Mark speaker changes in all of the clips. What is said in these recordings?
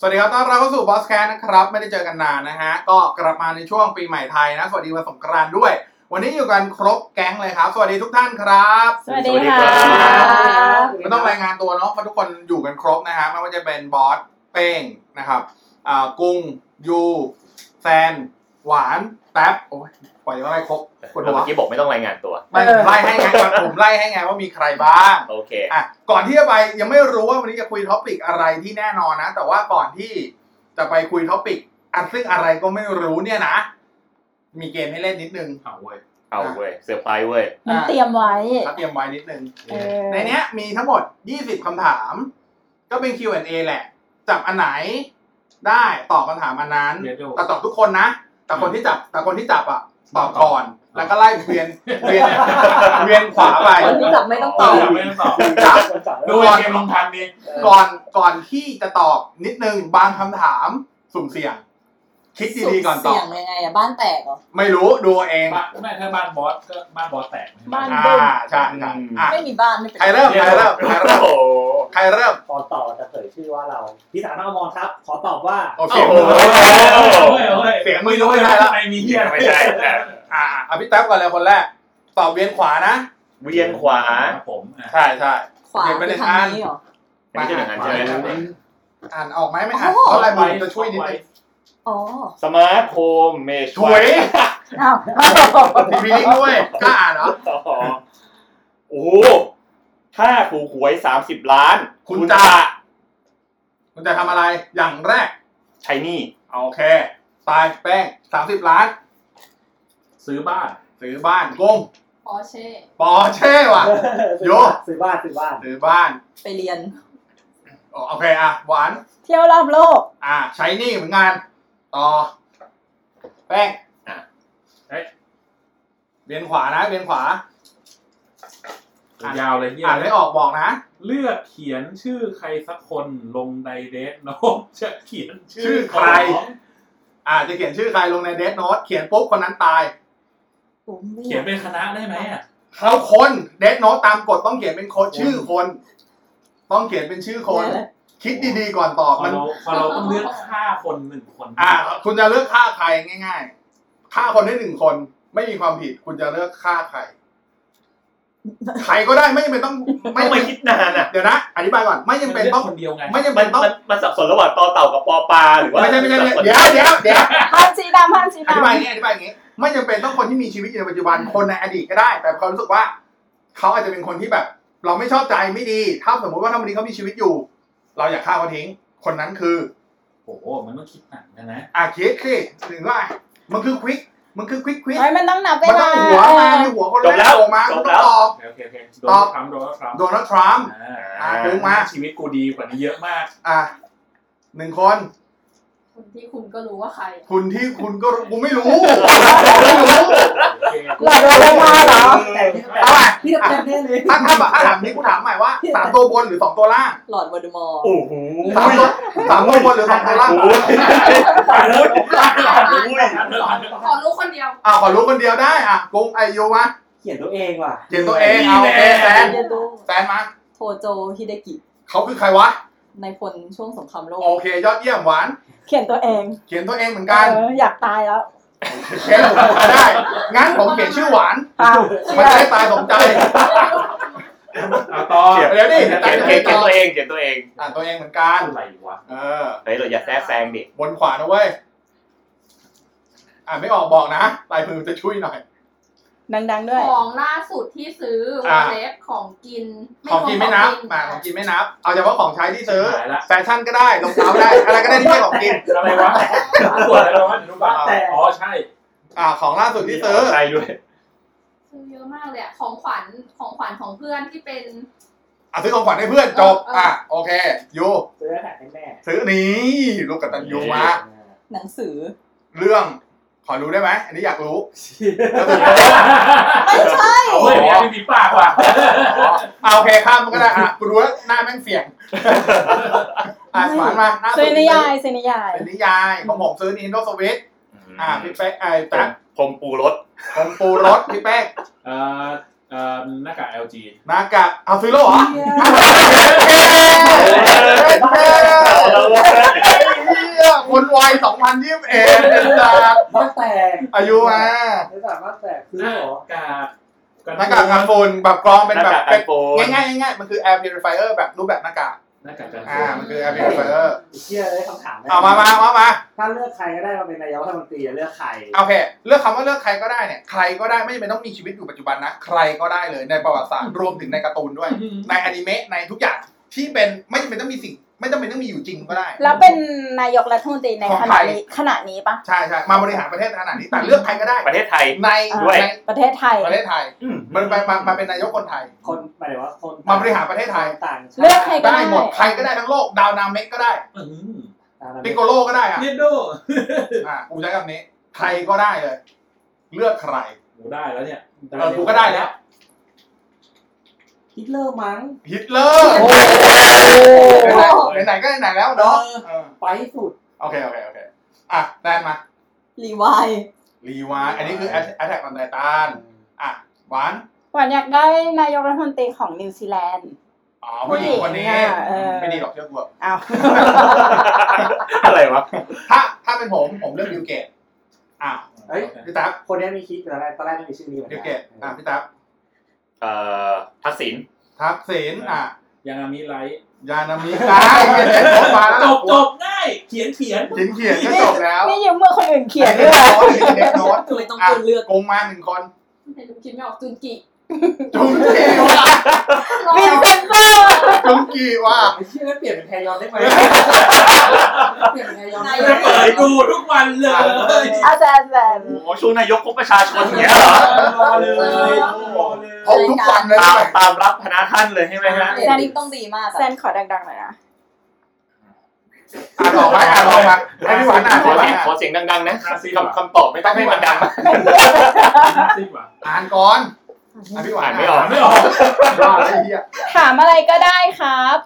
Speaker 1: สวัสดีครับต้อนรับเข้าสู่บอสแคสนะครับ ไม่ได้เจอกันนานนะฮะ ก็กลับมาในช่วงปีใหม่ไทยนะ สวัสดีวันสงกรานต์ด้วย วันนี้อยู่กันครบแก๊งเลยครับ สวัสดีทุกท่านครับ
Speaker 2: สวัสดีค่ะ
Speaker 1: ไม่ต้องรายงานตัวเนาะเพราะทุกคนอยู่กันครบนะฮะไม่ว่าจะเป็นบอสเป้งนะครับอ่ากุ้งยูแซน หวานแท็บโอ้ยปล่อยว่าไม่ครบค
Speaker 3: คุ
Speaker 1: น
Speaker 3: ณ
Speaker 1: หั
Speaker 3: เมื่
Speaker 1: วะ
Speaker 3: อกี้บอกไม่ต้องรายงานตัว
Speaker 1: ไม่ผมไล่ให้ไงผมไล่ให้ไงว่ามีใครบ้าง
Speaker 3: โอเค
Speaker 1: อ่ะก่อนที่จะไปยังไม่รู้ว่าวันนี้จะคุยท็อปิกอะไรที่แน่นอนนะ แต่ว่าก่อนที่จะไปคุยท็อปิกอันซึ่งอะไรก็ไม่รู้เนี่ยนะ มีเกมให้เล่นนิดนึง
Speaker 4: เอาเว้ย
Speaker 3: เอาเว้ยเซอร์ไพรส์เว้ย
Speaker 2: มันเตรียมไว้
Speaker 1: แล้วเตรียมไว้นิดนึง
Speaker 2: เออ
Speaker 1: ในเนี้ยมีทั้งหมด 20คำถาม ก็เป็น Q&A แหละ จับอันไหนได้ตอบคำถามอันนั้น
Speaker 4: เดี๋ยวดู
Speaker 1: แต่ตอบทุกคนนะ แต่คนที่จับแต่คนที่จับอ่ะตอบก่อน
Speaker 4: อ่า
Speaker 1: แล้วก็ไล่เวียนเวียนเวียนขวาไป
Speaker 2: คนที่จับไม่ต้องต
Speaker 4: ต่อ
Speaker 2: อบ
Speaker 4: ไม่ต้องต่อ
Speaker 1: จับ
Speaker 4: ดูไอ้เกมลงทันดิ
Speaker 1: ก่อนก่อนที่จะตอบนิดนึงบางคำถามสุ่มเสี่ยง คิดดีๆก่อนตอ
Speaker 2: เสี
Speaker 1: บ
Speaker 2: ยงยังไงอะบ้านแตกเหรอ
Speaker 1: ไม่รู้ดูเอง
Speaker 4: บ้านแม่ถ้าบ้านบอสก็บ้านบอสแตกไหม
Speaker 2: บ้าน
Speaker 1: อ่าใช่ใช่อ่ะ
Speaker 2: ไม่มีบ้านไม่เป็น
Speaker 1: ใครเริ่มใครเริ่มใครเริ่ม
Speaker 3: โอ้โห
Speaker 1: ใครเริ่ม
Speaker 5: พอต่อจะเผยชื่อว่าเราพี่สามนอมรครับ ขอตอบว่า
Speaker 1: โอเค
Speaker 3: โอ้โห
Speaker 1: เสียงมือรู้ไม่ได้แล้ว
Speaker 4: ไอ้มีเฮีย
Speaker 3: ไม่ใช่แต่
Speaker 1: อ่ะอ่ะอ่ะพี่แท็บก่อนเลยคนแรก ตอบเวียนขวานะ
Speaker 3: เวียนขวา
Speaker 4: ครับผมอ่ะ
Speaker 1: ใช่ใช่
Speaker 2: ขวา
Speaker 1: เดี๋ยวไป
Speaker 2: คื
Speaker 1: เล
Speaker 2: อย ทางนี้เหรอ
Speaker 3: ไม่ใช่อย่างนั้นใช่ไหมครับ
Speaker 1: อ่านออกไหมไม่อ่าน
Speaker 2: โอ้โห
Speaker 1: เท่าะไรมันจะช่วยนิดนึง
Speaker 2: อ๋อ
Speaker 3: สมาร์ทโฮมเมช
Speaker 1: ช่วย
Speaker 2: อ้าว
Speaker 1: มีพีลิงด้วยกล้าอ่านเหรอ
Speaker 3: โอ้โหถ้าถูกหวย 30 ล้าน
Speaker 1: คุณจะ คุณจะทำอะไรอย่างแรก
Speaker 3: ใช้หนี่
Speaker 1: โอเค ตายแป้งสามสิบล้าน
Speaker 4: ซื้อบ้าน
Speaker 1: ซื้อบ้านกุ้ง
Speaker 2: พอเช่
Speaker 1: ปอเช่ว่ะ โย
Speaker 5: ซื้อบ้านซื้อบ้าน
Speaker 1: ซื้อบ้าน
Speaker 2: ไปเรียน
Speaker 1: อ๋อโอเคอ่ะหวาน
Speaker 2: เที่ยวรอบโลก
Speaker 1: อ่าใช้หนี่เหมือนกันต่อแป้ง
Speaker 3: อ่ะ
Speaker 1: เฮ้ยเบียนขวานะเบียนขวา อ่ะ
Speaker 4: ยาวเลยเฮีย
Speaker 1: อ่านไม่ออกบอกนะ
Speaker 4: เลือกเขียนชื่อใครสักคนลงไดเรกโน้ตจะเขียน
Speaker 1: ชื่
Speaker 4: ชื่
Speaker 1: อ
Speaker 4: อ
Speaker 1: ใคร อ่าจะเขียนชื่อใครลงในเดสโน t ตเขียนปุ๊บคนนั้นตาย
Speaker 2: ผมไม่
Speaker 4: เขียนเป็นคณะได้ไหมอ่ะ
Speaker 1: เขาคนเดสโน t ตตามกฎต้องเขียนเป็นโค้ดชื่อคน ต้องเขียนเป็นชื่อคน คิดดีๆก่อนตอ
Speaker 4: พ
Speaker 1: บ
Speaker 4: อ
Speaker 1: มัน
Speaker 4: เราพอเราต้องเลือกฆ่าคนหนึ่งคน
Speaker 1: อ่า คุณจะเลือกฆ่าใครง่ายๆฆ่าคนได้หนึ่งคน ไม่มีความผิด คุณจะเลือกฆ่าใครใครก็ได้ไม่จำเป็นต้อง
Speaker 3: ไม่ไม่คิดนานอ่ะ
Speaker 1: เดี๋ยวนะอธิบายก่อนไม่จำเป็นต้อง
Speaker 4: คนเดียวไง
Speaker 1: ไม่จำ
Speaker 3: มั
Speaker 1: เป็นนต้อง
Speaker 3: มันมันสับสนระหว่างตอเต่ากับปอปลาหรือว่า
Speaker 1: ไม่ใช่ไม่ใช่ไม่
Speaker 3: สับสน
Speaker 1: ใช่เดี๋ยวเดี๋ยวเดี๋ยว
Speaker 2: ห้ามชี้นำห้ามชี้
Speaker 1: อธิบายอย่าง
Speaker 2: นำ
Speaker 1: นี้อธิบายอย่างนี้ ไม่จำเป็นต้องคนที่มีชีวิตอยู่ในปัจจุบันคนในอดีตก็ได้ แต่เขารู้สึกว่า เขาอาจจะเป็นคนที่แบบ เราไม่ชอบใจไม่ดี ถ้าสมมติว่าถ้าวันนี้เขามีชีวิตอยู่ เราอยากฆ่าเขาทิ้ง คนนั้นคือ
Speaker 4: โอ้โห มันต้องคิดหนักนะนะ
Speaker 1: อาคิดสิหรือว่ามันคือควิกมันคือควิกควิก
Speaker 2: เฮ้ยมันต้องนับเว
Speaker 1: มันต้
Speaker 2: ลา
Speaker 1: องหัวมามีหัวคน
Speaker 3: จบ
Speaker 1: แร
Speaker 3: แล้
Speaker 1: ก
Speaker 3: ว
Speaker 1: ออกมา
Speaker 3: จ
Speaker 1: คุณ
Speaker 3: บ
Speaker 1: ต้องต
Speaker 3: แล้ว
Speaker 1: อบ
Speaker 4: โอเคโอเคโดนทรัมป์โดนทรัมป์
Speaker 1: โดนัลด์ทรัมป์
Speaker 4: อ่า
Speaker 1: ดึงมา
Speaker 4: ชีวิตกูดีกว่านี้เยอะมาก
Speaker 1: อ่ะหนึ่งคน
Speaker 6: คนที่คุณก็รู้ว่าใครอะ
Speaker 1: คุณที่คุณก็รู้กูไม่ รู้กูไม่รู้
Speaker 4: โอเค
Speaker 2: หลอกลวงมาเหรอ
Speaker 5: แต่พี่แต่
Speaker 1: เอาอ่ะ
Speaker 5: พี่แต่แน่เลย
Speaker 1: ถ้าถ้าแบบถ้าถามนี้กูถามใหม่ว่าสามตัวบนหรือสองตัวล่าง
Speaker 2: หลอดวอลเดอมอร์
Speaker 3: โอ้โห
Speaker 1: สามตัวสามตัวบนหรือสองตัวล่าง
Speaker 3: โอ้โหโอ้โห
Speaker 6: ขอรู้คนเดียว
Speaker 1: อ่าขอรู้คนเดียวได้อ่ะกงไอโยวะ
Speaker 5: เขียนตัวเองว่ะ
Speaker 1: เขียนตัวเองเอาโอเคแซน
Speaker 2: เยนดู
Speaker 1: แซนมา
Speaker 2: โทโจฮิเดกิ
Speaker 1: เขาคือใครวะ
Speaker 2: ในพลช่วงสงครามโลก
Speaker 1: โอเค ยอดเยี่ยมหวาน
Speaker 2: เขียนตัวเอง
Speaker 1: เขียนตัวเองเหมือนกัน
Speaker 2: เอออยากตายแล้ว
Speaker 1: เขียนได้ งั้นผมเขียนชื่อหวาน
Speaker 2: อ้าว
Speaker 1: มันจะได้ตายสมใจ
Speaker 4: เอาต่อ
Speaker 3: เขียน
Speaker 1: เดี๋ยวดิ
Speaker 3: เขียนเขียนเขียนตัวเองเขียนตัวเอง
Speaker 1: อ่านตัวเองเหมือนกัน
Speaker 4: อะไรวะ
Speaker 1: เออ
Speaker 3: เฮ้ยเราอย่าแทรกแซงดิ
Speaker 1: บนขวานะเว้ย อ่านไม่ออกบอกนะลายมือจะช่วยหน่อย
Speaker 2: ดังๆด้วย
Speaker 6: ของล่าสุดที่ซื้อว
Speaker 1: อ่า
Speaker 6: งเล็บของกิน
Speaker 1: ของกินไม่นับอ่าของกินไม่นับ เอาเฉพาะของใช้ที่ซื้อ
Speaker 4: หายละ
Speaker 1: แฟชั่นก็ได้รองเท้าได้ อะไรก็ได้ที่ไม่ของกิน
Speaker 4: อะไรวะตัวอะไรวะหนูบ้า
Speaker 5: แต่
Speaker 4: อ๋อใช่
Speaker 1: อ่า ของล่าสุดที่ซื้อ
Speaker 3: ใช่ด้วย
Speaker 6: ซื้อเยอะมากเลยอะของขวัญของขวัญของเพื่อนที่เป็น
Speaker 1: อ่ะซื้อของขวัญให้เพื่อนจบ
Speaker 6: เออเอออ่
Speaker 1: อ่ะโอเคยู
Speaker 5: ซื้อแหละแน่
Speaker 1: ซื้อนี้ลูกกับตันยูมา
Speaker 2: หนังสือ
Speaker 1: เรื่อง ขอรู้ได้ไหมอันนี้อยากรู้
Speaker 2: ไม่ใช่
Speaker 4: เอาเว้ยเนี่ยไม่มีปากว่ะ
Speaker 1: อ่ะโอเคข้ามมันก็ได้อ่ะกูรู้แล้วหน้าแม่งเสี่ยงอ่ะ
Speaker 2: ไม่
Speaker 1: ขวานมาหน้า
Speaker 2: ซื้อนิยาย
Speaker 1: ซ
Speaker 2: ซื้อนิยายื
Speaker 1: ้อนิยายของผมซื้อนินโดสวิตอ่ะพี่เป๊กไอ้แป๊ก
Speaker 3: ผมปูรถ
Speaker 1: ผมปูรถพี่เป๊ก
Speaker 4: เอ่อเอ่อหน้ากาก LG
Speaker 1: นากะเอาซื้อแล้วเหรอ
Speaker 2: เหี้ย
Speaker 1: เย้เย้เย้
Speaker 3: เรา
Speaker 1: พันยี่สิบเอ็ดเป็นดาบ
Speaker 5: บ้านแตก
Speaker 1: อายุมา
Speaker 5: ไม่สามารถแตกคือ
Speaker 4: หน้า
Speaker 5: หรอก
Speaker 4: าก
Speaker 1: หน้ากากกันฝุ่นแบบกร องเป็นแบบ
Speaker 3: หา
Speaker 1: เป็
Speaker 3: กัน นโฟน
Speaker 1: ง่ายๆง่ายๆมันคือ air purifier แบบรูปแบบหน้ากาก
Speaker 4: หน้ากากกัน
Speaker 1: อ่า
Speaker 4: ฝุ่น
Speaker 1: มันคือ air purifier
Speaker 5: ไอ้เชี่ยได้คำถามแน่
Speaker 1: เอามามามามา
Speaker 5: ถ้าเลือกใครก็ได้มาเป็นนายกรัฐมนตรีอะเลือกใคร
Speaker 1: โอเคเลือกคำว่าเลือกใครก็ได้เนี่ยใครก็ได้ไม่จำเป็นต้องมีชีวิตอยู่ปัจจุบันนะใครก็ได้เลยในประวัติศาสตร์รวมถึงในการ์ตูนด้วย ในอนิเมะในทุกอย่างที่เป็นไม่จำเป็นต้องมีสิ่ง ไม่จำเป็นต้องมีอยู่จริงก็ได้
Speaker 2: แล้วเป็นนายกรัฐมนตรีใน
Speaker 1: ของ
Speaker 2: ข
Speaker 1: ใคร
Speaker 2: ณะนี้ขณะนี้ปะ
Speaker 1: ใช่ใช่มาบริหารประเทศขนาดนี้แต่เลือกใครก็ได้
Speaker 3: ประเทศไทย
Speaker 1: ใน
Speaker 3: ด้วย
Speaker 1: ใน
Speaker 2: ประเทศไทย
Speaker 1: ประเทศไทยมันไปมามาเป็นนายกคนไทย
Speaker 5: คนหมายถึงว่าคน
Speaker 1: มาบริหารประเทศไทย
Speaker 5: ต่างชาติ
Speaker 2: เลือกใคร ก็ได้
Speaker 1: ได้หมดใครก็ได้ทั้งโลก ดาวนาเมกก็ได้
Speaker 4: อืม
Speaker 5: อ่า
Speaker 1: ปิโกโลก็ได้อะ
Speaker 4: เนโด
Speaker 1: อ่ะกูใช้คำนี้ ใครก็ได้เลย เลือกใคร
Speaker 4: หมูได้แล้วเนี่ย
Speaker 1: เออกูก็ได้แล้ว
Speaker 5: ฮิตเลอร์มั้ง
Speaker 1: ฮิตเลอร์
Speaker 5: โอ้
Speaker 2: โห
Speaker 1: ไหนๆไหนๆก็ไหนๆแล้วเนาะเออ
Speaker 5: ไปสุด
Speaker 1: โอเคโอเคโอเคอ่ะแดนมา
Speaker 2: รีไวาย
Speaker 1: รีวายอันนี้คือแอตแทกออนไททันอ่ะหวาน
Speaker 2: หวันอยากได้นายกรัฐมนตรีของนิวซีแลนด์
Speaker 1: อ๋อผู้หญิงคนนี้
Speaker 2: ผู้หญิงอ่ะเออ
Speaker 1: ไม่ดีหรอกเชื่อกูอะ
Speaker 2: อ้าว
Speaker 3: อะไรวะ
Speaker 1: ถ้าถ้าเป็นผมผมเลือกบิวเกตอ่ะ
Speaker 5: เอ้ย
Speaker 1: พี่ตั๊บ
Speaker 5: คนนี้มีคิดแต่แรกตอนแรกไม่มีชื่อนี้เหมือน
Speaker 1: บิ
Speaker 5: กั
Speaker 1: วเกตอ่ะพี่ตั๊บ
Speaker 3: เอ่อทักษิณ
Speaker 1: ทักษิณอ่ะ
Speaker 4: ยางามิไลท์
Speaker 1: ยานามิตายเขียนเขียนจบมาแล้ว
Speaker 4: จ
Speaker 1: ล่ะ
Speaker 4: บจบได้ เขียนเขียน
Speaker 1: เขียนเขียนก็จบแล้ว
Speaker 2: นี่ยืมมือคนอื่นเขียน
Speaker 1: เขี
Speaker 2: ด้วย
Speaker 1: น
Speaker 2: เหรอ
Speaker 1: โน้ตเขียนโน้ต
Speaker 7: ทำไมต้องกูเลือก
Speaker 1: โกงมาหนึ่งคน
Speaker 6: ไม่รู้คิดไม่ออกจุนกิ
Speaker 1: จุงกีว่ะ
Speaker 2: วินเซนเซอร์
Speaker 1: จุงกีว่ะ
Speaker 5: ไม่เชื่อเปลี่ยนเป็นแทยอนได้ไหมเปลี่ยนเป็นแทยอน
Speaker 7: นา
Speaker 5: ได้
Speaker 7: ย
Speaker 5: ไหม
Speaker 4: จะ
Speaker 7: ก
Speaker 4: เปิดดูทุกวันเลย
Speaker 2: อาจารย์แบน
Speaker 3: โอ้โหชูนายกพบประชาชนอย่างเงี้ยเหรอ
Speaker 5: รอเลยรอเลย
Speaker 1: พบทุกวันเลย
Speaker 3: ตาม
Speaker 1: ด้วย
Speaker 3: ตามรับพนะท่านเลยใช่ไหมฮะ
Speaker 7: เรตติ้งต้องดีมาก
Speaker 2: แซ
Speaker 7: อะ
Speaker 2: นขอดังๆหน่อยนะ
Speaker 1: อ่ะต่อไปอ่ะต่อไปให้พี่หวานอ่าน
Speaker 3: ขอ
Speaker 1: พี่หวา
Speaker 3: เสี
Speaker 1: น
Speaker 3: ย
Speaker 1: อ่าน
Speaker 3: งขอเสียงดังๆนะ
Speaker 4: ทักษิณ
Speaker 3: คำคำตอบไม่ต้องให้มันดังมาก
Speaker 4: จริงว่ะ
Speaker 1: อ่านก่อนอ่ะพี่หวา
Speaker 3: อ่าน นไม่ออก
Speaker 4: ไม่ออก
Speaker 1: ว่าไอ้เหี้ย
Speaker 2: ถามอะไรก็ได้ครับ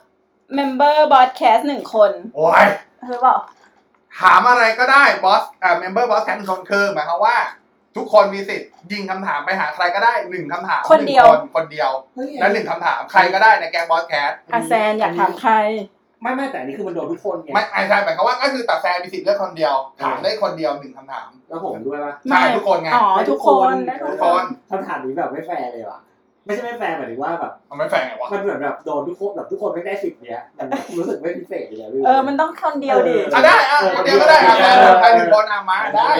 Speaker 2: เมมเบอร์บอดแคสหนึ่งคน
Speaker 1: โอ้ย
Speaker 2: หรือเปล่า
Speaker 1: ถามอะไรก็ได้บอสอ่าเมมเบอร์บอสแคนคอนคือหมายความว่า ทุกคนมีสิทธิ์ยิงคำถามไปหาใครก็ได้หนึ่งคำถาม
Speaker 2: คนเดียว
Speaker 1: หงคนเดียวและหนึ่งคำถามใครก็ได้ในแกงบอสแคส
Speaker 2: อาแซนอยากถามใคร
Speaker 5: ไม่ไม่แต่อันนี่คือมันโดนทุกคนไง
Speaker 1: ไม่ไอ้ใช่หมายความว่าก็คือตัดแซนมีสิทธิ์เลือกคนเดียว ถามได้คนเดียวหนึ่งคำถาม
Speaker 5: แล้วผมด้วยปะ
Speaker 2: ไม่
Speaker 1: ใช่ทุกคนไง
Speaker 2: อ๋อ ทุกคน
Speaker 1: ทุกคน
Speaker 5: คำถามนี้แบบไม่แฟร์เลยว่ะ ไม่ใช่ไม่แฟร์หมายถึงว่าแบบ
Speaker 1: มันไม่แฟงไงวะ
Speaker 5: มันเหมือนแบบโดนทุกคนแบบทุกคนไม่ได้สิทธิ์เนี้ยมันรู้สึกไม่พิเศษเลยะพี่
Speaker 2: เออ มันต้องคนเดียวดิ
Speaker 5: เ
Speaker 1: อ่ะได้อ่ะคนเดียวก็ได้อ่ะแซนเลือกใครหนึ่งคนอ่ะมาได้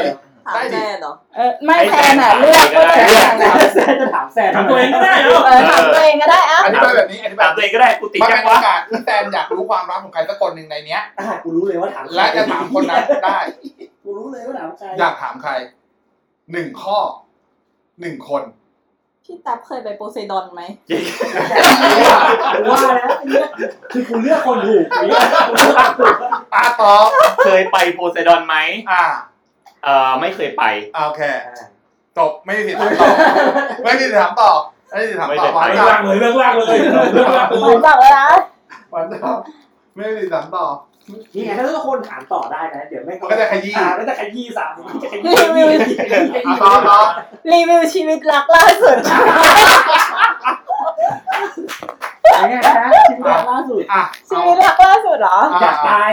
Speaker 7: ถามแม่เนาะ
Speaker 2: เออ ไม่แซนอ่ะ เลือกก็ได้
Speaker 5: แซนจะถามแซน
Speaker 4: ทำตัวเองก็ได้เหรอ
Speaker 2: เออถามตัวเองก็ได้อะ
Speaker 1: อธิบายแบบนี้อธิบาย
Speaker 3: ถาม
Speaker 1: แบบ
Speaker 3: ตัว
Speaker 1: นี้
Speaker 3: เองก็ได้กูติด
Speaker 1: มัน
Speaker 3: จั
Speaker 1: เป็น
Speaker 3: ง
Speaker 1: โอ
Speaker 3: วะ
Speaker 1: กาสที่แซนอยากรู้ความลับของใครสักคนหนึ่งในเนี้ย
Speaker 5: อ่ะกูรู้เลยว่าถามใคร
Speaker 1: และจะถามคนนั้นได้
Speaker 5: กูรู้เลยว่าถามใคร
Speaker 1: อยากถามใครหนึ่งข้อหนึ่งคน
Speaker 7: พี่ตั๊บเคยไปโพไซดอนไหม
Speaker 5: กูว่าแล้วไอ้เนี่ยคือกูเลือกคนถูกไอ้เนี่ยกูเลือกคนถูก
Speaker 1: อ่ะตอบ
Speaker 3: เคยไปโพไซดอนไหม
Speaker 1: อ่ะ
Speaker 3: เอ่อไม่เคยไป
Speaker 1: อ่ะโอเค
Speaker 5: อ่ะ
Speaker 1: จบไม่มีสิทธิ์ถามต่อไม่มีสิทธิ์ถามต่อไม่มีสิทธิ์ถามต่อ
Speaker 3: ไม่
Speaker 1: วันจั
Speaker 3: ได้ถม
Speaker 4: เลือก
Speaker 1: บ
Speaker 4: ลากเลยเลือกลากเลยเลือกลากเล
Speaker 2: หมื
Speaker 4: ย
Speaker 2: อนบอกแล้วนะ
Speaker 1: วันจับไม่มีสิทธิ์ถามต่อ
Speaker 5: นี่ไงถ้าทุกคนถามต่อได้นะเดี๋ยวไม่ง
Speaker 1: มันก็จะขยี้
Speaker 5: อ่ามันจะขยี้สามมันจะขยี้ขยี้ขยี้ขยี้
Speaker 1: อ่ะตอบตอบ
Speaker 2: รีวิวชีวิตรักล่าสุด
Speaker 5: อย่างเงี้ยนะชิ้นแรกล่าสุด
Speaker 1: อ่ะ
Speaker 2: ชี
Speaker 1: เอา
Speaker 2: วิตรักล่าสุดเหรอ
Speaker 5: อยากตาย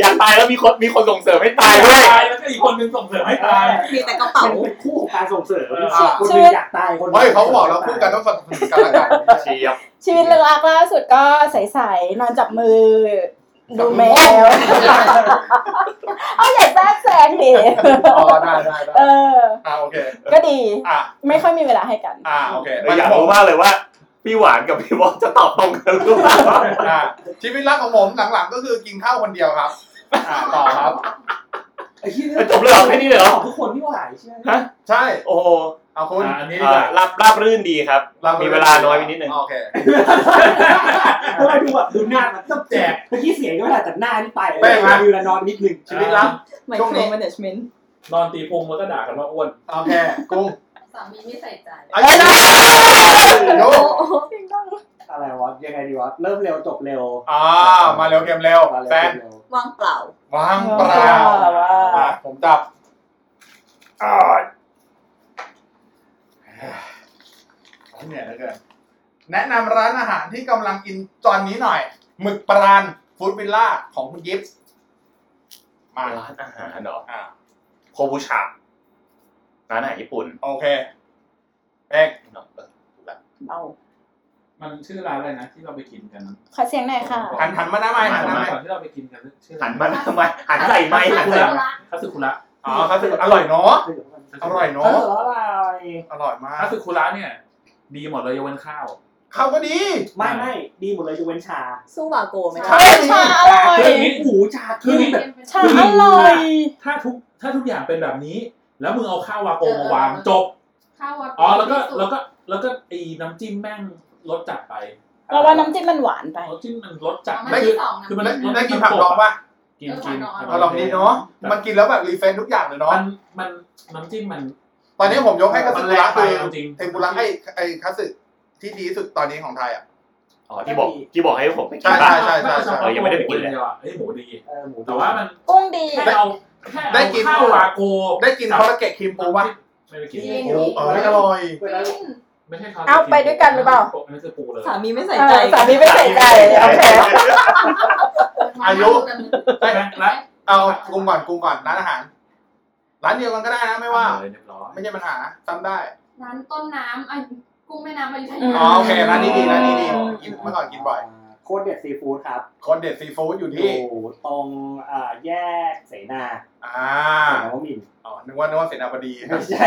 Speaker 3: อยากตายแล้วมีคนมีคนส่งเสริมให้ตายด้วย
Speaker 4: ตายแล้วก็อีกคนนึงส่งเสริมให้ตาย
Speaker 7: มีแต่กระเป๋า
Speaker 5: เป็นคู่ของการส่งเสริม
Speaker 4: เออ
Speaker 5: คนหนึงอยากตายคนหนึ่ง
Speaker 1: เฮ้ยเขาบอกแล้วคู่กันต้องสนับสนุนกันและกัน
Speaker 3: เชียบ
Speaker 2: ชีวิตรักล่าสุดก็ใสๆนอนจับมือ ดูแมว เอาอย่าแทรกแซงดิ
Speaker 1: อ๋อได้ได้
Speaker 2: เอ
Speaker 1: ได้
Speaker 2: อ
Speaker 1: อ่าโอเค
Speaker 2: ก็ดี
Speaker 1: อ่ะ
Speaker 2: ไม่ค่อยมีเวลาให้กัน
Speaker 1: อ่าโอเค
Speaker 3: อยากรู้มากเลยว่า พี่หวานกับพี่บอสจะตอบตรงกันหรือเปล่า
Speaker 1: อ่าชีวิตรักของผมหลังๆก็คือกินข้าวคนเดียวครับ อ่าต่อครับ
Speaker 5: ไอ้เหี้ย
Speaker 3: จบเลยเหรอแค่นี้เลยเหรอ
Speaker 5: ตอบทุกคนที่ว่าไอ้เชื่อ
Speaker 3: ฮะ
Speaker 1: ใช่
Speaker 3: โอ้โห
Speaker 1: เอาคุณ
Speaker 4: อ่ะอันนี้ดี
Speaker 3: เอ่อ
Speaker 4: กว่า
Speaker 3: ราบราบรื่นดีครับ
Speaker 1: ร
Speaker 3: มีเวลาน้อยไปนิดนึง
Speaker 1: โอเค
Speaker 5: ทำไมดูแบบดูหน้ามันต้องแจกเมื่อกี้เสียงก็ไม่ได้แต่หน้านี่ไปเลยดูแลนอนนิดนึง
Speaker 1: ชีวิตรัก
Speaker 7: ไม
Speaker 1: ช่วง
Speaker 7: โคร
Speaker 1: นี้
Speaker 7: แมネจเมนต์
Speaker 4: นอนตีพุงแล้วก็ด่ากันว่าอ้วน
Speaker 1: โอเคกุ้ง
Speaker 6: สามีไม่ใส่ใจ
Speaker 1: เอาอีกแล้วโย
Speaker 7: โอ้โห
Speaker 5: อะไรวะยังไงดีวะเริ่มเร็วจบเร็ว
Speaker 1: อ่ามาเร็วเกมเร็ว
Speaker 5: มาเร็ว
Speaker 1: แซน
Speaker 5: เร็ว
Speaker 7: ว่างเปล่า
Speaker 1: วางเปล่าอ่ะผมจับอ่าเหนื่อยเหลือเกินแนะนำร้านอาหารที่กำลังอินตอนนี้หน่อยหมึกปราน ฟู้ดวิลล่าของคุณกิฟต์มา
Speaker 3: ร้านอาหารเหรอ
Speaker 1: อ่า
Speaker 3: โคบูชาร้านอาหารญี่ปุ่น
Speaker 1: โอเคเอก
Speaker 3: เนอะเออ
Speaker 2: เอา
Speaker 4: มันชื่อร้านอะไรนะที่เราไปกินกันนะ
Speaker 2: ขอเสียงหน่อยค่ะ
Speaker 1: หันหันมาหน้าไม้หันหน้าไม้
Speaker 4: ก่อนที่เราไปกินกันชื่อร้
Speaker 3: หันมาทำไมหันใส่ไม้หัน
Speaker 6: คุ
Speaker 3: ใส่
Speaker 6: ละ
Speaker 4: คาสึคุระ
Speaker 1: อ๋อครับอร่อยเนาะอร่อย
Speaker 5: เอ
Speaker 1: เนาะ
Speaker 5: ออะไร
Speaker 1: อร่อยมาก
Speaker 4: คาสึคุระเนี่ย ดีหมดเลยยกเว้นข้าว
Speaker 1: ข้าวก็ดี
Speaker 5: ไม่ไม่ดีหมดเลยยกเว้นชา
Speaker 7: สู้บาโกไหม
Speaker 2: ใช่ชาอร่อย
Speaker 5: เฮ้ยนี่หูชา
Speaker 4: คือนี่
Speaker 5: แบบ
Speaker 2: ชาอร่อย
Speaker 4: ถ้าทุกถ้าทุกอย่างเป็นแบบนี้ แล้วมึงเอาข้าววาโกมาวางจบ
Speaker 6: ข้าววัด
Speaker 4: อ๋อแล้วก็แล้วก็แล้วก็ไอ้น้ำจิ้มแม่งรสจัดไป
Speaker 2: เราว่าน้ำจิ้มมันหวานไป
Speaker 4: รสจิ้มมันรสจัด
Speaker 6: ไม่ที่สองนะ
Speaker 4: คือมัน
Speaker 1: ได้ได้กินผักดองป่ะ
Speaker 4: กินกิน
Speaker 6: เออ
Speaker 1: เราลองดีเนาะมันกินแล้วแบบรีเฟรชทุกอย่างเลยเนาะ
Speaker 4: มันมันน้ำจิ้มมัน
Speaker 1: ตอนนี้ผมยกให้คาสึกุระ
Speaker 4: มันแงไป
Speaker 1: คือ
Speaker 4: เอาจริง
Speaker 1: เทมปุระให้ไอ้คาสึที่ดีที่สุดตอนนี้ของไทยอ่ะ
Speaker 3: อ๋อที่บอกที่บอกให้ผมไปกิน
Speaker 1: ใช่
Speaker 3: บ้าน
Speaker 1: ใช่ใช่ใช่
Speaker 3: เออยังไม่ได้ไปกินเลย
Speaker 4: อ่ะเอ้ยหมูดี
Speaker 5: เออหมู
Speaker 4: แต่ว่ามัน
Speaker 2: กุ้งดี
Speaker 4: แค่เอาแค่
Speaker 1: ได้
Speaker 4: เอา
Speaker 1: กิน
Speaker 4: ข้าววาโก
Speaker 1: ได้กินคอลลาเกตครีมปูป่ะ
Speaker 4: ไม่ได้กิน
Speaker 6: จริง
Speaker 1: โอ้เอออร่อย
Speaker 6: กิน
Speaker 4: ไม่ใช่ข้าว
Speaker 2: เอาไปด้วยกันหรือเปล่า
Speaker 4: อันนี้คือปูเลย
Speaker 7: สามีไม่
Speaker 2: เอ
Speaker 7: ใส่ใจ
Speaker 2: อสามีไม่ใส่ใจโอเค
Speaker 1: อายุ
Speaker 4: ใช่ไหมและ
Speaker 1: เอากรุงก่อนกรุงก่อนร้านอาหาร ร้านเดียวกันก็ได้นะไม่ว่า
Speaker 4: เลยเรียบร้อย
Speaker 1: ไม่ใช่ปัญหาจำได้
Speaker 6: ร้านต้นน้ำอ่ะกุ้งแม่น้ำอยุธยา
Speaker 1: อ๋อโอเคร้านนี้ดีร้านนี้ดีกินเมื่อก่อนกินบ่อย
Speaker 5: โคตรเด็ดซีฟู้ดครับ
Speaker 1: คอนเด็ดซีฟู้ดอยู่
Speaker 5: อ
Speaker 1: ที่
Speaker 5: ยู่ตรงอ่าแยกเสนา
Speaker 1: อ่า
Speaker 5: เสนาวมินทร์
Speaker 1: อ๋อ นึกว่านึกว่าเสนาบดี
Speaker 5: ไม่ใช่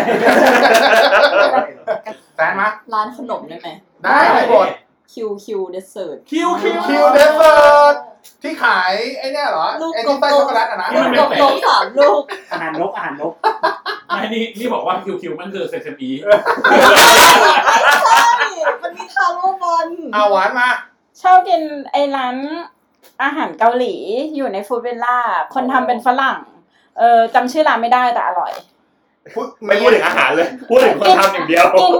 Speaker 1: แซนมะ
Speaker 7: ร้านขนมได้ไหม
Speaker 1: ได้ได้หมด
Speaker 7: คิวคิวเดสเซิร์
Speaker 4: คิวคิว
Speaker 1: คิวเดสเซอร์ทที่ขายไอ้เนี่ยเหรอ
Speaker 7: ลูก
Speaker 1: ไอ้ที่ใต้
Speaker 7: กล
Speaker 1: ช็
Speaker 7: มๆ
Speaker 1: อกโกแลตอ่ะนะ
Speaker 4: ที่มันเป็
Speaker 7: ต
Speaker 4: น
Speaker 7: กลงสามลูก
Speaker 5: อาหารนกอาหารนก
Speaker 4: ไม่นี่นี่บอกว่าคิวคิวมันคือเซซามี
Speaker 7: ใช่มันมีทาโร่บอล
Speaker 1: เอาหวานมา
Speaker 2: ชอบกินไอ้ร้านอาหารเกาหลีอยู่ในฟูดเวลล่า คนทำเป็นฝรั่ง เออจำชื่อร้านไม่ได้แต่อร่อย
Speaker 1: พูด
Speaker 3: ไม่พูดถึงอาหารเลย พูดถึงคนทำอย่างเดียว
Speaker 2: กิน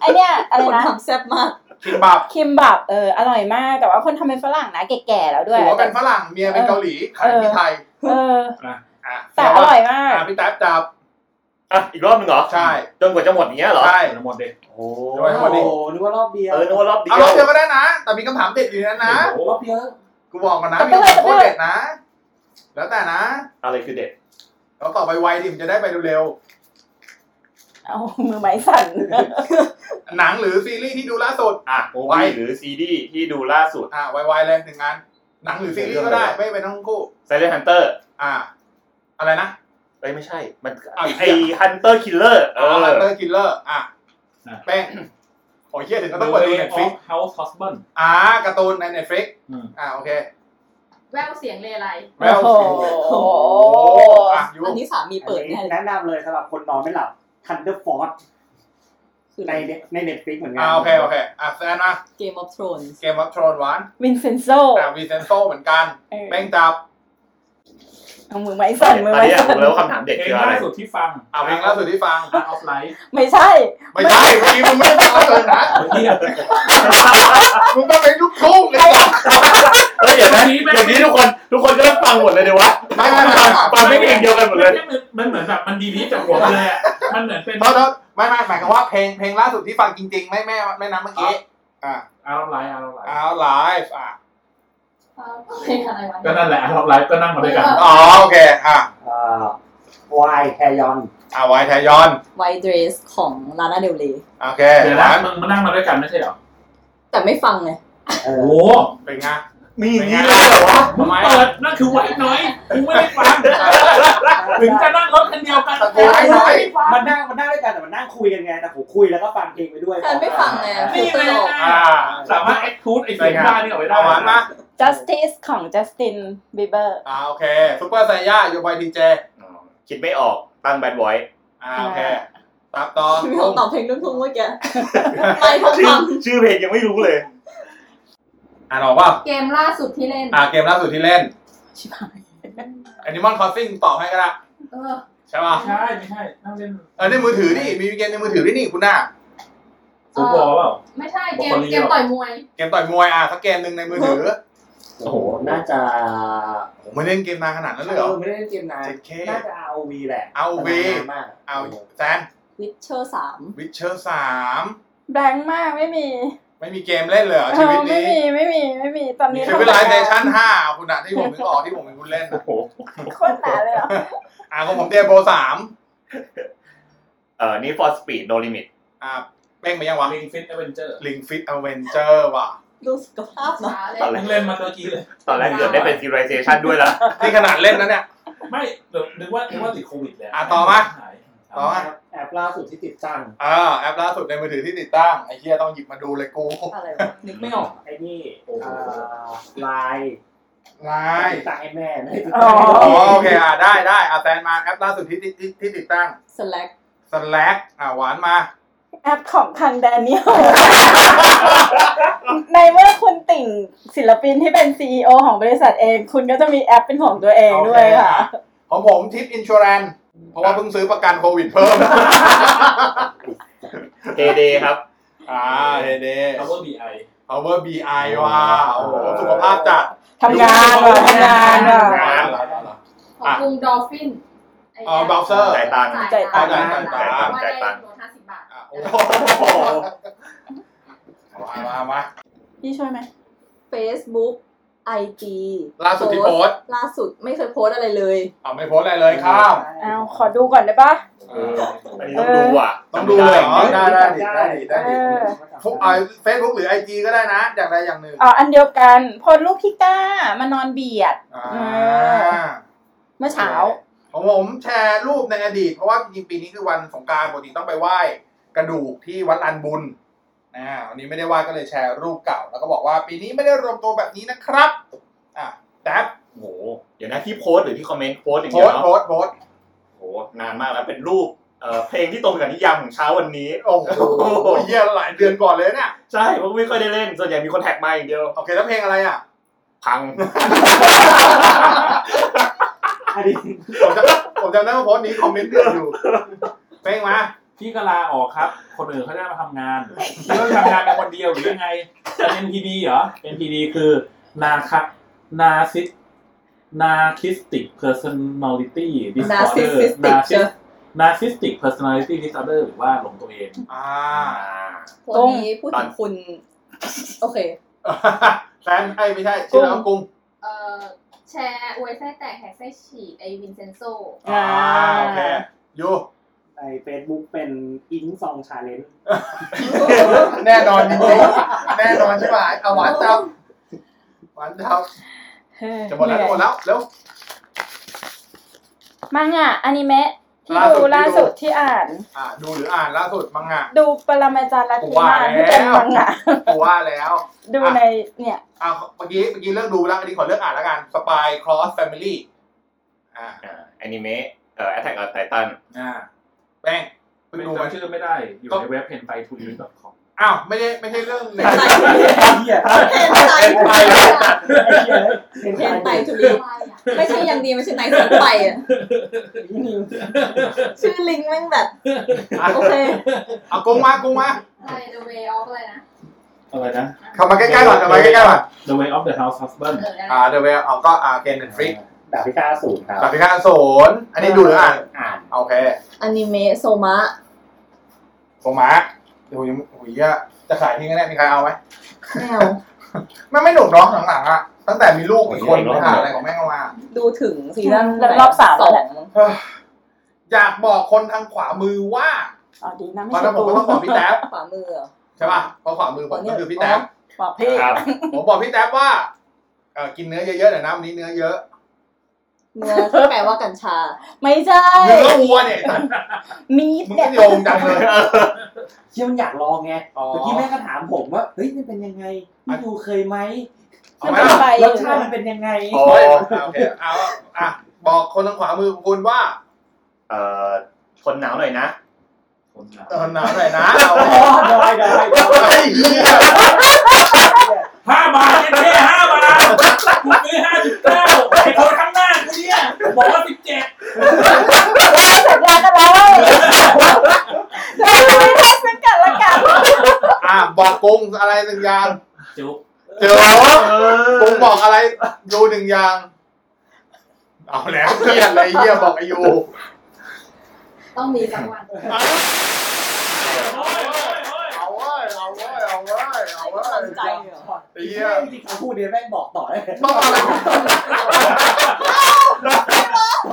Speaker 2: ไอเนี้ยอะไร
Speaker 7: คน
Speaker 2: นะ
Speaker 7: ทำแซ่บมาก
Speaker 1: คิมบับ
Speaker 2: คิมบับเอออร่อยมากแต่ว่าคนทำเป็นฝรั่งนะ แก่ๆแล้วด้วย
Speaker 1: หัวเป็นฝรั่ง เมียเป็นเกาหลี ขายที่ไทย
Speaker 2: เออ
Speaker 1: อ่ะ
Speaker 2: แต่อร่อยมาก
Speaker 1: อ่ะพี่แท็บจับ
Speaker 3: อ่ะอีกรอบหนึ่งเหรอ
Speaker 1: ใช่
Speaker 3: จนกว่าจะหมดอย่างเงี้ยเหรอ
Speaker 1: ใช่
Speaker 4: ทั้งหมดเด็ก
Speaker 5: โอ้โ
Speaker 1: ทำไมทั้งหมดนี้
Speaker 5: หนึกว่ารอบเดียว
Speaker 3: เออนึกว่ารอบเดีย
Speaker 1: เอา
Speaker 3: ว
Speaker 1: รอบเดียวก็ได้นะ แต่มีคำถามเด็ดอยู่ในนั้นนะ
Speaker 4: โอ้
Speaker 5: รอบเดียว
Speaker 1: กูบอกก่อนนะ
Speaker 2: แต่
Speaker 1: มี
Speaker 2: ไม่เคย
Speaker 1: คำถามโคตรเด็ดนะ แล้วแต่นะ
Speaker 3: อะไรคือเด็ด
Speaker 1: เราตอบไปไวๆดิมันจะได้ไปเร็ว
Speaker 2: เอามือไม้สั่น
Speaker 1: ๆหนังหรือซีรีส์ที่ดูล่าสุด
Speaker 3: อ่ะ
Speaker 1: โอ้ย
Speaker 3: ไวหรือซีดีที่ดูล่าสุด
Speaker 1: อ่ะไวๆเลยหนึ่งงาน หนังหรือซีรีส์ก็ได้ ไม่เป็นทั้งคู่
Speaker 3: s ซเลนฮันเตอร์
Speaker 1: อ่ะอะไรนะ
Speaker 3: เอ้ยไม่ใช่ มัน
Speaker 1: อ้าว
Speaker 3: ไอฮันเตอร์คิลเลอร์เอ
Speaker 1: อ๋อ
Speaker 3: อ
Speaker 1: ลัตเตอร์กิลเลอร์ อ่ะแป้งโอ้ยเฮียเดี๋ยวก็ต้องเปิดดูเน็ตฟลิก
Speaker 4: เฮาส์ฮอสบัน
Speaker 1: อ่าการ์ตูนในเน็ตฟลิก
Speaker 4: อืม
Speaker 1: อ่าโอเค
Speaker 6: แววเสียงเลไร
Speaker 1: แวว
Speaker 2: โอ้โห
Speaker 1: โอ้โหอ่ะยู
Speaker 7: อันนี้สามีเปิด
Speaker 5: อัน
Speaker 7: แน่เลย
Speaker 5: นี้แนะนำเลยสำหรับคนนอนไม่หลับ Thunder Force
Speaker 7: คือ
Speaker 5: ในเน็ตในเน็ตฟลิกเหมือนกั
Speaker 1: อ่าโอเค โอเค อ่ะแซนมา
Speaker 7: เกมออฟทรอน
Speaker 1: เกมวับทรอนวัน
Speaker 2: วินเซนโซ
Speaker 1: อ่าวีเซนโซเหมือนกัน
Speaker 2: เออ
Speaker 1: แป้งจับ
Speaker 2: เอามือไม้สั่นมือ
Speaker 3: ตอน
Speaker 2: ไม้
Speaker 3: นี้อยาก
Speaker 2: สั่น
Speaker 3: รู้แล้ววาคำถาม
Speaker 4: เพล
Speaker 3: เด็ดคื
Speaker 4: ง
Speaker 3: ออะไร
Speaker 4: ล่าสุดที่ฟัง
Speaker 1: อ่าเพลงล่าสุดที่ฟัง
Speaker 4: ออฟไลท์
Speaker 2: ไม่ใช่
Speaker 1: ไม่ใช่เมื่อกี้มึงไม่ได้ฟังล่าสุดนะ
Speaker 4: เหี้ย
Speaker 1: มึงก็เป็นลูกทุ่งไง
Speaker 3: เอ้ยอย่าง
Speaker 4: วัน
Speaker 3: นี้
Speaker 4: นี้แม่ง
Speaker 3: อย่างนี้ทุกคนทุกคนก็ต้องฟังหมดเลยเดี๋ยววะ
Speaker 1: ไม่ไม่ไม่
Speaker 3: ฟังไม่เพลงเดียวกันหมดเลย
Speaker 4: มันเหมือนแบบมันดีนี้จากหัวเลยอะมันเหมือนเป็น
Speaker 1: โทษโทษไม่ไม่หมายความว่าเพลงเพลงล่าสุดที่ฟังจริงๆ ไม่ไม่ไม่นับเมื่อกี้อ่า
Speaker 4: อาร์ไลท์อาร์ไลท์
Speaker 1: เอาไลฟ์อ่ะ
Speaker 6: เออเพลงอะไรวะ
Speaker 4: ก็นั่นแหละอาร์ไลท์ก็นั่งมาด้วยกัน
Speaker 1: อ๋อโอเคอ่ะ
Speaker 5: อ่าวายแคยอน
Speaker 1: อ่าไวไทยอน
Speaker 7: ไวท์เดรสของลานาเดลเล
Speaker 1: โอเค
Speaker 4: เดี๋ยว
Speaker 1: ห
Speaker 4: นะ
Speaker 1: วาน
Speaker 4: มึงมานั่งมาด้วยกันไม่ใช่เหรอ
Speaker 7: แต่ไม่ฟังไง
Speaker 5: เอ
Speaker 4: โอ้
Speaker 5: อ
Speaker 4: โห
Speaker 1: เป็นไง
Speaker 3: มีอย่างนี้เลยเหรอวะ
Speaker 4: มึงเปิดนั่นคือไว้น้อยกูไม่ได้ฟัง ถึงจะนั่งรถคันเดียวกัน
Speaker 1: ตะโกนให้น้อย
Speaker 5: มันนั่งมันนั่งด้วยกันแต่มันนั่งคุยกันไงแต่ผมคุยแล้วก็ฟังเพลงไปด้วย
Speaker 7: แต่ไม่ฟังไง
Speaker 5: อ่า
Speaker 4: นี่เลย
Speaker 1: อ่า
Speaker 4: สามารถเอ็กซ์คูดไอ้เสียงได้นี่เอาไว้ได้
Speaker 1: เอาหวานมา
Speaker 2: justice ของ Justin Bieber
Speaker 1: อ่าโอเคซุปเปอร์ไซย่าโยบายทีเจ
Speaker 3: อ๋อคิดไม่ออกตั้งแบดไว้
Speaker 1: อ่าโอเคตับต่อ
Speaker 7: พี่เขาตอบเพลงนุ่นทุ่งเมื่อกี้ไม่ทอง
Speaker 3: ชื่อ
Speaker 7: คำ
Speaker 3: ชื่อเพลงยังไม่รู้เลย
Speaker 1: อ่านออกเปล่า
Speaker 6: เกมล่าสุดที่เล่น
Speaker 1: อ่าเกมล่าสุดที่เล่น
Speaker 2: ชิบหาย
Speaker 1: Animal Crossing ตอบให้ก็ได้
Speaker 6: เออ
Speaker 1: ใช่ป่ะ
Speaker 4: ใช่ไม่ใช่นั่งเล่น
Speaker 1: เออในมือถือนี่ มีเกมในมือถือด้วยนี่คุณหน้า
Speaker 4: ซูบอลเปล่า
Speaker 6: ไม่ใช่เก
Speaker 4: บ
Speaker 6: ม
Speaker 4: รอกโคลี
Speaker 6: เก
Speaker 4: เหร
Speaker 6: ม
Speaker 4: อ
Speaker 6: ต่อยมวย
Speaker 1: เกมต่อยมวย อ่ะสักเกมหนึ่งในมือถือ
Speaker 5: โอ้โห น่าจะ
Speaker 1: ผมไม่เล่นเกมนานขนาดนั้นเลยเหรอ
Speaker 5: ไม่ได้เล่นเกมนาน
Speaker 1: 7K
Speaker 5: น่าจะ ROV แหละ
Speaker 1: ROV
Speaker 5: นนมาก
Speaker 1: เอาแซน
Speaker 7: วิ t เชอร์สาม
Speaker 1: Witcher สาม
Speaker 2: แบงค์มากไม่มี
Speaker 1: ไม่มีเกมเล่นเลยเหรอ
Speaker 2: เอ
Speaker 1: ชี
Speaker 2: อ
Speaker 1: วิต
Speaker 2: ไม่
Speaker 1: นี้
Speaker 2: มีไม่มีไม่มีตอนนี้
Speaker 1: ชีวิตไลฟ์เซ
Speaker 2: ทำ
Speaker 1: ชั่นห้าคุณอะที่ผมนึกออกที่ผมเป็นคุณเล่น
Speaker 3: โอ้
Speaker 1: อะ
Speaker 3: โห
Speaker 2: โคตรหนาเลยเหรอ
Speaker 1: อ่ะของผมเดียโบสาม
Speaker 3: เอ่อนี่ for speed no limit
Speaker 1: อ่ะเป้งไปยังวะ
Speaker 4: ลิงฟิตเอเวนเจอร์
Speaker 1: ลิงฟิตอเวนเจอร์ว่ะ
Speaker 7: ดูสุขภาพเนาะ
Speaker 6: ช้าเลย
Speaker 3: ตอนแร
Speaker 4: เพิ่
Speaker 3: ก
Speaker 4: งเล่นมาเมื่อกี้เลย
Speaker 3: ตอนแรกเกือบได้เป็น civilization ด้วยแล้ว
Speaker 1: นี่ขนาดเล่นนะเนี่ย
Speaker 4: ไม่เดี๋ยวนึกว่านึกว่าติดโควิดแล้ว
Speaker 1: อ่ะต่อมา
Speaker 4: หย
Speaker 1: ต่อมา
Speaker 5: แอบล่าสุดที่ติดจัง
Speaker 1: อ่าแอปล่าสุดในมือถือที่ติดตั้งไอ้เหี้ยต้องหยิบมาดูเลยกู
Speaker 7: อะไรวะนึกไม่ออก
Speaker 5: ไอ้นี่อ่าไลน์
Speaker 1: ไลน์
Speaker 5: ติดตั้งไอ้แม่ไม่ได้ติด
Speaker 2: อ๋
Speaker 5: ตั้ง
Speaker 1: อ๋อ
Speaker 2: อ
Speaker 1: โอเคอ่ะได้ได้อ่ะแซนมาแอปล่าสุดที่ที่ที่ที่ติดตั้ง
Speaker 7: slack
Speaker 1: Slack อ่ะหวานมา
Speaker 2: แอปของคันแดเนี ยล ในเมื่อคุณติ่งศิลปินที่เป็น CEO ของบริษัทเอง คุณก็จะมีแอปเป็นของตัวเองด้วยค่ะ
Speaker 1: โอเของผมทิปอินชัวรันเพราะว่าเพิ่งซื้อประกันโควิดเพิ่ม
Speaker 3: payday ครับ
Speaker 1: อ่าเฮเด
Speaker 4: เอาว่าบีไอ
Speaker 1: Power BI ว่ะโอ้โหสุขภาพจัด
Speaker 2: ทำงานเหรอทำงานเหรอ
Speaker 1: งานเหรอเหรอ
Speaker 6: ของกรุงดอลฟิน
Speaker 1: อ๋อ Bouncer
Speaker 3: จ่ายตังค์
Speaker 2: จ่ายตังค์
Speaker 1: จ่ายตังค์
Speaker 6: ว่าได้ลดห้าสิบบาท
Speaker 1: อ่ะโอ้โหมามามา
Speaker 2: พี่ช่วยไหม
Speaker 7: facebook ig
Speaker 1: ล่าสุดที่โพสต์
Speaker 7: ล่าสุดไม่เคยโพสต์อะไรเลย
Speaker 1: อ่ะไม่โพสต์อะไรเลยข้าม
Speaker 2: เอาขอดูก่อนได้ปะ
Speaker 1: เออ
Speaker 3: อันนี้ต้องดูอ่ะ
Speaker 1: ต้องดูเลยเหรอได้ได้ดิได้ดิได้ดิ
Speaker 2: เออ
Speaker 1: พวกเอาเฟซบุ๊กหรือไอจีก็ได้นะ อย่างใดอย่างหนึ่ง
Speaker 2: อ๋ออันเดียวกันโพสต์รูปพี่ก้ามานอนเบียด
Speaker 1: อ่า
Speaker 2: เออ เมื่อเช้า
Speaker 1: ของผมแชร์รูปในอดีต เพราะว่าจริงๆปีนี้คือวันสงกรารปกติต้องไปไหว้กระดูกที่วัดลานบุญอ่าวันนี้ไม่ได้ไหว้ก็เลยแชร์รูปเก่า แล้วก็บอกว่าปีนี้ไม่ได้รวมตัวแบบนี้นะครับอ่ะแท็บ
Speaker 3: โอ้โหเดี๋ยวนะที่โพสต์หรือที่คอมเมนต์โพสต์อย่าง
Speaker 1: โพ
Speaker 3: เดีย
Speaker 1: ส
Speaker 3: ว
Speaker 1: ต์
Speaker 3: เนาะ
Speaker 1: โพสต์โพสต์
Speaker 3: โอ้โหนานมากแล้วเป็นรูปเอ่อเพลงที่ตรงกับนิยามของเช้าวันนี้
Speaker 1: โอ้โหเยี่ยหลายเดือนก่อนเลยเนี่ย
Speaker 3: ใช่เพราะไม่ค่อยได้เล่น ส่วนใหญ่มีคนแท็กมาอย่างเดียว
Speaker 1: โอเคแล้วเพลงอะไรอ่ะ
Speaker 3: พั ง
Speaker 5: อันนี้
Speaker 1: ผมจำผมจำได้ว่าโพสต์นี้คอมเมนต์เดือดอยู่เพลงมา
Speaker 4: พี่ก็ลาออกครับ คนอื่นเขาได้มาทำงานพี่ต้องทำงานเป็นคนเดียวหรือยังไงจะเป็นพีดีเหรอเป็นพีดีคือนาคันาซิสนาคิสติกเพอร์ซันอลิตี้ดิสออเดอร์
Speaker 7: narcissistic เจอ
Speaker 4: นาซิสติกเพอร์ซันอลิตี้ดิสออเดอร์หรือว่าหลงตัวเอง
Speaker 1: อ่า
Speaker 7: วันนี้พูดถึงคุณ โอเค
Speaker 1: แซนไอ้ยไม่ใช่ชื่อน้องกุ้ง
Speaker 6: เอ่อแชร์อวยไส้แตกแหกไส้ฉีกไอวินเซนโซ
Speaker 2: อ่า
Speaker 1: อ่าโอเคอยู่
Speaker 5: ในเฟซบุ๊กเป็นอิงซองชาเลนจ์
Speaker 1: แน่นอนจริงๆแน่นอนใช่ไหมเอาหวานจับหวานจับ
Speaker 2: เฮ้ย
Speaker 1: จะหมดแล้วจะหมดแล้วเร็ว
Speaker 2: มังอ่ะอนิเมะที่
Speaker 1: ล่าสุ
Speaker 2: ดู
Speaker 1: ดที่ดู
Speaker 2: ล่าสุดที่อ่าน
Speaker 1: อ่าดูหรืออ่านล่าสุดมังงะ
Speaker 2: ดูปรมาจารย์ลัทธิมารที่เป็น
Speaker 1: ว่าแล้ว
Speaker 2: มังอ่ะ
Speaker 1: กูว่าแล้ว
Speaker 2: ดูในเนี่ย
Speaker 1: อ่าเมื่อกี้เมื่อกี้เลือกดูแล้วอันนี้ขอเลือกอ่านแล้วกันสปายครอสแฟมิลี่อ่า
Speaker 3: อ่าแอนิเมะเอ่อ Attack on Titan
Speaker 1: อ่าแป้งเพิ่ง
Speaker 4: ไม่
Speaker 1: ดูไหม
Speaker 4: จำชื่อไม่ได้ อยู่ในเว็บเพนไททูนิดคอม
Speaker 1: อ้าวไม่ได้ไม่ใช่เรื่องไหน
Speaker 5: เหี้ย
Speaker 7: เห็นไต
Speaker 1: ไป
Speaker 5: ไอ้เหี้ยเป็น
Speaker 7: เห็นไต
Speaker 5: ไต
Speaker 7: ทุลีไม่ใช่อยังดีไม่ใช่ไตสันไปอ่ะ ชื่อลิงก์แม่งแบบ โอเค
Speaker 1: เอากุ้งมากุ้งมา
Speaker 6: อะไร The Way of อะไรนะ
Speaker 4: อะไรนะ
Speaker 1: เข้ามาใกล้ๆก่อนเข้ามาใกล้ๆก่อน
Speaker 4: The Way of the House Husband
Speaker 6: เออนั่นแหละ
Speaker 1: อ่าเดอะเวลเอาก็อ่าเกนเดนฟริก
Speaker 5: ดาบพิฆาตศูนย์ครับ
Speaker 1: กับพิฆาตโสนอันนี้ดูหรืออ่าน
Speaker 5: อ่าน
Speaker 1: โอเค
Speaker 7: อนิเมะโซมะ
Speaker 1: ผมมาดูยังโอ้ยเหี้ยจะขายทิ้งกันแน่ยมีใครเอาไหม
Speaker 7: แมว
Speaker 1: ไม่ไม่หนุกเนาะหลังๆอะตั้งแต่มีลูกอีกคนไม่หาอะไรของแม่งเอามา
Speaker 7: ดูถึงซีซั่น
Speaker 2: รอบสาม
Speaker 7: ส
Speaker 2: แล้ว
Speaker 7: อ
Speaker 2: แหละ
Speaker 7: ง
Speaker 1: เอ้ออยากบอกคนทางขวามือว่า
Speaker 2: อ๋อดีนะไม่
Speaker 1: ตอน
Speaker 2: ใช่
Speaker 1: นั้นผม
Speaker 2: กู
Speaker 1: ก็ต้องบอกพี่แท็บ
Speaker 7: ขวามือเหรอ
Speaker 1: ใช่ป่ะเพราะขวามือผมก็คือพี่แท็บ
Speaker 2: บอกพี่
Speaker 3: ครับ
Speaker 1: ผมบอกพี่แท็บว่าเออกินเนื้อเยอะๆหน่อยนะวันนี้เนื้อเยอะ
Speaker 7: เนื้อที่แปลว่ากัญชา
Speaker 2: ไม่ใช่
Speaker 1: เนื้อวัวเนี่ย
Speaker 2: มีด
Speaker 1: มึง
Speaker 2: เนี่
Speaker 1: ก็
Speaker 2: ย
Speaker 1: โยงจังเลย
Speaker 5: เชี่ยมันอยากลองไง
Speaker 1: อ๋อ
Speaker 5: เมื่อกี้แม่ก็ถามผมว่าเฮ้ยมันเป็นยังไงพี่ดูเคยไหม
Speaker 1: เอาไหมล่ะ
Speaker 2: ไป
Speaker 5: รสชาติมันเป็นยังไง
Speaker 3: อ๋อ
Speaker 1: เฮ้ยอ่ะโอเคเอาอ่ะบอกคนทางขวามือของคุณว่า
Speaker 3: เอ่อทนหนาวหน่อยนะ
Speaker 4: คน
Speaker 1: เออหนาวหน่อย นะเอา
Speaker 5: อ๋อดอยดอยด อย
Speaker 1: ไอ้เหี้ย
Speaker 4: ห้าบาทเจ๊ห้าบาทกูซื้อห้าจุดเก้าไอ้คนข้างหน้ากูเนี่ยบอกว่าสิบเจ็ด
Speaker 2: สัญญากันแล้วเว้ยเราไม่ให้สังกัดละกัน
Speaker 1: อ่ะบอกกงอะไรหนึ่งอย่าง
Speaker 4: จุ๊บ
Speaker 1: เจอ กูบอกอะไรยูหนึ่งอย่าง เอาแล้วเฮียอะไรเฮียบอกไอยู
Speaker 6: ต้องมีสักวัน
Speaker 1: เอาเว้ยเอาเว้ยเอาเว้ยเอาเว้ย
Speaker 2: สนใจอยู่
Speaker 1: ไอ้เหี้ย
Speaker 5: จริงๆคำพูดเนี้แม่งบอกต่อได้เลย
Speaker 1: ต้องอะไรของมึง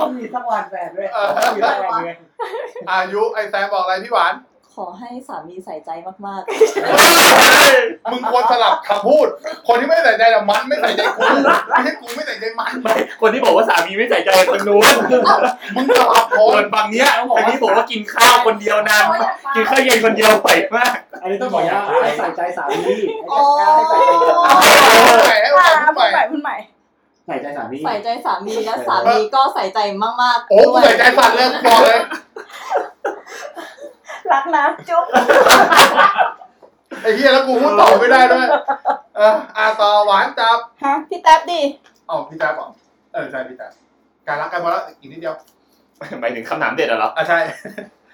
Speaker 5: ต้องมีสักวันแฟนด้วย
Speaker 1: เออ
Speaker 5: ต้องมีสักวันเลย
Speaker 1: อายุไอ้แซมบอกอะไรพี่หวาน
Speaker 7: ขอให้สามีใส่ใจมาก
Speaker 1: มึงควรสลับคำพูด คนที่ไม่ใส่ใจแต่ะมันไม่ใส่ใจกูไม่ใช่กูไม่ใส่ใจมัน
Speaker 3: ไม่คนที่บอกว่าสามีไม่ใส่ใจคนนู้น
Speaker 1: มึงสลับค
Speaker 3: ส่วน นฝั่งเนี้ยอันนี้บอกว่ากินข้าวคนเดียวนานมากกินข้าวเย็นคนเดียว ไปมาก
Speaker 5: อันนี้ต้องบอกว่าให้ใส่ใจสามี
Speaker 7: ๆ โอ้
Speaker 5: ให้ใส่ใจสามี
Speaker 1: เอาใหม่ให้
Speaker 2: อ่า
Speaker 1: เอา
Speaker 2: พู
Speaker 1: ใหม่
Speaker 2: ดใหม่พูดใหม่
Speaker 5: ใส่ใจสามี
Speaker 7: ใส่ใจสามีและสามีก็ใส่ใจมากๆ
Speaker 1: โอ้กู
Speaker 7: ด้วย
Speaker 1: ใส่ใจสั่นเลยกูบอกเลย
Speaker 2: รักนะจุ๊บ
Speaker 1: ไอ้เหี้ยแล้วกูพูดต่อไม่ได้ด้วยเอออาต่อหวานจับ
Speaker 2: ฮะ พี่แต๊บดิ
Speaker 1: อ๋อพี่แจ๊บบอกเออใช่พี่แจ๊บการรักกันพอแล้วอีกนิดเดียว
Speaker 3: หมายถึงคำถามเด็ดอะเหรอ
Speaker 1: อ่ะใช่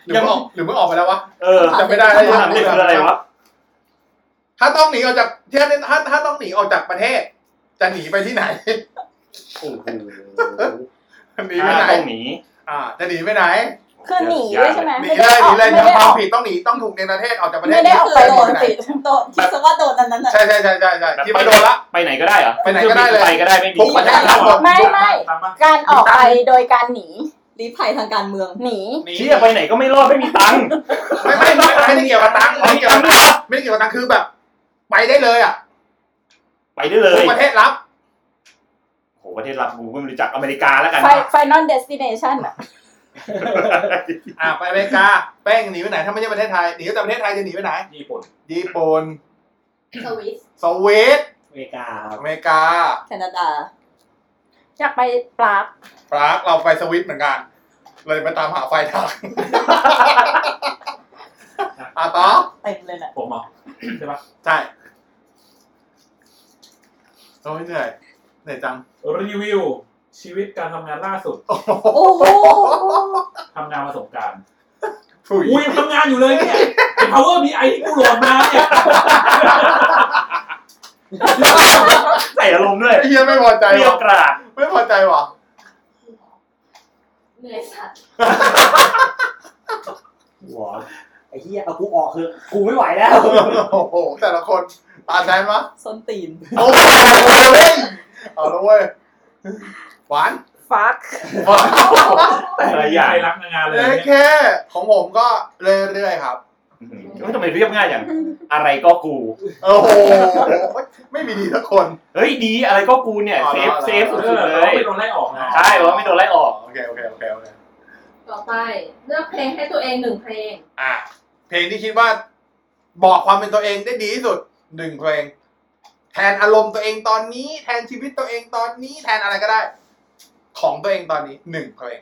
Speaker 1: หรือมึงออกหรือมึงออกไปแล้ววะ
Speaker 3: เออ
Speaker 1: จำไม่ได้แล้ว
Speaker 3: คำถามเด็ดคืออะไรวะ
Speaker 1: ถ้าต้องหนีออกจากเที่ยวถ้าถ้าต้องหนีออกจากประเทศ จะหนีไปที่ไหน
Speaker 3: โอ้โห
Speaker 1: หนีไปไหน
Speaker 3: ต้องหนี
Speaker 1: อ่า จะหนีไปไหน
Speaker 2: คือหนีด้วยใช่ไหม
Speaker 1: หนี
Speaker 2: ไม่
Speaker 1: ได้
Speaker 2: ได้
Speaker 1: ห
Speaker 2: อ
Speaker 1: นี
Speaker 2: อก
Speaker 1: เลย
Speaker 2: ไม่
Speaker 1: ทำค
Speaker 2: ได้อ
Speaker 1: วาม
Speaker 2: อก
Speaker 1: ผิดต้องหนีต้องถูกในประเทศออกจากประเท
Speaker 2: ไม่
Speaker 1: ศ
Speaker 2: ได้ออกไป
Speaker 1: ห
Speaker 2: โด
Speaker 1: นีไป
Speaker 2: น
Speaker 1: ไหน
Speaker 2: ติดโดนคิดซะว่าโดนอันนั้นน่ะ
Speaker 1: ใช่ใช่ใช่ใช่ใช่
Speaker 3: แบบ
Speaker 1: ที่
Speaker 3: ไป
Speaker 1: ไป
Speaker 3: โด
Speaker 1: โด
Speaker 3: น
Speaker 1: น
Speaker 3: ละ
Speaker 1: ละ
Speaker 3: ไปไหนก็ได้เหรอ
Speaker 1: ไปไหนก็ได้เลย
Speaker 3: ไปก็ได้ไม่มี
Speaker 1: ทุกประเทศรับหมด
Speaker 2: ไม่ไม่
Speaker 4: ตามปะ
Speaker 2: การออกไปโดยการหนี
Speaker 7: รีภัยทางการเมือง
Speaker 2: หนี
Speaker 1: หนี
Speaker 3: เชี่ยไปไหนก็ไม่รอดไม่มีตังค์
Speaker 1: ไม่ไม่ไม่ไม่ได้เกี่ยวกับตังค์ไม่ได้
Speaker 3: ไม่มี
Speaker 1: เกี่ยว
Speaker 3: ตั
Speaker 1: กับ
Speaker 3: งค์ด้วยเหรอ
Speaker 1: ไม่ได้เกี่ยวกับตังค์คือแบบ ไปได้เลยอ่ะ
Speaker 3: ไปได้เล
Speaker 1: ทุ
Speaker 3: ย
Speaker 1: กประเทศรับ
Speaker 3: โหประเทศเรากูก็ไม่รู้จักอเมริกาแล้วกัน
Speaker 2: ไฟ
Speaker 3: นะ
Speaker 2: ไฟนอลเดสติเนชันอะ
Speaker 1: อ่าไปอเมริกาแป้งหนีไปไหนถ้าไม่ใช่ประเทศไทยหนีจากประเทศไทยจะหนีไปไหน
Speaker 4: ญี่ปุ่น
Speaker 1: ญี่ปุ่น
Speaker 6: สวิส
Speaker 1: สวีเดน
Speaker 5: อเมริกา
Speaker 1: อเมริกา
Speaker 7: แคนาดา
Speaker 2: อยากไปปราก
Speaker 1: ปรากเราไปสวิตเหมือนกันเราจะไปตามหาไฟท างอ่ะต่อ
Speaker 7: เต็มเลยแหละ
Speaker 4: ผมเหรอใช่ปะ
Speaker 1: ใช่โอ้ยเหนื่อยเหนื่อยจัง
Speaker 4: รีวิว ชีวิตการทำงานล่าสุด
Speaker 7: โอ้โห
Speaker 4: ทำงานประสบการณ์
Speaker 1: ถุย
Speaker 4: อุ้ยยังทำงานอยู่เลยเนี่ยไอ้ power bi ที่กูโหลดมาเนี่ย
Speaker 3: ใส่อารมณ์ด้วย
Speaker 1: ไอ้เฮียไม่พอใจ
Speaker 3: เรียว
Speaker 1: ว่ะ
Speaker 3: กราด
Speaker 1: ไม่พอใจว่ะ
Speaker 6: เหนื่อยสัตว์
Speaker 5: หัว ไอ้เหี้ยเอากูออกเถอะกูไม่ไหวแล้ว
Speaker 1: โอ้โหแต่ละคนตาแทนมะ
Speaker 7: ส้นตีน
Speaker 1: โอ้โหเอาละเว้ยหวาน
Speaker 2: ฟัก
Speaker 3: แต่
Speaker 4: อะ
Speaker 3: ละ
Speaker 4: ไรอย่
Speaker 3: อา
Speaker 4: ย่าง งรักงานเลย
Speaker 1: เอ้ย
Speaker 4: เนี่ย
Speaker 1: แค่ของผมก็เรื่อยๆครับ
Speaker 3: เฮ้ยทำไมเรียบง่ายอย่างอะไรก็กู
Speaker 1: โอ้โห ไม่มีดีทุกคน
Speaker 3: เฮ้ยดีอะไรก็กูเนี่ย
Speaker 1: อ๋อ
Speaker 3: เซ
Speaker 1: เหร
Speaker 3: ฟ
Speaker 1: อ
Speaker 3: เซฟ
Speaker 4: เอ
Speaker 3: สุด
Speaker 4: อ
Speaker 3: ๆเล
Speaker 4: เรา
Speaker 3: ย
Speaker 4: ไม่โดนไล่ออกนะ
Speaker 3: ใช่ว่าไม่โดนไล่ออก
Speaker 1: โอเคโอเคโอเคโอเค
Speaker 6: ต่อไป เลือกเพลงให้ตัวเองหนึ่งเพลง
Speaker 1: อ่ะเพลงที่คิดว่า บอกความเป็นตัวเองได้ดีที่สุดหนึ่งเพลง แทนอารมณ์ตัวเองตอนนี้ แทนชีวิตตัวเองตอนนี้ แทนอะไรก็ได้ ของตัวเองตอนนี้หนึ่งเพลง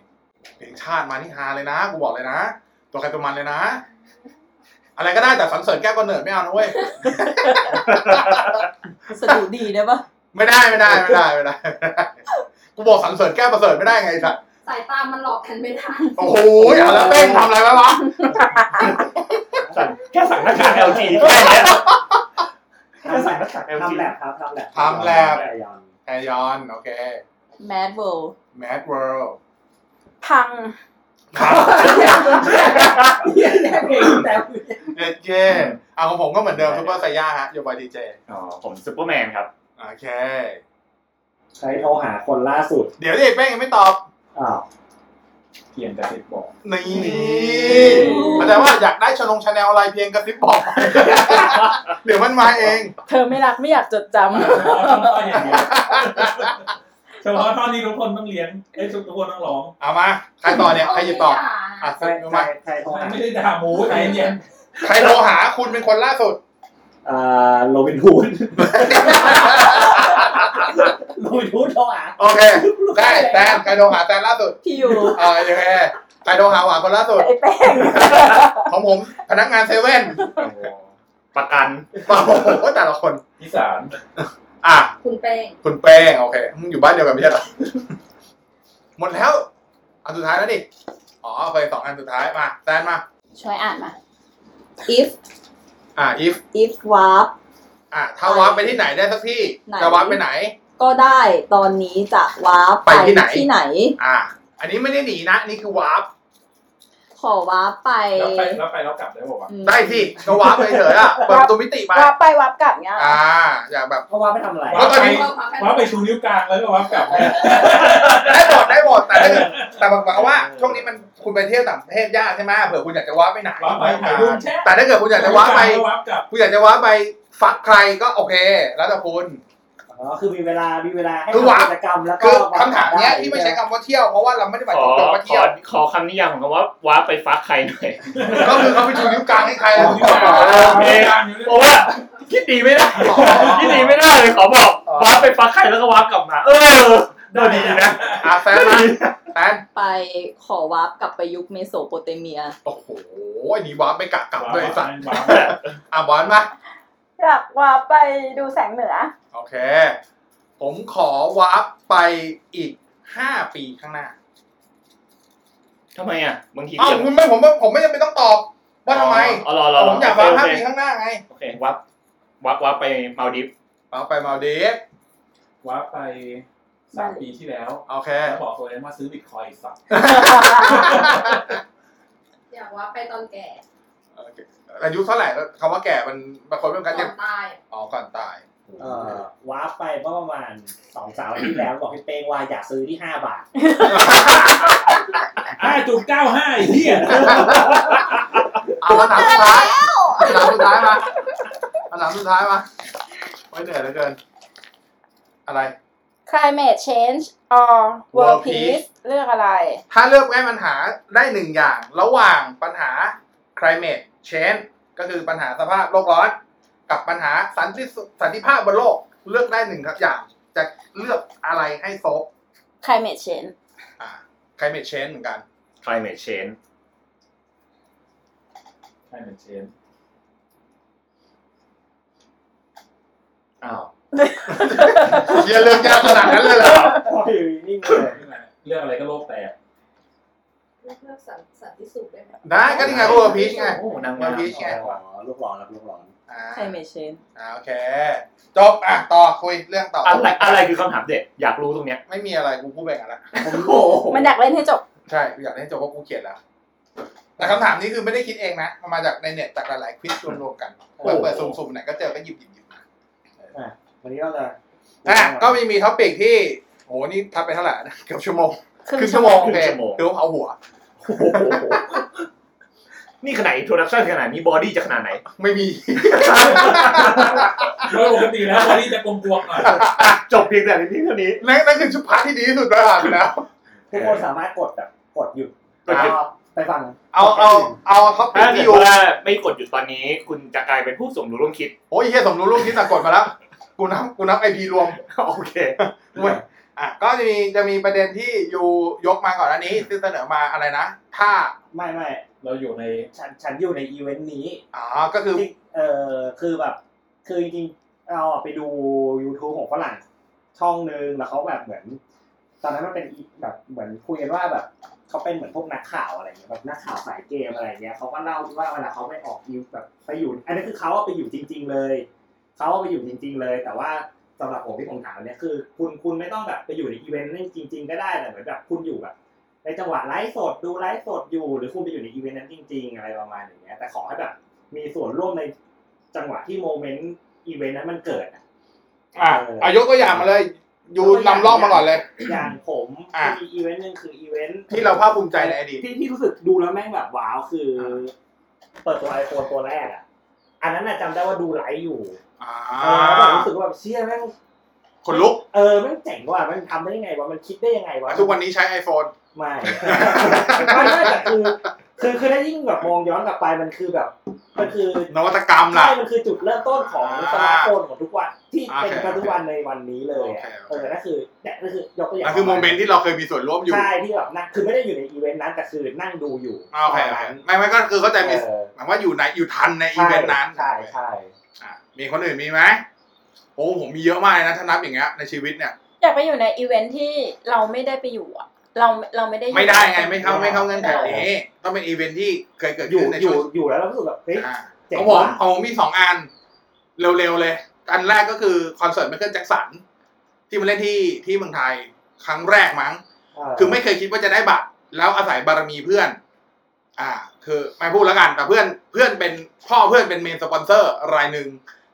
Speaker 1: เพลงชาติมานี่ฮาเลยนะกูบอกเลยนะ ตัวใครตัวมันเลยนะ อะไรก็ได้แต่สันเสริญแก้วก็เนิร์ดไม่เอานะเว้ย
Speaker 7: สะดุดีได้ปะ
Speaker 1: ไม่ได้ไม่ได้ไม่ได้ไม่ได้ไม่ได้กูบอกสันเสริญแก้วประเสริฐไม่ได้ไงไอ้สัส
Speaker 6: สายตามันหลอกกันไม่ได้
Speaker 1: โอ้โหเอาแล้วเป้งทำอะไรไว้วะ
Speaker 3: สั่งแค่สั่งหน้า กาก LG แค่เนี้ย
Speaker 5: ทำแบบทำแบบครับทำแบบ
Speaker 1: ทำแบบ
Speaker 5: ยัง
Speaker 1: แทยอน โอเค
Speaker 7: Mad World
Speaker 1: แมดเวิลด์
Speaker 2: พัง
Speaker 5: เหี้ยแย่เพลงแต่
Speaker 1: เด็ดเย่เอาของผมก็เหมือนเดิมซูเปอร์ไซย่าฮะโยบายดีเจ
Speaker 3: อ๋อผมซูเปอร์แมนครับ
Speaker 1: โอเค
Speaker 5: ใช้โทรหาคนล่าสุด
Speaker 1: เดี๋ยวดิเป้งยังไม่ตอบ
Speaker 5: อ้าว
Speaker 4: เพียงแต่สิบบอก
Speaker 1: นี่เข้าใจว่าอยากได้ชนงชาแนลอะไรเพียงกระซิบบอก เดี๋ยวมันมาเอง
Speaker 2: เธอไม่รักไม่อยากจด
Speaker 4: เฉ
Speaker 2: จ
Speaker 4: พาะท่อนต้อยอย่างเดียวเฉพาะท่อนนี้ทุกคนต้องเลี้ยงเอ้ยทุกคนต้องร้อง
Speaker 1: เอามา ใครต่อเนี่ย ใครหยิบต่ออ่ะ
Speaker 5: ใครใคร
Speaker 1: มา
Speaker 5: ใครโทรหา
Speaker 4: ไม่ได้ด่าหมูใจเย็น
Speaker 1: ใครโทรหาคุณเป็นคนล่าสุด
Speaker 5: อ่าโรบินฮูด โรบินฮูดโทรหา
Speaker 1: โอเค ได้แตนใครโทรหาแตนล่าสุด
Speaker 7: พี่ยู
Speaker 1: อ่าโอเคใครโทรหาหวานคนล่าสุ
Speaker 2: ำ
Speaker 1: ด
Speaker 2: ไอ้แป้ง
Speaker 1: ของผมพนักงานเซเว่น
Speaker 3: ประกัน
Speaker 1: โอ้โหแต่ละคน
Speaker 4: อีสาน
Speaker 1: อ่ะ
Speaker 6: คุณเป้ง
Speaker 1: คุณแป้งโอเคมึงอยู่บ้านเดียวกันไม่ใช่เหรอ หมดแล้ว อันสุดท้ายแล้วดิ อ๋อเคยสองอันสุดท้าย มาแซนมา
Speaker 2: ช่วยอ่านมา
Speaker 7: อีฟ
Speaker 1: อ่า if
Speaker 7: อีฟวาร์ป
Speaker 1: อ่าถ้าวาร์ปไปที่ไหนได้สักที่
Speaker 7: ไหน
Speaker 1: จะวาร์ปไปไหน
Speaker 7: ก็ได้ตอนนี้จะวาร์ป
Speaker 1: ไปที่ไหน
Speaker 7: ที่ไหน
Speaker 1: อ่า อันนี้ไม่ได้หนีนะ อันนี่คือวาร์ป
Speaker 7: ขอว้าร์ปไป
Speaker 4: แล้วไปแล้วไปแล้วกลับได้บอกว่าวะ
Speaker 7: อืม
Speaker 1: ได้สิก็วาร์ปไปเถอะอ่ะเปิดประตูมิติมา
Speaker 2: วับไปวับกลับเนี้ย
Speaker 1: อ่า อยากแบบ
Speaker 5: เพราะว่าไม่ทำอะไร
Speaker 1: แล้วตอนนี้
Speaker 4: ว่าไปชูนิ้วกลางแล้วก็ว่ากลับเนี่ย
Speaker 1: ได้หมดได้หมดแต่ถ้าเกิดแต่บอกว่าช่วงนี้มันคุณไปเที่ยวต่างประเทศยากใช่ไหมเผื่อคุณอยากจะว้าร์ปไปไหน
Speaker 4: ว้าร์ปไปถ่ายรูปแชะ
Speaker 1: แต่ถ้าเกิดคุณอยากจะว้าร์ปไป
Speaker 4: แล้วว่ากลับ
Speaker 1: คุณอยากจะว้าร์ปไปฟักใครก็โอเค แล้วแต่คุณ
Speaker 5: อ๋อ คือมีเวลา มีเวลาให้
Speaker 1: คือวับ
Speaker 5: ทำกิจกรรมแล้วก็
Speaker 1: คือ
Speaker 5: วับ
Speaker 1: คำถามเนี้ยที่ไม่ใช้คำว่าเที่ยวเพราะว่าเราไม่ได้หมาย
Speaker 8: ข
Speaker 1: ถึ
Speaker 8: อง
Speaker 1: ตรงว่า
Speaker 8: ข
Speaker 1: เที่ย
Speaker 8: อ
Speaker 1: ว
Speaker 8: ขอคำนิยามของคำว่าว้าไปฟักใครหน่อย
Speaker 1: ก็คือเขาไปชูนิ้วกลางให้ใครแล้วคุณบอก
Speaker 8: อ๋อ เพราะว่าคิดดีไม่ได้คิดดีไม่ได้เลยขอบอกว้าไปฟักใครแล้วก็ว้ากลับมา เออได้ดีนะ
Speaker 1: อ่ะแฟนมาแฟน
Speaker 7: ไปขอว้าร์ปกลับไปยุคเมโสโปเตเมีย
Speaker 1: โอ้โหอันนี้ว้าร์ปไปกะกลับด้วยไอ้สัตว์
Speaker 4: ว้าร์ป
Speaker 1: อ่ะบอลมา
Speaker 2: อยากวับไปดูแสงเหนือ
Speaker 1: โอเค ผมขอวาร์ปไปอีกห้าปีข้างหน้า
Speaker 8: ทำไมอ่ะ บางที
Speaker 1: อ้าวคุณไม่ผมว่าผมไม่จำเป็นต้องตอบว่าทำไม
Speaker 8: อ๋อรอร
Speaker 1: แต่
Speaker 8: อ
Speaker 1: ผมอยากวางภาพ
Speaker 8: โอ
Speaker 1: นี้
Speaker 8: เค
Speaker 1: ข้างหน้าไง
Speaker 8: โอเควับวับวับไปมาดิฟ
Speaker 1: เอาไปมาเดฟ
Speaker 4: ว่าไปสามปีที่แล้ว
Speaker 1: โอเค
Speaker 4: แล้วบอกตัวเองว่าซื้อบิตคอยน์สัก
Speaker 6: อยากว่าไปตอนแก่
Speaker 1: อายุเท่าไหร่แล้วคำว่าแก่มันบางคนเป็น
Speaker 6: ก่
Speaker 1: การเรีย
Speaker 6: อกนตาย
Speaker 1: อ๋อก่อนตาย
Speaker 5: เอ่อวาร์ปไปเมื่อประมาณสองสามวันที่แล้วบอกให้เป้งว่าอยากซื้อที่ห้าบาท
Speaker 4: ห้าจุดเก้าห้าไอ้เหี้ย
Speaker 1: เอาคำถามสุดท้ายคำถามสุดท้ายมาคำถามสุดท้ายมาโอ้ยเหนื่อยเหลือเกิน อะไร
Speaker 2: climate change or world
Speaker 1: World
Speaker 2: peace
Speaker 1: peace
Speaker 2: เลือกอะไร
Speaker 1: ถ้าเลือกแก้ปัญหาได้หนึ่งอย่าง ระหว่างปัญหา climate change ก็คือปัญหาสภาพโลกร้อน กับปัญหาสันติสุสันติภาพบนโลกเลือกได้หนึ่งอย่าง จะเลือกอะไรให้โซก
Speaker 2: climate change
Speaker 1: อ่า climate change เหมือนกัน
Speaker 8: คลายเมชเชน
Speaker 4: ใช่เหมือนเชน
Speaker 8: อ้าว
Speaker 1: เชียเลือกยากขนาดนั้นเลยเหรอ
Speaker 5: โอ้ยนี่งเลย
Speaker 4: เรื่องอะไรก็โลกแตก
Speaker 6: เลือกเลือกสันสันติสุขได้ไหม
Speaker 1: ได้ก็นี่ไงโอเวอร์พีชไง
Speaker 8: โอ้นาง
Speaker 1: วั
Speaker 8: งาน ม
Speaker 1: พีชไง
Speaker 5: อ๋อลูกหลอนครับลูกหลอน
Speaker 1: อ่า
Speaker 7: climate change
Speaker 1: อ่าโอเค จบ อ่ะ ต่อคุยเรื่องต่อ
Speaker 8: อะไรอะไรคือคำถามเด็ดอยากรู้ตรงเนี้ย
Speaker 1: ไม่มีอะไรกูพูดไปกันละ
Speaker 2: มันอยากเล่นให้จบ
Speaker 1: ใช่กูอยากได้จบเพราะกูเขียนแล้ว แต่คำถามนี้คือไม่ได้คิดเองนะ มันมาจากในเน็ตจากหลายๆควิสรวมๆกัน
Speaker 5: โอ้โห
Speaker 1: เปิดเปิดสุ่มๆไหนก็เจอก็หยิบหยิบหยิบมา
Speaker 5: วันนี้เราจะ
Speaker 1: อ่ะก็มีมีท็อปิกที่โหนี่ทับไปเท่าไหร่นะเกือบชั่วโมง
Speaker 2: ครึ่ง
Speaker 1: ครึ่งชั่วโมงโอเค
Speaker 8: ชั่วโมง
Speaker 1: เดี๋ยวเผาหัว
Speaker 8: นี่ขนาดอินโทรดักชั่นขนาดนี้บอดี้จะขนาดไหน
Speaker 1: ไม่มี
Speaker 4: โดยปกติแล้ววันนี้จะกลมกวกหน่อย
Speaker 8: จบเพียงแต่ในที่เท่านี้
Speaker 1: นั่นนั่นคือชุดพาร์ทที่ดีที่สุดแล้วผ่านไปแล้ว
Speaker 5: ทุกคนสามารถกดแบบกดหยุด
Speaker 1: กดหยุด
Speaker 5: แล้วไปฟัง
Speaker 1: เอาเอาเอาท็อปิก
Speaker 8: ถ้าเกิ
Speaker 1: ที่
Speaker 8: ด
Speaker 1: อยู่
Speaker 8: ว่าไม่กดหยุดตอนนี้ คุณจะกลายเป็นผู้สมรู้ร่วมคิด
Speaker 1: โอ้ยเฮียสมรู้ร่วมคิดแต่กดมาแล้ว กูนับกูนับไอพีรวม
Speaker 8: โอเค
Speaker 1: เว้ยอ่ะก็จะมีจะมีประเด็นที่ยูยกมาก่อนอันนี้ที่เสนอมาอะไรนะถ้า
Speaker 5: ไม่ไม่
Speaker 4: เราอยู่ใน
Speaker 5: ฉันฉันอยู่ในอีเวนต์นี้
Speaker 1: อ๋อก็คือ
Speaker 5: ที่เออคือแบบ คือจริงๆเราอะไปดู YouTube ของฝรั่งช่องหนึ่งแล้วเขาแบบเหมือน ตอนนั้นมันเป็นอีแบบเหมือนคุยกันว่าแบบเขาเป็นเหมือนพวกนักข่าวอะไรเงี้ยแบบนักข่าวสายเกมอะไรเงี้ยเขาก็เล่าว่าเวลาเขาไปออกอีแบบไปอยู่ อันนี้คือเขาอะไปอยู่จริง ๆ เลยเขาอะไปอยู่จริง ๆ เลย แต่ว่า สำหรับผมที่ผมถามอันเนี่ยคือ คุณคุณไม่ต้องแบบไปอยู่ในอีเวนต์นั้นจริง ๆ ก็ได้แต่เหมือนแบบคุณอยู่แบบในจังหวะไลฟ์สดดูไลฟ์สดอยู่ หรือคุณไปอยู่ในอีเวนต์นั้นจริง ๆ อะไรประมาณอย่างเงี้ยแต่ขอให้แบบ มีส่วนร่วมในจังหวะที่โมเมนต์อีเวนต์นั้นมันเกิดอะ
Speaker 1: อ่ะอายกตัวอย่างมาเลยยูนำร่องมาก่อนเลย
Speaker 5: อย่างผม
Speaker 1: อ่ะ
Speaker 5: มีอีเวนต์หนึงคืออีเวนต์
Speaker 1: ที่เราภาคภูมิใจในอดีต
Speaker 5: ที่ที่รู้สึกดูแล้วแม่งแบบว้าวคือ
Speaker 1: อ่ะ
Speaker 5: เปิดตัวไอโฟนตัวแรกอ่ะอันนั้นน่ะจำได้ว่าดูไลฟ์อยู่
Speaker 1: อ่า
Speaker 5: เออแล้วแบบรู้สึกว่าแบบเชี่ยแม่ง
Speaker 1: คนลุก
Speaker 5: เออแม่งเจ๋งว่ะมันทำได้ยังไงวะมันคิดได้ยังไงวะ
Speaker 1: ทุกวันนี้ใช้ iPhone
Speaker 5: ไม่ ไม่ไม่แต่คือคือคือถ้ายิ่งแบบมองย้อนกลับไปมันคือแบบ มันคือน
Speaker 1: วัตกรรมล่ะ
Speaker 5: ใช่มันคือจุดเริ่มต้นของสมาร์ทโฟนของทุกวันที่
Speaker 1: โอเค
Speaker 5: เป็นกันทุกวันในวันนี้เลยอะ
Speaker 1: โอเค
Speaker 5: เอ
Speaker 1: โอเค
Speaker 5: อนั่นคือเนี่ยนั่นคือยกตัวอย่าง
Speaker 1: นั่นคือโมเมนต์ที่เราเคยมีส่วนร่วมอยู่
Speaker 5: ใช่ที่แบบนั่งคือไม่ได้อยู่ในอีเวนต์นั้นแต่คือนั่งดูอยู่
Speaker 1: อ่าโอเคโอเคไม่ไม่ก็คือเข้าใจมี
Speaker 5: เออ
Speaker 1: หมายว่าอยู่ในอยู่ทันในอีเวนต์นั้น
Speaker 5: ใช่ใช่
Speaker 1: อ่ะมีคนอื่นมีไหมโอ้ผมมีเยอะมากเลยนะถ้านับอย่างเงี้ยในชีวิตเนี่ย
Speaker 2: อยากไปอยู่ในอีเวนท์ที่เราไม่ได้ไปอยู่อะเราเราไม่ได้อยู่
Speaker 1: ไม่ได้ไงไม่เข้าไม่เข้าเงื่อนไขนี้ต้องเป็นอีเวนต์ที่เคยเกิด
Speaker 5: อยู่
Speaker 1: ขึ้นใน
Speaker 5: อยู่
Speaker 1: ช่วง
Speaker 5: อยู่แล้วเรารู้สึกแบบเฮ้ย
Speaker 1: อ่า
Speaker 5: เจ๋ง
Speaker 1: ของผม
Speaker 5: ว่ะ
Speaker 1: ของผมมีสองอัน เร็วๆเลย อันแรกก็คือคอนเสิร์ตไมเคิลแจ็คสันที่มาเล่นที่ที่เมืองไทยครั้งแรกมั้ง
Speaker 5: เ
Speaker 1: คือไม่เคยคิดว่าจะได้บัตร แล้วอาศัยบารมีเพื่อน อ่า คือไม่พูดแล้วกัน แต่เพื่อนเพื่อนเป็นพ่อเพื่อนเป็นเมนสปอนเซอร์รายหนึ่ง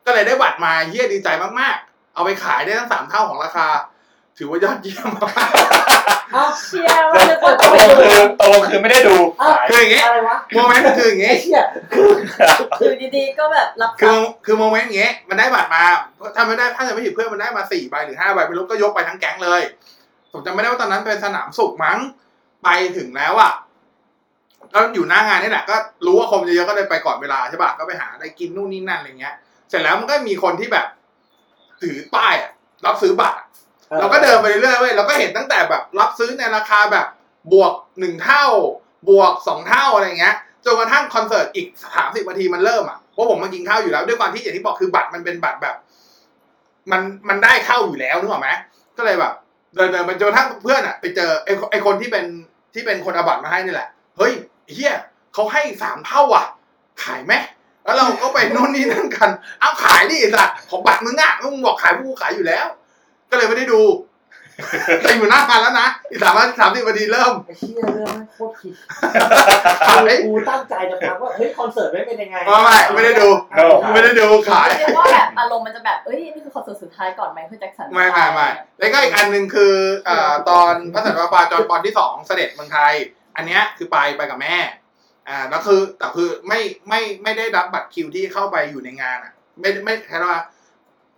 Speaker 1: ก็เลยได้บัตรมาเฮียดีใจมากๆ เอาไปขายได้ทั้งสามเท่าของราคา ถือว่ายอดเยี่ยมมาก
Speaker 2: เชียร์ว่าจะ
Speaker 8: ตกลงคือตกลงคือไม่ได้ดู
Speaker 1: คืออย่างงี้
Speaker 7: อะไรวะ
Speaker 1: โมเมนต์คืออย่างงี้
Speaker 7: ไอ้เชี่ยอยู่ดีๆก็แบบรับ
Speaker 1: คือคือโมเมนต์อย่างเงี้ยมันได้บัตรมาถ้าไม่ได้ถ้าจะไม่ผิดเพื่อนมันได้มาสี่ใบหรือห้าใบไม่รู้ก็ยกไปทั้งแก๊งเลยผมจำไม่ได้ว่าตอนนั้นเป็นสนามสุขมั้งไปถึงแล้วอ่ะแล้วอยู่หน้างานนี่แหละก็รู้ว่าคนเยอะๆก็เลยไปก่อนเวลาใช่ป่ะก็ไปหาอะไรกินนู่นนี่นั่นอะไรเงี้ย เสร็จแล้วมันก็มีคนที่แบบ ถือป้ายอะรับซื้อบัตรอะเราก็เดินไปเรื่อยๆเว้ยเราก็เห็นตั้งแต่แบบ รับซื้อในราคาแบบบวกหนึ่งเท่า บวกสองเท่าอะไรเงี้ย จนกระทั่งคอนเสิร์ตอีกสามสิบนาทีมันเริ่มอ่ะเพราะผมมากินข้าวอยู่แล้วด้วยความที่อย่างที่บอกคือบัตรมันเป็นบัตรแบบ มันมันได้เข้าอยู่แล้วนึกออกไหมก็เลยแบบเดินเดินไปจนกระทั่งเพื่อนอ่ะ ไปเจอไอไอคนที่เป็นที่เป็นคนเอาบัตรมาให้นี่แหละ เฮ้ยไอ้เฮียเขาให้สามเท่าอ่ะ ขายไหมแล้วเราก็ไปนู่นนี่นั่นกัน เอาขายดิไอ้สัตว์ของบัตรมึงอ่ะมึงบอกขายพวกกูขายอยู่แล้ว ก็เลยไม่ได้ดู แต่อยู่หน้างานแล้วนะอีกสามสามสิบนาทีเริ่ม
Speaker 5: ไอ้เชี่ยเรื่องแม่งโคตรผิด
Speaker 1: ขาย
Speaker 5: กูตั้งใจจะถามว่าเฮ้ยคอนเสิร์ตไม่งเป็นยังไง
Speaker 1: ไม่ไม่ไม่ได้ดู
Speaker 8: No
Speaker 1: ไม่ได้ดูขาย
Speaker 7: เรียกว่าแบบอารมณ์มันจะแบบ เอ้ย นี่คือคอนเสิร์ตสุดท้ายก่อนไหมเพื่อแจ็คสัน
Speaker 1: ไม่ไม่ไม่แล้วก็อีกอันหนึ่งคือเอ่อตอนพระสันตะปาจอนปอนที่สองเสด็จเมืองไทย อันเนี้ยคือไปไปกับแม่อ่าแล้วคือแต่คือไม่ไม่ไม่ได้รับบัตรคิวที่เข้าไปอยู่ในงานอ่ะ ไม่ไม่ใช่ว่า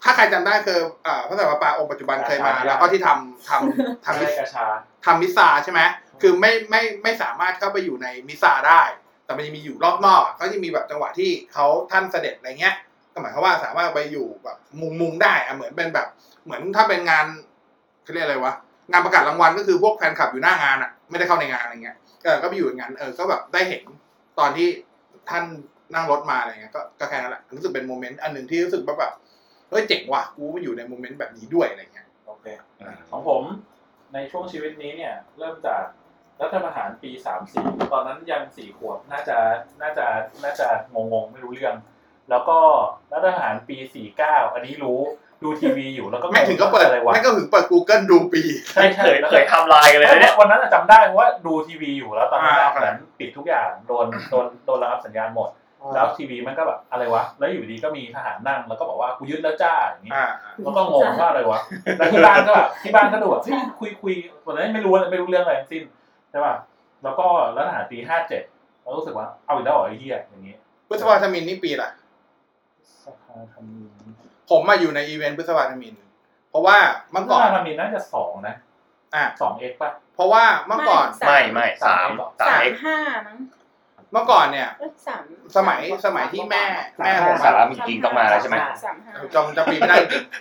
Speaker 1: ถ้าใครจำได้คือเอ่อพระสันตะปาองค์ปัจจุบันเคยมา แล้วก็ที่ทำทำทำ
Speaker 3: ไม่ได้กระชา
Speaker 1: ทำมิสซาใช่ไหม คือไม่ไม่ไม่สามารถเข้าไปอยู่ในมิสซาได้ แต่มันจะมีอยู่รอบนอกอะก็จะมีแบบจังหวะที่เขาท่านเสด็จอะไรเงี้ย ก็หมายความว่าสามารถไปอยู่แบบมุมมุมได้อะเหมือนเป็นแบบ เหมือนถ้าเป็นงานเขาเรียกอะไรวะ งานประกาศรางวัลก็คือพวกแฟนคลับอยู่หน้างานอะไม่ได้เข้าในงานอะไรเงี้ย ก็ก็ไปอยู่อย่างนั้น เออ ก็แบบได้เห็นตอนที่ท่านนั่งรถมาอะไรเงี้ย ก็ก็แค่นั้นแหละ รู้สึกเป็นโมเมนต์อันหนึ่งที่รู้สึกว่าแบบ เฮ้ยเจ๋งว่ะ กูมาอยู่ในโมเมนต์แบบนี้ด้วยอะไรเงี้ย
Speaker 4: โอเค ของผมในช่วงชีวิตนี้เนี่ย เริ่มจากรัฐประหารปีสามสี่ตอนนั้นยังสี่ขวบน่าจะน่าจะน่าจะงงงๆไม่รู้เรื่อง แล้วก็รัฐประหารปีสี่เก้าอันนี้รู้ดูทีวีอยู่แล้วก็
Speaker 1: ไม่ถึงก็เปิด
Speaker 4: อะไรวะ
Speaker 1: ไม่ก็ถึงเปิด Google ดูปี
Speaker 4: ใช่ใช่
Speaker 8: เคย
Speaker 4: แล้ว
Speaker 8: เคยไทำลายกันเลยนะเนี่ย
Speaker 4: วันนั้นอะจำได้เพราะว่าดูทีวีอยู่แล้วตอนนั้นอะ
Speaker 1: อ่าครับ
Speaker 4: เหมือนปิดทุกอย่างโดนโดนโดนระงับสัญญาณหมด แล้วทีวีมันก็แบบอะไรวะแล้วอยู่ดีก็มีทหารนั่งแล้วก็บอกว่ากูยึดแล้วจ้าอย่างนี้
Speaker 1: อ่า
Speaker 4: แล้วก็งงว่าอะไรวะ แล้วที่บ้านก็แบบที่บ้านก็ดูแบบเฮ้ยคุยคุยตอนนั้นไม่รู้ไม่รู้เรื่องอะไรทั้งสิ้นใช่ป่ะ แล้วก็รัฐประหารปีห้าเจ็ดเรารู้สึกว่าเอาอีกแล้วเหรอไอ้เหี้ยอย่างนี้
Speaker 1: พฤษภาธมินนี่ปีอะไร
Speaker 4: สภาธมิน
Speaker 1: ผมมาอยู่ในอีเวนต์พฤษภาธมิน เพราะว่าเมื่อ
Speaker 4: ส
Speaker 1: ก่อน
Speaker 4: ภาธมินน่าจะสองนะ
Speaker 1: อ่ะ
Speaker 4: สองเอ็กป่ะ
Speaker 1: เพราะว่าเมื่อก่อน
Speaker 2: สา
Speaker 8: ไม่ไม่สามสาม
Speaker 2: สาม
Speaker 8: เอ็กซ์
Speaker 2: ห้ามั้ง
Speaker 1: เมื่อก่อนเนี่ย
Speaker 2: เอ้ยสาม
Speaker 1: สมัยสมัยที่แม่แม่ผม
Speaker 8: สา
Speaker 1: อะ
Speaker 8: ระมีกินต้องมาแล้วใช่ไหม
Speaker 2: สามห้า
Speaker 1: จำจำปีไม่ได้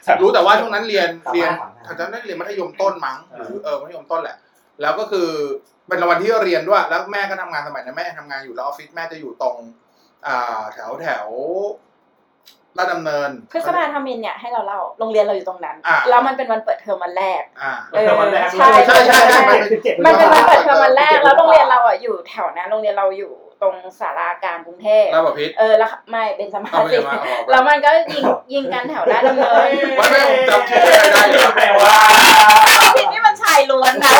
Speaker 1: จริงรู้แต่ว่าช่วงนั้นเรียนเรียนถ้าจำได้เรียนมัธยมต้นมั้งหรือเออมัธยมต้นแหละ แล้วก็คือเป็นวันที่เรียนด้วยแล้วแม่ก็ทำงานสมัยนั้นแม่ทำงานอยู่แล้วออฟฟิศแม่จะอยู่ตรง อ่าแถวแถวลาดดำเนิน
Speaker 2: พฤษภาธมินเนี่ยให้เราเล่าโรงเรียนเราอยู่ตรงนั้น
Speaker 1: อ่า
Speaker 2: แล้วมันเป็นวันเปิดเทอมวันแรก
Speaker 1: อ่า
Speaker 2: เออ
Speaker 4: เปิดเทอมวันแรก
Speaker 2: ใช่
Speaker 1: ใช่ใช่ใช่
Speaker 5: มันเป็นเจ็ด
Speaker 2: มันเป็นวันเปิดเทอมวันแรก แล้วโรงเรียน
Speaker 5: เรา
Speaker 2: เราอ่ะอยู่แถวนั้นโรงเรียนเราอยู่ตรงสารากลางกรุงเทพ
Speaker 1: แล้วแบบพิษ
Speaker 2: เออแล้วไม่เป็นสมา
Speaker 1: เอาไป
Speaker 2: ธิ
Speaker 1: มาเอาไป
Speaker 2: แล้วมันก็ยิงยิงกันแถวราชดำเนิน
Speaker 1: ไม่ไม่ผมจำชื่อไม่ได้เลย
Speaker 8: แต่ว่า
Speaker 2: ทีนี่มันชายล้วนนะ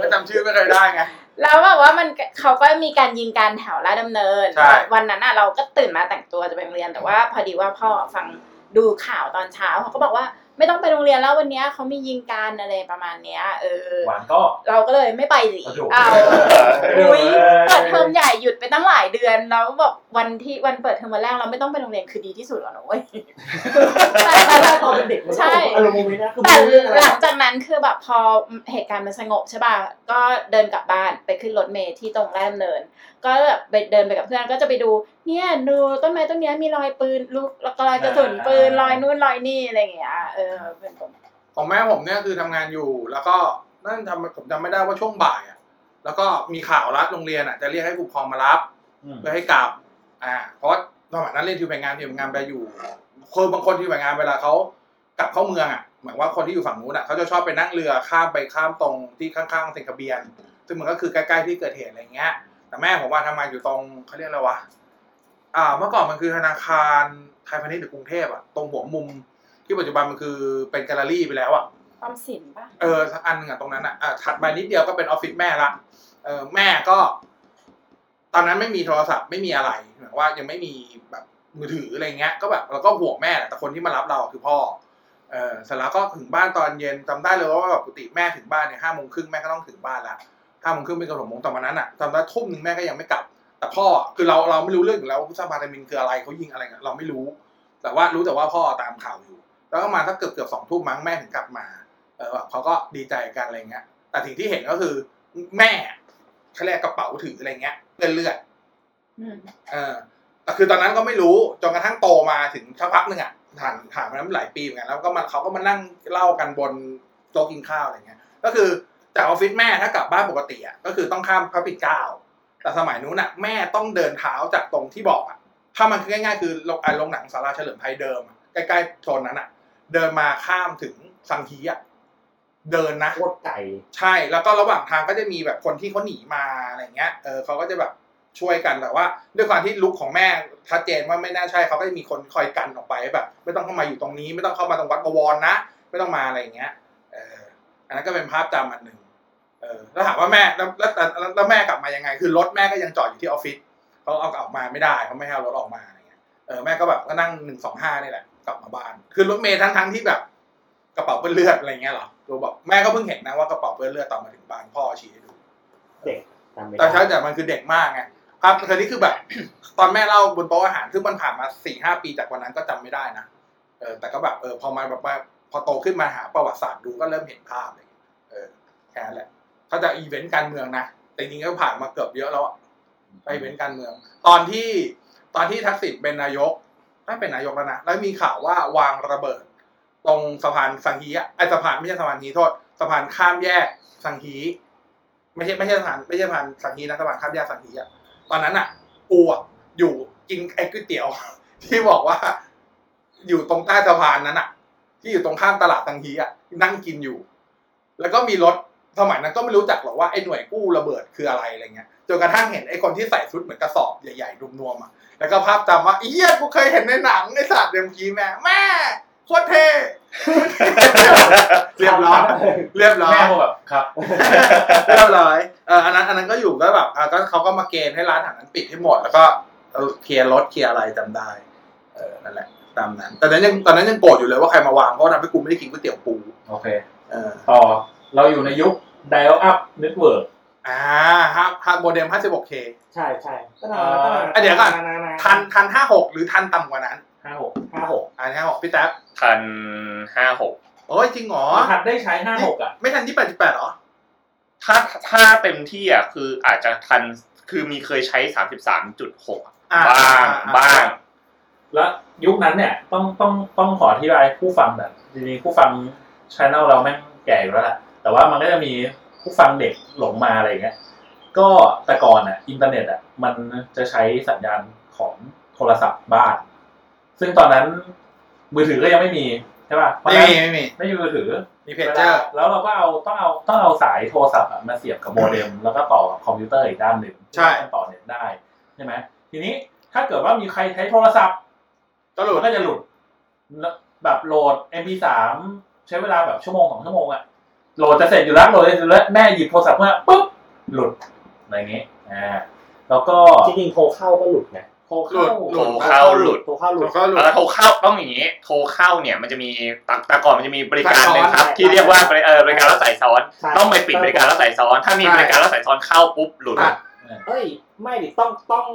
Speaker 1: ก็จำชื่อไม่เคยได้ไง
Speaker 2: แล้วแบบว่ามันเขาก็มีการยิงกันแถวราชดำเนิน
Speaker 1: ใช่
Speaker 2: วันนั้นอ่ะเราก็ตื่นมาแต่งตัวจะไปโรงเรียนแต่ว่าพอดีว่าพ่อฟังดูข่าวตอนเช้าเขาก็บอกว่าไม่ต้องไปโรงเรียนแล้ววันเนี้ยเขามียิงกันอะไรประมาณเนี้ยเออ
Speaker 4: หวานก็
Speaker 2: เราก็เลยไม่ไปสิ
Speaker 4: กระโดด
Speaker 2: อ้าว
Speaker 4: เอ
Speaker 2: อุ้ย
Speaker 4: อ
Speaker 2: เปิดเทอมใหญ่หยุดไปตั้งหลายเดือน แล้วบอกวันที่วันเปิดเทอมวันแรกเราไม่ต้องไปโรงเรียนคือดีที่สุดแล้วนะเว้ย
Speaker 5: ตอนเป็นเด็ก
Speaker 2: ใช่
Speaker 5: อารมณ์โมเมนต์นะคือ
Speaker 2: แต่
Speaker 5: เรื่องอะไร
Speaker 2: หลังจากนั้นคือแบบพอเหตุการณ์มันสงบใช่ป่ะ ก็เดินกลับบ้านไปขึ้นรถเมล์ที่ตรงแรกดำเนิน ก็แบบไปเดินไปกับเพื่อนก็จะไปดูเนี่ยดูต้นไม้ต้นเนี้ยมีรอยปืนลูกรอยกระสุนปืนรอยนู่นรอยนี่อะไรอย่างเงี้ยเออเป็นผม
Speaker 1: ของแม่ผมเนี่ยคือทำงานอยู่ แล้วก็นั่นทำผมจำไม่ได้ว่าช่วงบ่ายอ่ะ แล้วก็มีข่าวรัดโรงเรียนอ่ะจะเรียกให้ผู้ปกครองมารับ
Speaker 4: อืม
Speaker 1: เพื่อให้กลับ อ่า เพราะสมัยนั้นเล่นทีมแรงงานทีมแรงงานไปอยู่คือบางคนทีมแรงงานเวลาเขากลับเข้าเมืองอ่ะเหมือนว่าคนที่อยู่ฝั่งนู้นอ่ะเขาจะชอบไปนั่งเรือข้ามไปข้ามตรงที่ข้างๆเซนคาเบียน ซึ่งมันก็คือใกล้ๆที่เกิดเหตุอะไรเงี้ย แต่แม่ผมว่าทำงานอยู่ตรงเขาเรียกอะไรวะ อ่า เมื่อก่อนมันคือธนาคารไทยพาณิชย์หรือกรุงเทพอ่ะ ตรงหัวมุมที่ปัจจุบันมันคือเป็นแกลเลอรี่ไปแล้วอ่ะ
Speaker 2: ออมสินป่ะ
Speaker 1: เออสักอันหนึ่งอะตรงนั้นอะอ่ะถัดมานิดเดียวก็เป็นออฟฟิศแม่ละเออแม่ก็ ตอนนั้นไม่มีโทรศัพท์ไม่มีอะไรหมายความว่ายังไม่มีแบบมือถืออะไรเงี้ย ก็แบบเราก็ห่วงแม่แหละแต่คนที่มารับเราคือพ่อ เออเสร็จแล้วก็ถึงบ้านตอนเย็นจำได้เลยว่าแบบปกติแม่ถึงบ้านเนี่ยห้าโมงครึ่งแม่ก็ต้องถึงบ้านละห้าโมงครึ่งเป็นกำหนดโมงแต่วันนั้นอ่ะจำได้ทุ่มหนึ่งแม่ก็ยังไม่กลับ แต่พ่อคือเราเราไม่รู้เรื่องอยู่แล้วว่าซาบาตามินคืออะไรเขายิงอะไรกันเราไม่รู้ แต่ว่ารู้แต่ว่าพ่อตามข่าวอยู่ แล้วก็มาสักเกือบเกือบสองทุ่มมั้งแม่ถึงกลับมา เออแบบเขาก็ดีใจกันอะไรเงี้ย แต่สิ่งที่เห็นก็คือแม่เขาเรียกกระเป๋าถืออะไรเงี้ยเปื้อนเลือด
Speaker 2: อืม
Speaker 1: เออแต่คือตอนนั้นก็ไม่รู้จนกระทั่งโตมาถึงสักพักหนึ่งอ่ะผ่านผ่านมาแล้วหลายปีเหมือนกันแล้วก็มาเขาก็มานั่งเล่ากันบนโต๊ะกินข้าวอะไรเงี้ย ก็คือจากออฟฟิศแม่ถ้ากลับบ้านปกติอ่ะก็คือต้องข้ามพระปิ่นเกล้าแต่สมัยนู้นอ่ะแม่ต้องเดินเท้าจากตรงที่บอกอ่ะถ้ามันคือง่ายๆคือโรงอ่ะโรงหนังสาราเฉลิมไทยเดิมอะใกล้ๆโซนนั้นอ่ะ เดินมาข้ามถึงสังฮีอ่ะเดินนะ
Speaker 5: โคตรไก่
Speaker 1: ใช่ แล้วก็ระหว่างทางก็จะมีแบบคนที่เขาหนีมาอะไรเงี้ย เออเขาก็จะแบบช่วยกันแต่ว่า ด้วยความที่ลุกของแม่ชัดเจนว่าไม่น่าใช่เขาก็จะมีคนคอยกันออกไปแบบ ไม่ต้องเข้ามาอยู่ตรงนี้ ไม่ต้องเข้ามาตรงวัดกวรนะ ไม่ต้องมาอะไรเงี้ย เออ อันนั้นก็เป็นภาพจำอันหนึ่งเออ แล้วถามว่าแม่แล้วแล้วแล้วแล้วแล้วแม่กลับมายังไง คือรถแม่ก็ยังจอดอยู่ที่ออฟฟิศเขาเอาออกมาไม่ได้เขาไม่ให้เอารถออกมาอะไรเงี้ย เออแม่ก็แบบก็นั่งหนึ่งสองห้านี่แหละกลับมาบ้าน คือรถเมย์ทั้งทั้งๆที่แบบ กระเป๋าเปื้อนเลือดอะไรเงี้ยเหรอตัวบอกแม่ก็เพิ่งเห็นนะว่ากระเป๋าเปื้อนเลือดตอนมาถึงบ้านพ่อชี้ให้ดู
Speaker 5: จำไม่
Speaker 1: ตอน
Speaker 5: ได้
Speaker 1: เช้าแต่มันคือเด็กมากไงภาพเธอนี่คือแบบ ตอนแม่เล่าบนโต๊ะอาหารซึ่งมันผ่านมาสี่ห้าปีจากวันนั้นก็จำไม่ได้นะเออแต่ก็แบบเออพอมาแบบว่าพอโตขึ้นมาหาประวัติศาสตร์ดูก็เริ่มเห็นภาพเลยเออแค่นั้นแหละเขาจะอีเวนต์การเมืองนะแต่จริงๆก็ผ่านมาเกือบเยอะแล้วอะไปอีเวนต์การเมือง ตอนที่ตอนที่ทักษิณเป็นนายกไม่เป็นนายกแล้วนะแล้วมีข่าวว่าวางระเบิด ตรงสะพานสังฮีอะไอสะพานไม่ใช่สะพานฮีโทษสะพานข้ามแยกสังฮีไม่ใช่ไม่ใช่สะพานไม่ใช่สะพานสังฮีนะสะพานข้ามแยกสังฮีอะตอนนั้นอะกูอะอยู่กินไอ้ก๋วยเตี๋ยว ที่บอกว่า อยู่ตรงใต้สะพานนั้นอะที่อยู่ตรงข้ามตลาดสังฮีอะนั่งกินอยู่ แล้วก็มีรถสมัยนั้นก็ไม่รู้จักหรอกว่าไอ้หน่วยกู้ระเบิดคืออะไรอะไรเงี้ยจนกระทั่งเห็นไอ้คนที่ใส่ชุดเหมือนกระสอบใหญ่ๆนวมๆอะแล้วก็ภาพจำว่าเอี้ยกูเคยเห็นในหนังไอ้สัตว์เดิมกี้แม่แม่โคตรเท่ เรียบร้อยเรียบร้อย
Speaker 4: แม่ก็แบบครับ
Speaker 1: เรียบร้อยเอออันนั้นอันนั้นก็อยู่ก็แบบอ่ะก็เขาก็มาเกณฑ์ให้ร้านอาหารนั้นปิดให้หมดแล้วก็เออเคลียร์รถเคลียร์อะไรจำได้เออนั่นแหละตามนั้นตอนนั้นยังตอนนั้นยังโกรธอยู่เลยว่าใครมาวางเพราะทำให้กูไม่ได้กินก๋วยเตี๋ยวปู
Speaker 4: โอเค
Speaker 1: เออ
Speaker 4: ต่อ เราอยู่ในยุค dial up network
Speaker 1: อ่าฮะฮะโมเด็ม 56k
Speaker 5: ใช่ใช่ก็นา
Speaker 1: อ่ะเดี๋ยวก่อน ทั
Speaker 5: ทั
Speaker 1: น
Speaker 5: น
Speaker 1: ทัน 56 หรือทันต่ำกว่านั้น
Speaker 4: ห้าหก
Speaker 5: ห้าหก
Speaker 1: อ่า56พี่แต๊บ
Speaker 3: ทันห้าหก
Speaker 1: โอ้ยจริงเหรอ
Speaker 4: รหัสได้ใช้ห้าหกอ่ะ
Speaker 1: ไม่ทันที่88เหรอ
Speaker 3: ถ้าถ้าเต็มที่อ่ะคืออาจจะทันคือมีเคยใช้สามสิบสามจุดหก
Speaker 1: อ่ะ
Speaker 3: บ้างบ้าง
Speaker 4: แล้วยุคนั้นเนี่ยต้องต้องต้องขออธิบายผู้ฟังหน่อยจริงๆผู้ฟังช anel เราแม่งแก่อยู่แล้วแหละแต่ว่ามันก็จะมีผู้ฟังเด็กหลงมาอะไรอย่างเงี้ยก็แต่ก่อนอ่ะอินเทอร์เน็ตอ่ะมันจะใช้สัญญาณของโทรศัพท์บ้าน ซึ่งตอนนั้นมือถือก็ยังไม่มีใช่ป่ะเพราะ
Speaker 1: ไม่
Speaker 4: ฉะนั้น
Speaker 1: มีไม่มี
Speaker 4: ไม่มีมือถือ
Speaker 1: มีเพจเจอร์
Speaker 4: แล้วเราก็เอาต้องเอาต้องเอาสายโทรศัพท์อะมาเสียบกับโมเด็ม แล้วก็ต่อกับคอมพิวเตอร์อีกด้านหนึ่ง
Speaker 1: ใช่
Speaker 4: เพื่อให้มันต่อเน็ตได้ใช่ไหมทีนี้ถ้าเกิดว่ามีใครใช้โทรศัพท์
Speaker 1: ก็หลุด
Speaker 4: มันก็จะหลุดแล้วแบบโหลด MP3 ใช้เวลาแบบชั่วโมงสองชั่วโมงอะโหลดจะเสร็จอยู่แล้วโหลดจะเสร็จอยู่แล้วแม่หยิบโทรศัพท์มาปุ๊บหลุดอะไรอย่างเงี้ยอ่าแล้วก็
Speaker 5: จริงๆโทรเข้าก็หลุดนะ
Speaker 4: โทรเข้า
Speaker 1: หลุ
Speaker 3: โทร
Speaker 1: ด
Speaker 3: เข้าหลุด
Speaker 5: โทรเข้าหลุด
Speaker 1: ก็หลุด
Speaker 3: เออโทรเข้าต้องอย่างนี้ โทรเข้าเนี่ยมันจะมีตักแต่ก่อนมันจะมีบริการ
Speaker 1: สายซ้อน
Speaker 3: หนึ่งครับที่เรียกว่าบริเออบริการรับสายซ้อน
Speaker 5: ใช่
Speaker 3: ต้องไปปิดบริการรับสายซ้อน ถ้ามีบริการรับสายซ้อนเข้าปุ๊บหลุด
Speaker 1: อ่ะ
Speaker 5: เอ้ย ไม่ดิต้องต้อง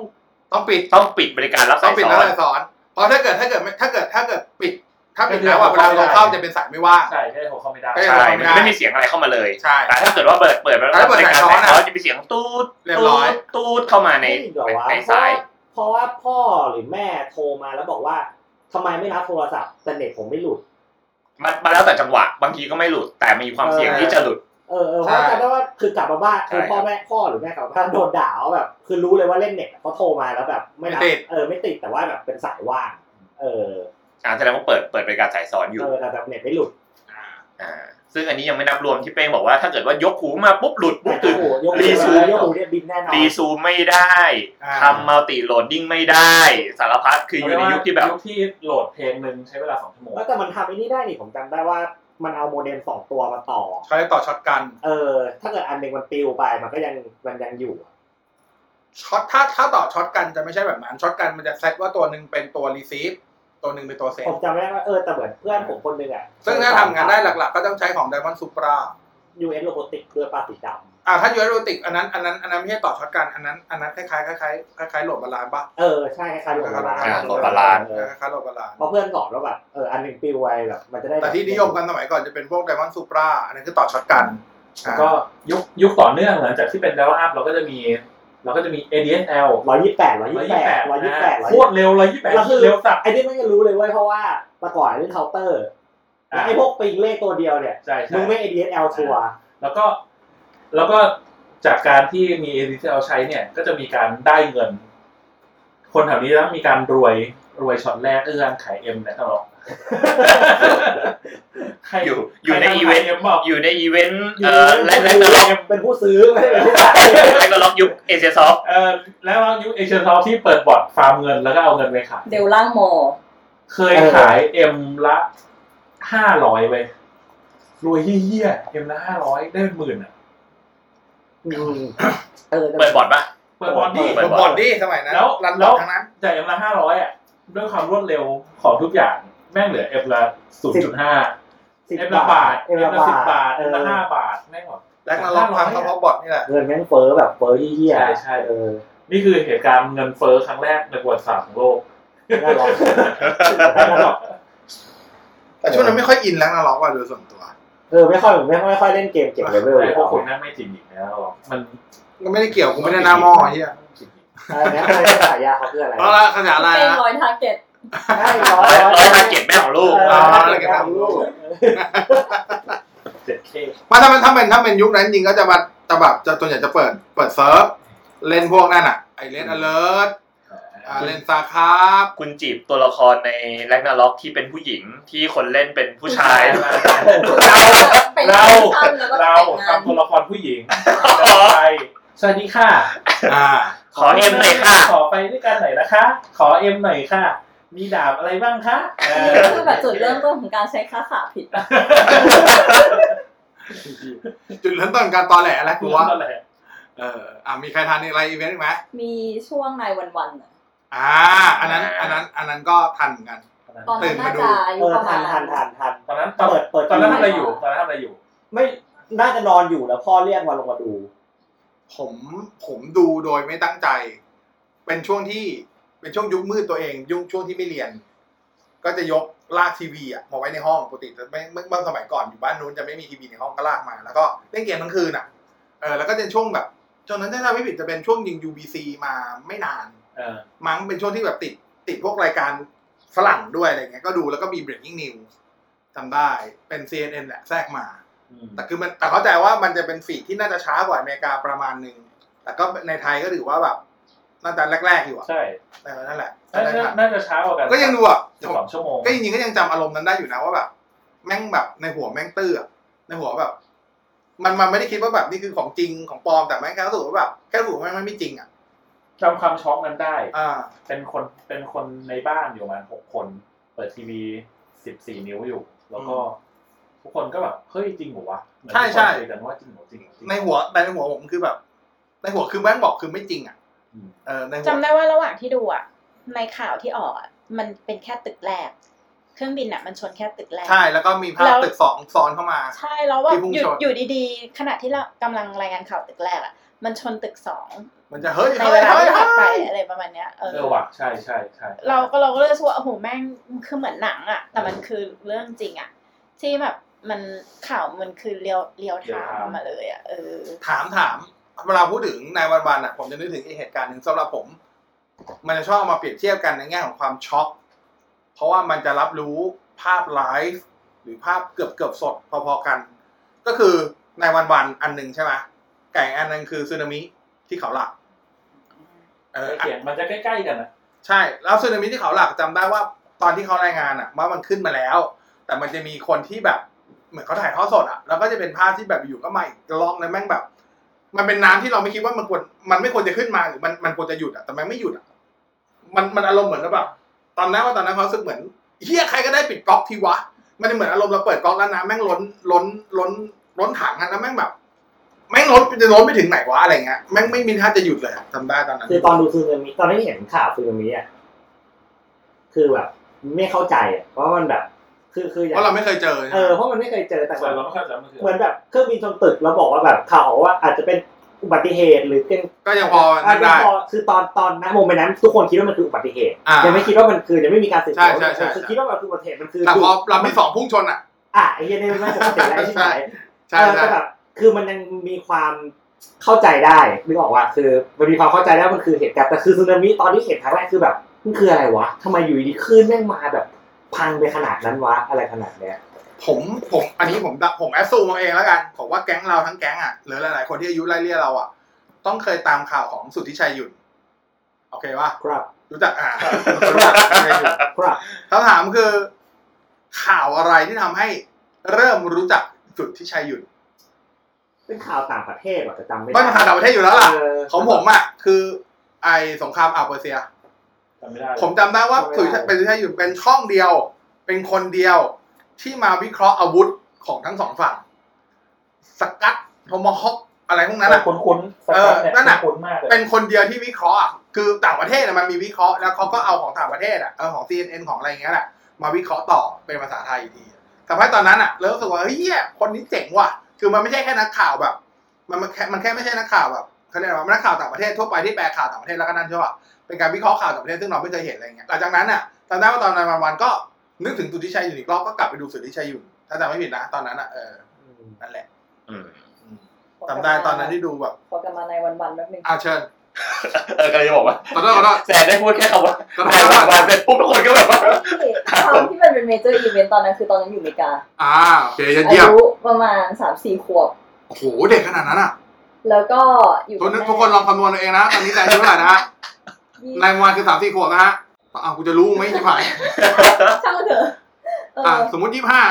Speaker 1: ต้องปิด
Speaker 3: ต้องปิดบริการรับ
Speaker 1: ต้อ
Speaker 3: สาง ย
Speaker 1: ปิด
Speaker 3: ซ้
Speaker 1: แล้ว
Speaker 3: อ
Speaker 1: น สอน เพราะถ้าเกิดถ้าเกิดไม่ถ้าเกิดถ้าเกิดปิด ถ้าปิดแล้วอ่ะเวลาเราเข้าจะเป็นสายไม่ว่าง
Speaker 4: ใช่ใช่โทรเข้าไม่ได้
Speaker 1: ก็ยัง
Speaker 3: ใช่
Speaker 1: ทำ
Speaker 3: มัน
Speaker 1: ไม่ได้
Speaker 3: จะไม่มีเสียงอะไรเข้ามาเลย
Speaker 1: ใช่
Speaker 3: แต่ถ้าเกิดว่าเปิดเปิดแล้ว
Speaker 1: ถ้าเปิด
Speaker 3: บริการ
Speaker 1: สายซ้อน
Speaker 3: สาย
Speaker 1: อะ
Speaker 3: ซ้อนจะมีเสียงตูด
Speaker 1: เรียบ
Speaker 3: ตู
Speaker 1: ร้อย
Speaker 3: ดตูดเข้ามาใน
Speaker 5: ไม่ดีกว่าวะ
Speaker 3: ในสาย
Speaker 5: เพราะว่าเพราะว่าพ่อหรือแม่โทรมาแล้วบอกว่าทำไมไม่รับโทรศัพท์แต่เน็ตผมไม่หลุด
Speaker 3: มันมันแล้วแต่จังหวะ บางทีก็ไม่หลุด แต่มีความเสี่ยงที่จะหลุด
Speaker 5: เออเออเพราะ
Speaker 1: ใช่
Speaker 5: จำได้ว่าคือกลับมาบ้าน
Speaker 3: ใช่
Speaker 5: คือพ่อแม่พ่อหรือแม่กลับมาบ้านโดนด่าว่าแบบ คือรู้เลยว่าเล่นเน็ตเขาะโทรมาแล้วแบบไม่รับ
Speaker 1: ไม่ติด
Speaker 5: เออไม่ติดแต่ว่าแบบเป็นสายว่าง เออ
Speaker 3: อ่าแสดงว่าเปิดเปิดบริการสายซ้อนอยู่
Speaker 5: เออแต่แบบเน็ตไม่หลุด
Speaker 3: อ่าซึ่งอันนี้ยังไม่นับรวมที่เป้งบอกว่าถ้าเกิดว่ายกหูมาปุ๊บหลุดปุ๊บ
Speaker 5: แต่
Speaker 3: ตื่น
Speaker 5: โอ้โหยก
Speaker 3: รี
Speaker 5: หู
Speaker 3: ซูม
Speaker 5: ยกหูเนี่ยบินแน่นอน
Speaker 3: รีซูมไม่ได้
Speaker 1: อ่า
Speaker 3: ทำมัลติโหลดดิ้งไม่ได้ สารพัดคืออยู่ในยุคที่แบบ
Speaker 4: ยุคที่โหลดเพลงหนึ่งใช้เวลาสองชั่วโมง
Speaker 5: แล้วแต่มันทำไอ้นี่ได้นี่ผมจำได้ว่ามันเอาโมเด็มสองตัวมาต่อ
Speaker 1: เขาจะต่อช็อตกัน
Speaker 5: เออ ถ้าเกิดอันหนึ่งมันปลิวไปมันก็ยังมันยังอยู่อะ
Speaker 1: ช็อตถ้าถ้าต่อช็อตกันจะไม่ใช่แบบนั้นช็อตกันมันจะเซตว่าตัวหนึ่งเป็นตัวรีซีฟตัวหนึ่งเป็นตัวเซ
Speaker 5: ผ
Speaker 1: น
Speaker 5: มจำไม่ได้ว่าเออแต่เหมือนเพื่อนผมคนหนึ่งอ่ะ
Speaker 1: ซึ่งถ้าทำงานได้หลักๆ ก็ต้องใช้ของไดมอนด์ซูปรา
Speaker 5: ยูเอสโลโกติกด้วยปลาสีด
Speaker 1: อ่าถ้ายูเอโรติกอันนั้นอันนั้นอันนั้นไม่ใช่ต่อช็อตกันอันนั้นอันนั้นคล้ายๆคล้ายๆคล้ายๆโหลดบาลานซ์ปะ
Speaker 5: ำเออใช่คล้ายๆโลโกลา
Speaker 1: อ่า
Speaker 5: น
Speaker 3: โลบาลาน
Speaker 5: เออ
Speaker 1: คล้ายๆโหลดบาลานซ์
Speaker 5: เพราะเพื่อนสอนว่าแบบเอออันหนึ่งปลิวไวแบบ มันจะได้
Speaker 1: แต่ที่นิยมกันสมัยก่อนจะเป็นพวกไดมอนด์ซูปราอันนั้นคือต่อช็อตกันอ่า
Speaker 4: ก็ยุคยุคต่อเนื่องหลังจากที่เป็น level up เราก็จะมี เราก็จะมี ADSL
Speaker 5: ร้อยยี่สิบแปดร้อยยี่สิบแปดร้อยยี่สิบแปด
Speaker 4: โคตรเร็วร้อยยี่สิบแปด
Speaker 5: แล้วคือ
Speaker 4: เร็วสับ
Speaker 5: ไอ้นี่ไม่รู้เลยเว้ยเพราะว่าแต่ก่อนเล่นเคาน์เตอร์
Speaker 4: อ่า
Speaker 5: ไอ้พวกปิงเลขตัวเดียวเนี่ย
Speaker 4: ใช่ใช่
Speaker 5: มึงไม่ ADSL ชัวร์
Speaker 4: แล้วก็แล้วก็จากการที่มี ADSL ใช้เนี่ย ก็จะมีการได้เงิน คนแถวนี้แล้วมีการรวยรวยช็อตแรกเอื้องขายเอ็มนะครับ หรอกใคร
Speaker 3: อยู่อยู่ในอีเวนต์
Speaker 4: ใครทำขาย M บอก
Speaker 3: อยู่ในอีเวนต์เอ่อและและตลก
Speaker 5: เป็นผู้ซื้อไม่ได้เป็นผู้ขาย
Speaker 3: และตลกยุคเอเชียซอฟ
Speaker 4: เออแล้วยุคเอเชียทอที่เปิดบอร์ดฟาร์มเงินแล้วก็เอาเงินไปขาย
Speaker 7: เดลล่างโม
Speaker 4: เคยขายเอ็มละห้าร้อยไปรวยเยี่ยๆเอ็มละห้าร้อยได้เป็นหมื่นอ่ะ
Speaker 5: อืมเออแต่
Speaker 3: เปิดบอร์ดป่ะ
Speaker 4: เปิดบอลดี้
Speaker 3: เปิด
Speaker 1: ผมบอดดี้สมัยนั้น
Speaker 4: แล้ว
Speaker 1: รัน
Speaker 4: แล้
Speaker 1: บอ
Speaker 4: ว
Speaker 1: ดทั้งนั้น
Speaker 4: จ่ายเอ็มละห้าร้อยอ่ะด้วยความรวดเร็วของทุกอย่าง แม่งเหลือเอ็มละศูนย์จุดห้า
Speaker 5: สิบ
Speaker 4: เอ็มละบาท
Speaker 5: เอ็
Speaker 4: เอ็
Speaker 5: ม
Speaker 4: ม
Speaker 5: ละ
Speaker 4: ละ
Speaker 5: บา
Speaker 4: สิ
Speaker 5: ท
Speaker 4: บบาท
Speaker 5: เอ
Speaker 4: เอ็ม
Speaker 5: อ
Speaker 4: ละห้าบาทแม่งแบบ
Speaker 1: แล็กนาล็อกพังก็เพราะบอดนี่แหละ
Speaker 5: เงินแม่งเฟ้อแบบเฟ้อเยี่ย
Speaker 4: ใช่ใช่
Speaker 5: เออ
Speaker 4: นี่คือเหตุการณ์เงินเฟ้อครั้งแรกในประวัติศาสตร์ของโลก
Speaker 5: น่ารัก
Speaker 1: แต่ช่วงนั้นไม่ค่อยอินแล็กนาล็อกว่ะโดยส่วนตัว
Speaker 5: เออไม่ค่อยไม่ค่อยไม่ค่อยเล่นเกมเก็บเลเวล
Speaker 4: แต่
Speaker 5: เลย
Speaker 4: พวกคุณนั่งไม่จริงอีกแล้วหรอกมัน
Speaker 1: ก็ไม่ได้เกี่ยวกูไม่ได้หน้าหม้ อเฮีย
Speaker 5: เออนะไม่ได้ฉายาเขาคืออะไร
Speaker 1: เอาละขยายอะไร
Speaker 7: เป็น
Speaker 1: นะ
Speaker 7: ร้อยทาร์เก็ต
Speaker 5: ใช่ร้
Speaker 3: ร้
Speaker 5: อ
Speaker 3: อย ยร้อยทาร์เก็ตแม่ของลูก
Speaker 5: เอ
Speaker 1: อ๋อ
Speaker 5: อ
Speaker 1: ร้
Speaker 5: ร้อ
Speaker 1: อย
Speaker 5: ย
Speaker 1: ทา
Speaker 5: ทา
Speaker 1: ร์
Speaker 5: ร์
Speaker 1: เก็
Speaker 5: เก็
Speaker 1: ต
Speaker 5: ต
Speaker 1: แม่
Speaker 5: แม่
Speaker 1: ข
Speaker 5: ข
Speaker 1: อ
Speaker 5: อง ง
Speaker 1: ลูก
Speaker 5: ลูก
Speaker 4: เจ็ดเค
Speaker 1: ว่าถ้ามันถ้าเป็นถ้าเป็นยุคนั้นจริงก็จะมาจะแบบจะตัวใหญ่จะเปิดเปิดเซิร์ฟเล่นพวกนั่นอ่ะไอเล่นอเลิร์อ่าเล่นซาคาบ
Speaker 3: คุณจีบตัวละครในแลกนาล็อกที่เป็นผู้หญิงที่คนเล่นเป็นผู้ชาย
Speaker 4: เรา
Speaker 7: สั้นๆแล้วก็
Speaker 4: เรา
Speaker 7: แต่งงาน
Speaker 4: ทำตัวละครผู้หญิง
Speaker 3: อ๋อ
Speaker 4: ไป สวัสดีค่ะ
Speaker 1: อ่า
Speaker 3: ขอเอ็มหน่อยค่ะ
Speaker 4: ขอไปด้วยกันหน่อยนะคะ ขอเอ็มหน่อยค่ะ มีดาบอะไรบ้างคะเอ
Speaker 7: อัน
Speaker 4: อ
Speaker 7: นี้คือแบบจุดเริ่มต้นของการใช้ค่าขาผิดอะ
Speaker 1: จุดเริ่มต้นการตอแหลแล้วกูว่า
Speaker 4: นั่นแหละ
Speaker 1: เอออ่ามีใครทานอะไรอีเวนต์อีกไหม
Speaker 7: มีช่วงนายวันวันๆอะ
Speaker 1: อ่า อันนั้นอันนั้นอันนั้นก็ทันเหมือนกัน
Speaker 7: ตอนนั้นน่าจะอายุ
Speaker 5: เออ
Speaker 7: ประมา
Speaker 5: ทั
Speaker 7: ณ
Speaker 5: นทันทันทัน
Speaker 4: ตอนนั้น
Speaker 5: เปิดเปิด
Speaker 4: ตอนนั้นทำอะไรอยู่ ตอนนั้นทำอะไรอยู่
Speaker 5: ไม่น่าจะนอนอยู่แล้วพ่อเรียกมาลงมาดู
Speaker 1: ผมผมดูโดยไม่ตั้งใจ เป็นช่วงที่เป็นช่วงยุคมืดตัวเอง ยุคช่วงที่ไม่เรียน ก็จะยกลากทีวีอะมาไว้ในห้องปกติจะไม่เมื่อเมื่อสมัยก่อนอยู่บ้านนู้นจะไม่มีทีวีในห้องก็ลากมา แล้วก็เล่นเกมทั้งคืนอ่ะเออแล้วก็จะช่วงแบบช่วงนั้นถ้าจำไม่ผิดจะเป็นช่วงยิง UBC มาไม่นาน
Speaker 4: เออ
Speaker 1: มั้งเป็นช่วงที่แบบติดติดพวกรายการฝรั่งด้วยอะไรเงี้ยก็ดูแล้วก็มี breaking news จำได้เป็น CNN แหละแทรกมา
Speaker 4: อืม
Speaker 1: แต่คือมันแต่เข้าใจว่ามันจะเป็นฝีดที่น่าจะช้ากว่าอเมริกาประมาณหนึ่งแต่ก็ในไทยก็ถือว่าแบบน่าจะแรกๆอยู่อะ
Speaker 4: ใช่
Speaker 1: เออนั่นแหละ
Speaker 4: น่าจะน่าจะช้ากว่ากัน
Speaker 1: ก็ยังดูอะ
Speaker 4: สิบสองชั่วโมง
Speaker 1: ก็จริงๆก็ยังจำอารมณ์นั้นได้อยู่นะว่าแบบแม่งแบบในหัวแม่งตื้ออะในหัวแบบ มันมันไม่ได้คิดว่าแบบนี่คือของจริงของปลอมแต่แม่งแค่รู้สึกว่าแบบแค่รู้สึกว่าแม่งไม่จริงอะ
Speaker 4: จำความช็อกนั้นได้
Speaker 1: อ่า
Speaker 4: เป็นคนเป็นคนในบ้านอยู่ประมาณหกคน เปิดทีวีสิบสี่นิ้วอยู่ แล้วก็ทุกคนก็แบบเฮ้ยจริงเหรอวะเหมือน
Speaker 1: ใช่ใช่
Speaker 4: ทุกคนคุยกันว่าจริงเหรอจริงเหรอจริง
Speaker 1: ใน
Speaker 4: เรอ
Speaker 1: หัวแต่ในหัวผมคือแบบ ในหัวคือแม่งบอกคือไม่จริงอ่ะ
Speaker 4: อืม
Speaker 1: เออในหัว
Speaker 2: จำได้ว่าระหว่างที่ดูอ่ะ ในข่าวที่ออกอะมันเป็นแค่ตึกแรก เครื่องบินอ่ะมันชนแค่ตึกแรก
Speaker 1: ใช่แล้วก็มีภาพ
Speaker 2: แล้ว
Speaker 1: ตึกสองซ้อนเข้ามา
Speaker 2: ใช่แล้วว่า
Speaker 1: ที่พุ่ง
Speaker 2: อยู่
Speaker 1: ชน
Speaker 2: อยู่ดีๆ ขณะที่เรากำลังรายงานข่าวตึกแรกอ่ะ มันชนตึกสอง
Speaker 1: มันจะเฮ้ย
Speaker 2: ใน
Speaker 1: เฮ้
Speaker 2: เวย ลา
Speaker 1: เฮ้ย
Speaker 2: ที่ถัดไป
Speaker 1: เฮ้ย
Speaker 2: อะไรประมาณเนี้ยเอ
Speaker 4: เอ
Speaker 2: อ
Speaker 4: อว่ะใช่ใช่ใช่
Speaker 2: เราก็เราก็เลยรู้สึกว่าโอ้โหแม่งคือเหมือนหนังอ่ะ แต่มันคือเรื่องจริงอ่ะ ที่แบบมันข่าวมันคือเรียวเรียวไท
Speaker 4: เรียลไทม์
Speaker 2: ม์มาเลยอ่ะเออ
Speaker 1: ถามถามเวลาพูดถึงนายวันวันอ่ะผมจะนึกถึงอีกเหตุการณ์หนึ่งสำหรับผม มันจะชอบเอามาเปรียบเทียบกันในแง่ของความช็อกเพราะว่ามันจะรับรู้ภาพไลฟ์หรือภาพเกือบเกือบสดพอๆกัน ก็คือนายวันวันอันหนึ่งใช่ไหมไก่อันหนึงคือสึนามิที่เขาหลักเออ
Speaker 4: ใกล้เขียนมันจะใกล้ๆกันนะ
Speaker 1: ใช่ แล้วสึนามิที่เขาหลักจำได้ว่าตอนที่เขารายงานอะว่ามันขึ้นมาแล้ว แต่มันจะมีคนที่แบบเหมือนเขาถ่ายทอดสดอะแล้วก็จะเป็นภาพที่แบบอยู่ก็มาอีกลอกแล้วแม่งแบบ มันเป็นน้ำที่เราไม่คิดว่ามันควรมันไม่ควรจะขึ้นมาหรือมันมันควรจะหยุดอะแต่มันไม่หยุดอะมันมันอารมณ์เหมือนกับแบบตอนนั้นว่าตอนนั้นเขารู้สึกเหมือนเฮียใครก็ได้ปิดก๊อกทีวะ มันจะเหมือนอารมณ์เราเปิดก๊อกแล้วน้ำแม่งล้นล้นล้นล้นถังอะแล้วแม่งแบบแม่ง ล้นจะล้นไปถึงไหนวะอะไรเงี้ยแม่งไม่มีท่าจะหยุดเลยอะจำได้ตอนนั้น
Speaker 5: คือตอนดูคือมันมีตอนที่เห็นข่าวคือมันมีอ่ะคือแบบ ไม่เข้าใจอ่ะเพราะมันแบบ คือคืออย่า
Speaker 1: เพ
Speaker 5: ง
Speaker 1: ราะเราไม่เคยเจอ
Speaker 5: เออเพราะมันไม่เคยเจอแต่แบ
Speaker 4: แต่
Speaker 5: บ
Speaker 4: เราไม่เข้าใจมันคือ
Speaker 5: เหมือนแบบเครื่องบินชนตึกแล้วบอกว่าแบบข่าวว่าอาจจะเป็นอุบัติเหตุหรือเป็น
Speaker 1: ก็ยังพอ
Speaker 5: อันนี้
Speaker 1: ได้
Speaker 5: พอคือตอนตอนนั้นโมเมนต์นั้นทุกคนคิดว่ามันคืออุบัติเหตุ
Speaker 1: อ่ายั
Speaker 5: ยังไม่คิดว่ามันคือยังไม่มีการสืบสวน
Speaker 1: ใช่ใช่ใช่
Speaker 5: คือคิดว่ามันคืออุบัติเหตุมันคือ
Speaker 1: แต่พอลำที่สองพุ่งชนอ่ะ
Speaker 5: อ่ะไอ้เหี้ยนี่มันไม่ปกติแล้วใช่ไหม
Speaker 1: ใช่
Speaker 5: เออ
Speaker 1: ใช่
Speaker 5: แต่แบบคือมันยังมีความเข้าใจได้นึกออกว่าคือมันมีความเข้าใจได้ว่ามันคือเหตุการณ์แต่คือซึนามิตอนที่เห็นครั้งแรกคือแบบมันคืออะไรวะทำไมอยู่ดีๆคลื่นแม่งมาแบบพังไปขนาดนั้นวะอะไรขนาดเนี้ย
Speaker 1: ผมผมอันนี้ผมผมแอสซูมเอาเองแล้วกันผมว่าแก๊งเราทั้งแก๊งอ่ะหรือหลายๆคนที่อายุไล่เลี่ยเราอ่ะ ต้องเคยตามข่าวของสุทธิชัยหยุ่นโอเคป่ะ
Speaker 5: ครับ
Speaker 1: รู้จักอ่า รู้จักสุทธิชัยหยุ่น
Speaker 5: ครับ
Speaker 1: คำถามคือ ข่าวอะไรที่ทำให้เริ่มรู้จักจุดที่ชัยหยุ่น
Speaker 5: เป็นข่าวต่างประเทศเหรอแต่จำไม่ได้
Speaker 1: บ้านข่าวต่างประเทศอยู่แล้วล่ะ
Speaker 5: เออ
Speaker 1: ของผมอ่ะคือ ไอสงครามอ่าวเปอร์เซีย
Speaker 4: จำไม่ได้
Speaker 1: ผมจำได้ว่า
Speaker 5: ไม่ได้
Speaker 1: สุดเป็นสุดที่ชัยหยุ่นเป็นช่องเดียว เป็นคนเดียวที่มาวิเคราะห์อาวุธของทั้งสองฝั่ง สกัดโทมฮอกอะไรพวกนั้นอ่ะ
Speaker 4: คุ้นๆสักพักเนี่ย
Speaker 1: เออนั่นน่ะ
Speaker 4: คุ้นๆมากเลย
Speaker 1: เป็นคนเดียวที่วิเคราะห์อะคือต่างประเทศน่ะมันมีวิเคราะห์แล้วเขาก็เอาของต่างประเทศอ่ะเออของ CNN ของอะไรอย่างเงี้ยแหละมาวิเคราะห์ต่อเป็นภาษาไทยอีกทีทำให้ตอนนั้นอ่ะเริ่มรู้สึกว่าเฮ้ยเหี้ยคนนี้เจ๋งว่ะ คือมันไม่ใช่แค่นักข่าวแบบ มันมันแค่มันแค่ไม่ใช่นักข่าวแบบเขาเรียกว่านักข่าวต่างประเทศทั่วไปที่แปลข่าวต่างประเทศแล้วก็นั่นใช่ป่ะเป็นการวิเคราะห์ข่าวต่างประเทศซึ่งเราไม่เคยเห็นอะไรเงี้ยหลังจากนั้นอ่ะจำได้ว่าตอนนั้นวันๆก็นึกถึงสุทธิชัยอยู่อีกรอบก็กลับไปดูสุทธิชัยอยู่ถ้าจำไม่ผิดนะตอนนั้นอ่ะเออนั่นแหละ
Speaker 3: อืม
Speaker 1: อืมจำได้ตอนนั้นที่ดูแบบ
Speaker 7: พอกันมาในวันๆแป๊บนึง
Speaker 1: อ้าวเชิญ
Speaker 3: เออกำลังจะบอกว่า
Speaker 1: ขอโทษขอโทษ
Speaker 3: แซนได้พูดแค่คำว่า
Speaker 1: ขอโท
Speaker 3: แซ
Speaker 1: ษขอโทษ
Speaker 3: นวันเสร็จปุ๊บทุกคนก็แบบว่า
Speaker 7: ตอนที่มันเป็นเมเจอร์อีเวนต์ตอนนั้นคือตอนนั้นอยู่อเมริกา
Speaker 1: อ่าโอเคยอด
Speaker 7: อา
Speaker 1: เยี่ยม
Speaker 7: ยุประมาณสามสี่ขวบ
Speaker 1: โอ้โหเด็กขนาดนั้นอ่ะ
Speaker 7: แล้วก็อยู่
Speaker 1: ทุก
Speaker 7: แม่
Speaker 1: ทุกคนลองคำนวณเอาเองนะตอนนี้แต่อายุเท่าไหร่นะฮะ
Speaker 7: ยี่
Speaker 1: นายวันคือสามสี่ขวบนะฮะอ้าวกูจะรู้ไหมที่ผ่าน
Speaker 7: ช่างมันเถอะเออ
Speaker 1: อ่า
Speaker 7: อ่ะ
Speaker 1: สมมติยี่ห้า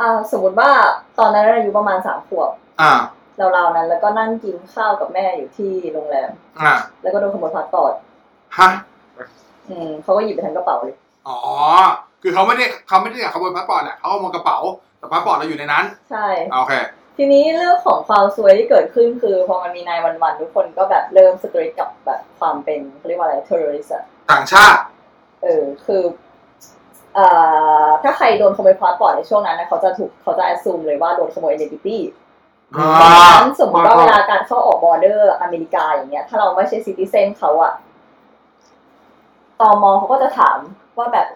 Speaker 7: อ่ะสมมติว่าตอนนั้นอายุประมาณสามขวบ
Speaker 1: อ่า
Speaker 7: เราวๆนั้น แล้วก็นั่งกินข้าวกับแม่อยู่ที่โรงแรม
Speaker 1: อ่า
Speaker 7: แล้วก็โดนขโมยพาสปอร์ต
Speaker 1: ฮะ
Speaker 7: อืมเขาก็หยิบไปทั้งกระเป๋าเลย
Speaker 1: อ๋อคือเขาไม่ได้เขาไม่ได้อยากขโมยพาสปอร์ตแหละเขาขโมยกระเป๋าแต่พาสปอร์ตเราอยู่ในนั้น
Speaker 7: ใช่
Speaker 1: อ่าโอเค
Speaker 7: ทีนี้เรื่องของความซวยที่เกิดขึ้นคือพอมันมีนายวันๆทุกคนก็แบบเริ่มสตรีทกับแบบความเป็นเขาเรียกว่าอะไรเทอร์ริสอะ
Speaker 1: ต่างชาติ
Speaker 7: เออคือเอ่อถ้าใครโดนขโมยพาสปอร์ตในช่วงนั้นนะเขาจะถูกเขาจะแอดซูมเลยว่าโดนขโมย i d เ n น i ิตี้
Speaker 1: อ่า
Speaker 7: นั้นสมมติว่าเวลาการเข้าออกบอร์เดอร์อเมริกาอย่างเงี้ยถ้าเราไม่ใช่ซิติเซนเขาอะตอมอเขาก็จะถามว่าแบบ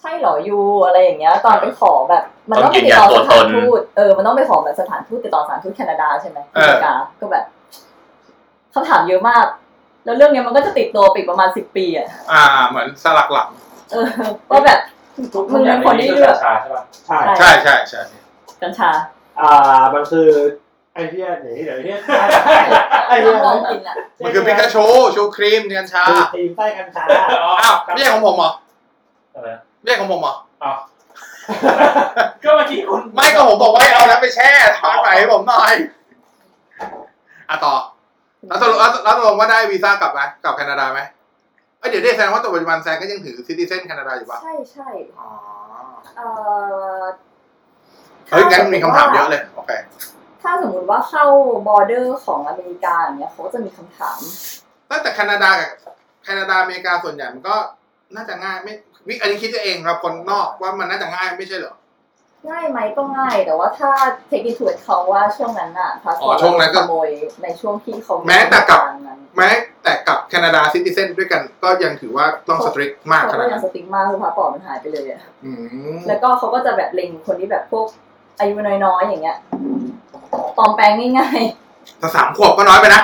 Speaker 7: ใช่เหรอยูอะไรอย่างเงี้ย ตอนไปขอแบบ มันต้องไปติดต่อสถานทูตเออมันต้องไปขอแบบสถานทูตติดต่อสถานทูตแคนาดาใช่ไหมอเมริกาก็แบบคำถามเยอะมาก แล้วเรื่องเนี้ยมันก็จะติดตัวไปอีกประมาณสิบปีอะ
Speaker 1: อ่าเหมือนสลักหลัง
Speaker 7: เออว่าแบบ
Speaker 4: ทุกทุกอย่างในนี้คือชาใช่ป่ะ
Speaker 5: ใช่
Speaker 1: ใช่ใช่ใช่
Speaker 7: กัญชา
Speaker 5: อ่ามันคือไอ้เหี้ยไหนเดี๋ยวเหี้ ยไอ้เหี้ย
Speaker 7: ต้องลองกินอะ
Speaker 1: มันคือพิกาชูชูครีมเนียนชา
Speaker 5: คือทีมใต้กัญชา
Speaker 1: อ้าวไม่ใช่ของผมเหรอ
Speaker 4: อะไร นะ
Speaker 1: ไม่ใช่ของผมเหรอ
Speaker 4: อ้าวก็เมื่อกี้คุณ
Speaker 1: ไม่ก็ผมบอกว่าให้เอาแล้วไปแช่ทานไหนผมหน่อยอ่ะต่อ แล้วตกลงแล้วแล้วตกลงว่าได้วีซ่ากลับไหมกลับแคนาดาไหมเอ้ยเดี๋ยวได้แสดงว่าตัวปัจจุบันแซงก็ยังถือซิติเซนแคนาดาอยู่ปะ
Speaker 7: ใช่ใช่
Speaker 1: อ๋อ
Speaker 7: เอ่อ
Speaker 1: เฮ้ยงั้นมีคำถามเยอะเลยโอเค
Speaker 7: ถ้าสมมติว่าเข้าบอร์เดอร์ของอเมริกาอย่างเนี้ยเขาก็จะมีคำถาม
Speaker 1: ตั้งแต่แคนาดากับแคนาดาอเมริกาส่วนใหญ่มันก็น่าจะง่ายไม่วิอันนี้คิดเองครับคนนอกว่ามันน่าจะง่ายไม่ใช่เหรอ
Speaker 7: ง่ายไหมก็ง่าย แต่ว่าถ้าเทคนิคถูกเขาว่าช่วงนั้นอะพาสป
Speaker 1: อ๋
Speaker 7: อร์
Speaker 1: อ
Speaker 7: ต
Speaker 1: ช่วงนั้นก็
Speaker 7: ขโมยในช่วงที่เขา
Speaker 1: แม้แต่กับ
Speaker 7: ทำงานนั้น
Speaker 1: แม้แต่กับแคนาดาซิติเซนด้วยกันก็ยังถือว่าต้องสตริกมากข
Speaker 7: เขา
Speaker 1: นา
Speaker 7: ก็
Speaker 1: ด
Speaker 7: ยั
Speaker 1: นั้
Speaker 7: ง
Speaker 1: น
Speaker 7: สติ๊กมากคือพาสปอร์ตมันหายไปเลยอะ
Speaker 1: อืม
Speaker 7: แล้วก็เขาก็จะแบบเล็งคนที่แบบพวกอายุน้อยๆอย่างเงี้ยปลอมแปลงง่าย
Speaker 1: ถ้าสามขวบก็น้อยไปนะ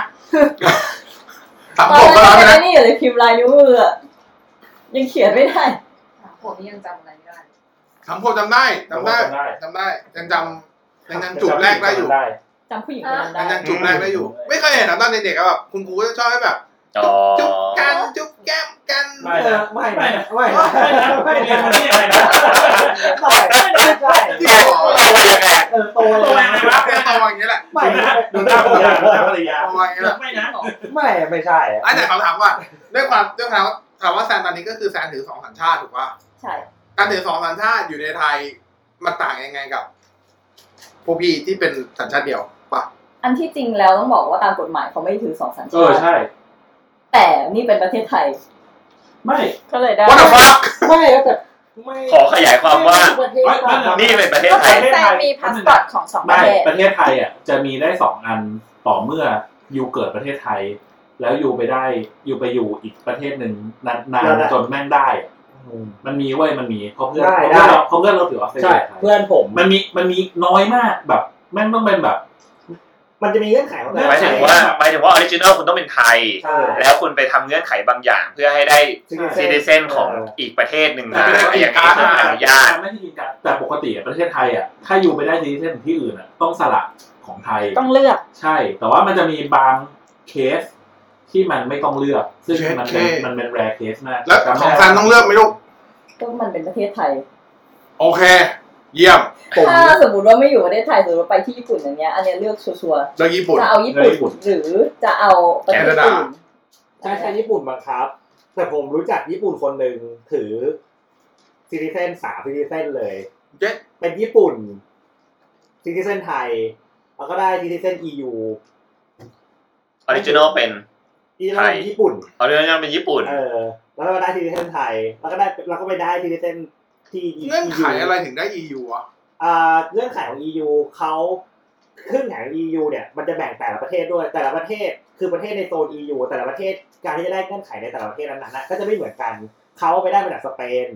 Speaker 1: สาม
Speaker 7: ๆต
Speaker 1: ข
Speaker 7: อน
Speaker 1: วบก็น้
Speaker 7: นั้
Speaker 1: อน ยไปนะ
Speaker 7: ยังไม่นี่อยู่เลยพิมพ์ลายนิ้วมืออะยังเขียนไม่ได้
Speaker 6: ผมนี่ยังจำอะไรไม่ได้
Speaker 1: สามขวบจำได้จำได้
Speaker 4: จำได้
Speaker 1: จำได้ยังจำยังจำจูบแรกได้อยู่
Speaker 7: จำผู้หญิงคน
Speaker 1: ยั
Speaker 7: นั้น
Speaker 1: ง
Speaker 7: ได้
Speaker 1: ยังจุ๊บแรกได้อยู่ ไม่เคยเห็นนะตอนเด็กๆอะแบบคุณครูก็ชอบให้แบบ
Speaker 3: อ๋
Speaker 1: จุ๊
Speaker 3: อ
Speaker 1: บจุ๊บกันจุ๊บแก้มกัน
Speaker 4: ไม่
Speaker 5: ไม่นะไม่นะไม่นะ
Speaker 4: ไม่ไม่นะไม่เรียนมาได้ยังไงนะ
Speaker 1: ที่หอ
Speaker 3: เราไปยังไง
Speaker 5: เออโตเลยนะ
Speaker 1: เป็นตัวอย่างนี้แหละ
Speaker 5: ไม่นะ
Speaker 4: ดูหน้าผมยาวดูหน้าภรรยา
Speaker 1: ตัวอย่างนี้แหละ
Speaker 4: ไม่นะ
Speaker 5: ไม่ไม่ใช่อะ
Speaker 1: อันแต่เขาถามว่าด้วยความด้วยความถามว่าแซนตอนนี้ก็คือแซนถือสองสัญชาติถูกป่ะ
Speaker 7: ใช่
Speaker 1: การถือสองสัญชาติอยู่ในไทยมันต่างยังไงกับพวกพี่ที่เป็นสัญชาติเดียวป่ะ
Speaker 7: อันที่จริงแล้วต้องบอกว่าตามกฎหมายเขาไม่ถือสองสัญ
Speaker 8: เอ
Speaker 7: ชา
Speaker 8: อ
Speaker 7: ติ
Speaker 8: ใช่
Speaker 7: แต่นี่เป็นประเทศไทย
Speaker 4: ไม่
Speaker 2: ก็เลยได้
Speaker 1: What the fuck
Speaker 5: ไม่แต่ไม่
Speaker 3: ขอขยายความว่า
Speaker 5: ประเทศ
Speaker 4: ไม่ไม่ะ
Speaker 3: นี่เป็นประเทศ
Speaker 2: ก็
Speaker 3: ไท
Speaker 2: คื
Speaker 3: ย
Speaker 2: อแซนมีพาสปอร์ตของสองป
Speaker 4: ไม่
Speaker 2: ระเทศ
Speaker 4: ประเทศไทยอ่ะจะมีได้สองอันต่อเมื่ออยู่เกิดประเทศไทย แล้วอยู่ไปได้อยู่ไปอยู่อีกประเทศหนึ่งนานๆจนแม่งได้อะ
Speaker 5: อืม
Speaker 4: มันมีเว้ยมันมีเพราะเพื่อน
Speaker 5: ได้
Speaker 4: เพ
Speaker 5: ได้
Speaker 4: ราะเพื่อนเราเพราะเพื่อนเราถือออสเตร
Speaker 5: ใช่
Speaker 4: เลียไทย
Speaker 5: เพื่อนผม
Speaker 4: มันมีมันมีน้อยมากแบบแม่งต้องเป็นแบบ
Speaker 5: มันจะมีเงื่อนไขว่า
Speaker 3: หมายถึงว่าหมายถึงว่าออริจินอลคุณต้องเป็นไทย
Speaker 5: ใช่
Speaker 3: แล้วคุณไปทำเงื่อนไขบางอย่าง เพื่อให้ได้
Speaker 5: ใช่
Speaker 3: ซิติเซนของ
Speaker 5: เ
Speaker 3: อีกประเทศหนึ่ง
Speaker 1: แต่
Speaker 3: มา
Speaker 1: ไม่ได้
Speaker 3: อย่างนี้
Speaker 1: ติด
Speaker 3: เพื่
Speaker 1: ตาม
Speaker 3: ออนุญาต
Speaker 4: ไม่ได้กินกันแต่ปกติอะประเทศไทยอ่ะถ้าอยู่ไปได้ซีเซนที่อื่นอ่ะต้องสละของไทย
Speaker 2: ต้องเลือก
Speaker 4: ใช่ แต่ว่ามันจะมีบางเคสที่มันไม่ต้องเลือก ซึ่งมันเป็น
Speaker 1: เคส
Speaker 4: มันเป็นแรเคสมาก
Speaker 1: แล้วของแซนต้องเลือกไหมลูก
Speaker 7: ก็มันเป็นประเทศไทย
Speaker 1: โอเค เยี่ยม
Speaker 5: ผม
Speaker 7: ถ้าสมมติว่าไม่อยู่ประเทศไทยสมมติว่าไปที่ญี่ปุ่นอย่างเงี้ย อันเนี้ยเลือกชัวร์
Speaker 1: เลือกญี่ปุ่น
Speaker 7: ๆจะเอาญี่ปุ่นหรือจะเอาประเทศ
Speaker 1: แคนาดา
Speaker 7: อื่น
Speaker 5: ใช่ใช่ญี่ปุ่นบังคับ แต่ผมรู้จักญี่ปุ่นคนหนึ่งถือซิติเซนสามซิติเซนเลย
Speaker 1: เจ๊
Speaker 5: เป็นญี่ปุ่นซิติเซนไทย แล้วก็ได้ซิติเซนยู
Speaker 3: ออริจินอลเป็น
Speaker 5: ที่ได้ญี่ปุ่น
Speaker 3: ออริจินอลเป็นญี่ปุ่น
Speaker 5: เออ แล้วก็ได้ซิติเซนไทย แล้วก็ได้แล้วก็ไปได้ซิติเซนที่ EU
Speaker 1: เงื่อนไขอะไรถึงได้ EU อ่ะ
Speaker 5: อ่าเงื่อนไขของ EU เขาขึ้นแผน EU เนี่ยมันจะแบ่งแต่ละประเทศด้วยแต่ละประเทศคือประเทศในโซน EU แต่ละประเทศการที่จะได้เงื่อนไขในแต่ละประเทศนั้นๆนะก็จะไม่เหมือนกันเขาไปได้มาจากสเปน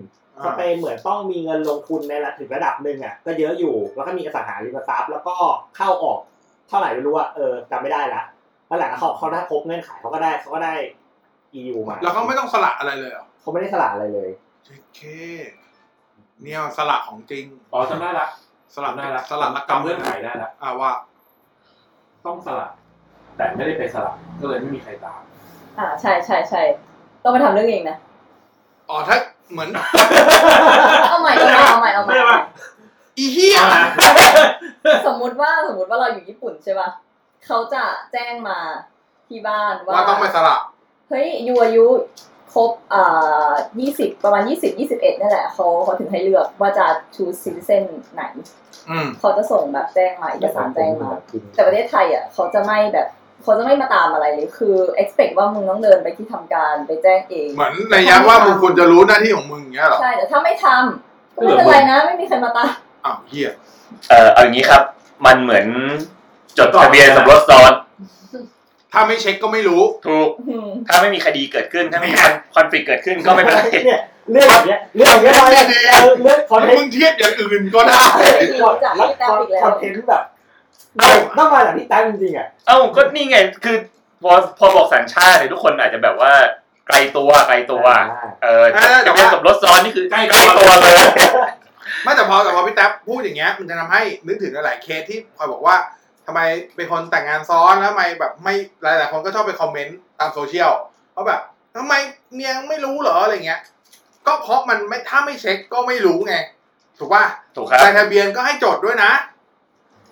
Speaker 5: สเปนเหมือนต้องมีเงินลงทุนในระถึงระดับหนึ่งอ่ะก็เยอะอยู่ แล้วก็มีอสังหาริมทรัพย์แล้วก็เข้าออกเท่าไหร่ไม่รู้ว่าเออจำไม่ได้ละแล้วหลังเขาเขาได้ครบเงื่อนไขเขาก็ได้เขาก็ได้ EU มา
Speaker 1: แล้วเขาไม่ต้องสละอะไรเลยเหรอ
Speaker 5: เขาไม่ได้สละอะไรเลย
Speaker 1: เจ๊เคเนี่ยสละของจริง
Speaker 4: อ๋อจำได้ละ
Speaker 1: สละ
Speaker 4: จำได้ละ
Speaker 1: สละนักกรรม
Speaker 4: จำเงื่อนไขได้ละ
Speaker 1: อ่าว่า
Speaker 4: ต้องสละแต่ไม่ได้ไปสละก็เลยไม่มีใครตาม
Speaker 7: อ่าใช่ใช่ใช่ต้องไปทำเรื่องเองนะ
Speaker 1: อ๋อถ้าเหมือน
Speaker 7: เอาใหม่เอาใหม่เอาใหม่เอาใหม่
Speaker 8: ไม่ได้ปะ
Speaker 1: อีเหี้ย
Speaker 7: สมมุติว่าสมมุติว่าเราอยู่ญี่ปุ่นใช่ป่ะเขาจะแจ้งมาที่บ้านว่า
Speaker 1: ว่าต้องไปสละ
Speaker 7: เฮ้ยยูอายุครบอ่ายี่สิบประมาณยี่สิบยี่สิบเอ็ดนั่นแหละเขาเขาถึงให้เลือกว่าจะชูซิติเซนไหน
Speaker 1: อืม
Speaker 7: เขาจะส่งแบบแจ้งมาเอกสารแจ้งมา แต่ประเทศไทยอ่ะเขาจะไม่แบบเขาจะไม่มาตามอะไรเลยคือ expect ว่ามึงต้องเดินไปที่ทำการไปแจ้งเอง
Speaker 1: เหมือนในยามว่ามึงควรจะรู้หน้าที่ของมึงอย่างเงี้ยเหรอ
Speaker 7: ใช่แต่ถ้าไม่ทำก็ไม่เป็นไรนะ ไม่มีใครมาตาม
Speaker 1: อ้าวเหี้ย
Speaker 3: เออเอาอย่างนี้ครับ มันเหมือนจดทะเบียนสมรสซ้อน
Speaker 1: ถ้าไม่เช็คก็ไม่รู้
Speaker 3: ถูก ถ้าไม่มีคดีเกิดขึ้น ถ้าไม่มีคอนฟ lict เกิดขึ้นก็ไม่เป็นไร
Speaker 5: เนี่ยเรื่องแบบเนี้ยเรื่องแบบเนี้ยเราเนี่ยเออเรื่องคอนเทน
Speaker 1: มึ
Speaker 5: ต์
Speaker 1: งเทียบอย่างอื่นก็ได้
Speaker 7: รู้จักพี่แต้วอีกแล้ว
Speaker 5: คอนเทนต์แบบต้องมาจากพี่แต้วจริงๆอ่ะ
Speaker 3: เอ้าก็นี่ไงคือพอพอบอกสัญชาติเนี่ยทุกคนอาจจะแบบว่าไกลตัวไกลตัว เออ
Speaker 1: เออแต่
Speaker 3: จะ
Speaker 1: ว่า
Speaker 3: เป็นสมรสซ้อนนี่คือ
Speaker 4: ใกล้ตัว
Speaker 3: ใกล้ตัวเลย
Speaker 1: ไม่แต่พอแต่พอพี่แท็บพูดอย่างเงี้ยมันจะทำให้นึกถึงหลายๆเคสที่คอยบอกว่าทำไมเป็นคนแต่งงานซ้อนแล้วทำไมแบบไม่หลาย ๆ คนก็ชอบไปคอมเมนต์ตามโซเชียลว่าแบบทำไมเมียไม่รู้เหรออะไรเงี้ย ก็เพราะมันไม่ถ้าไม่เช็คก็ไม่รู้ไง ถูกป่ะ
Speaker 3: ถูกครับ
Speaker 1: ใบทะเบียนก็ให้จดด้วยนะ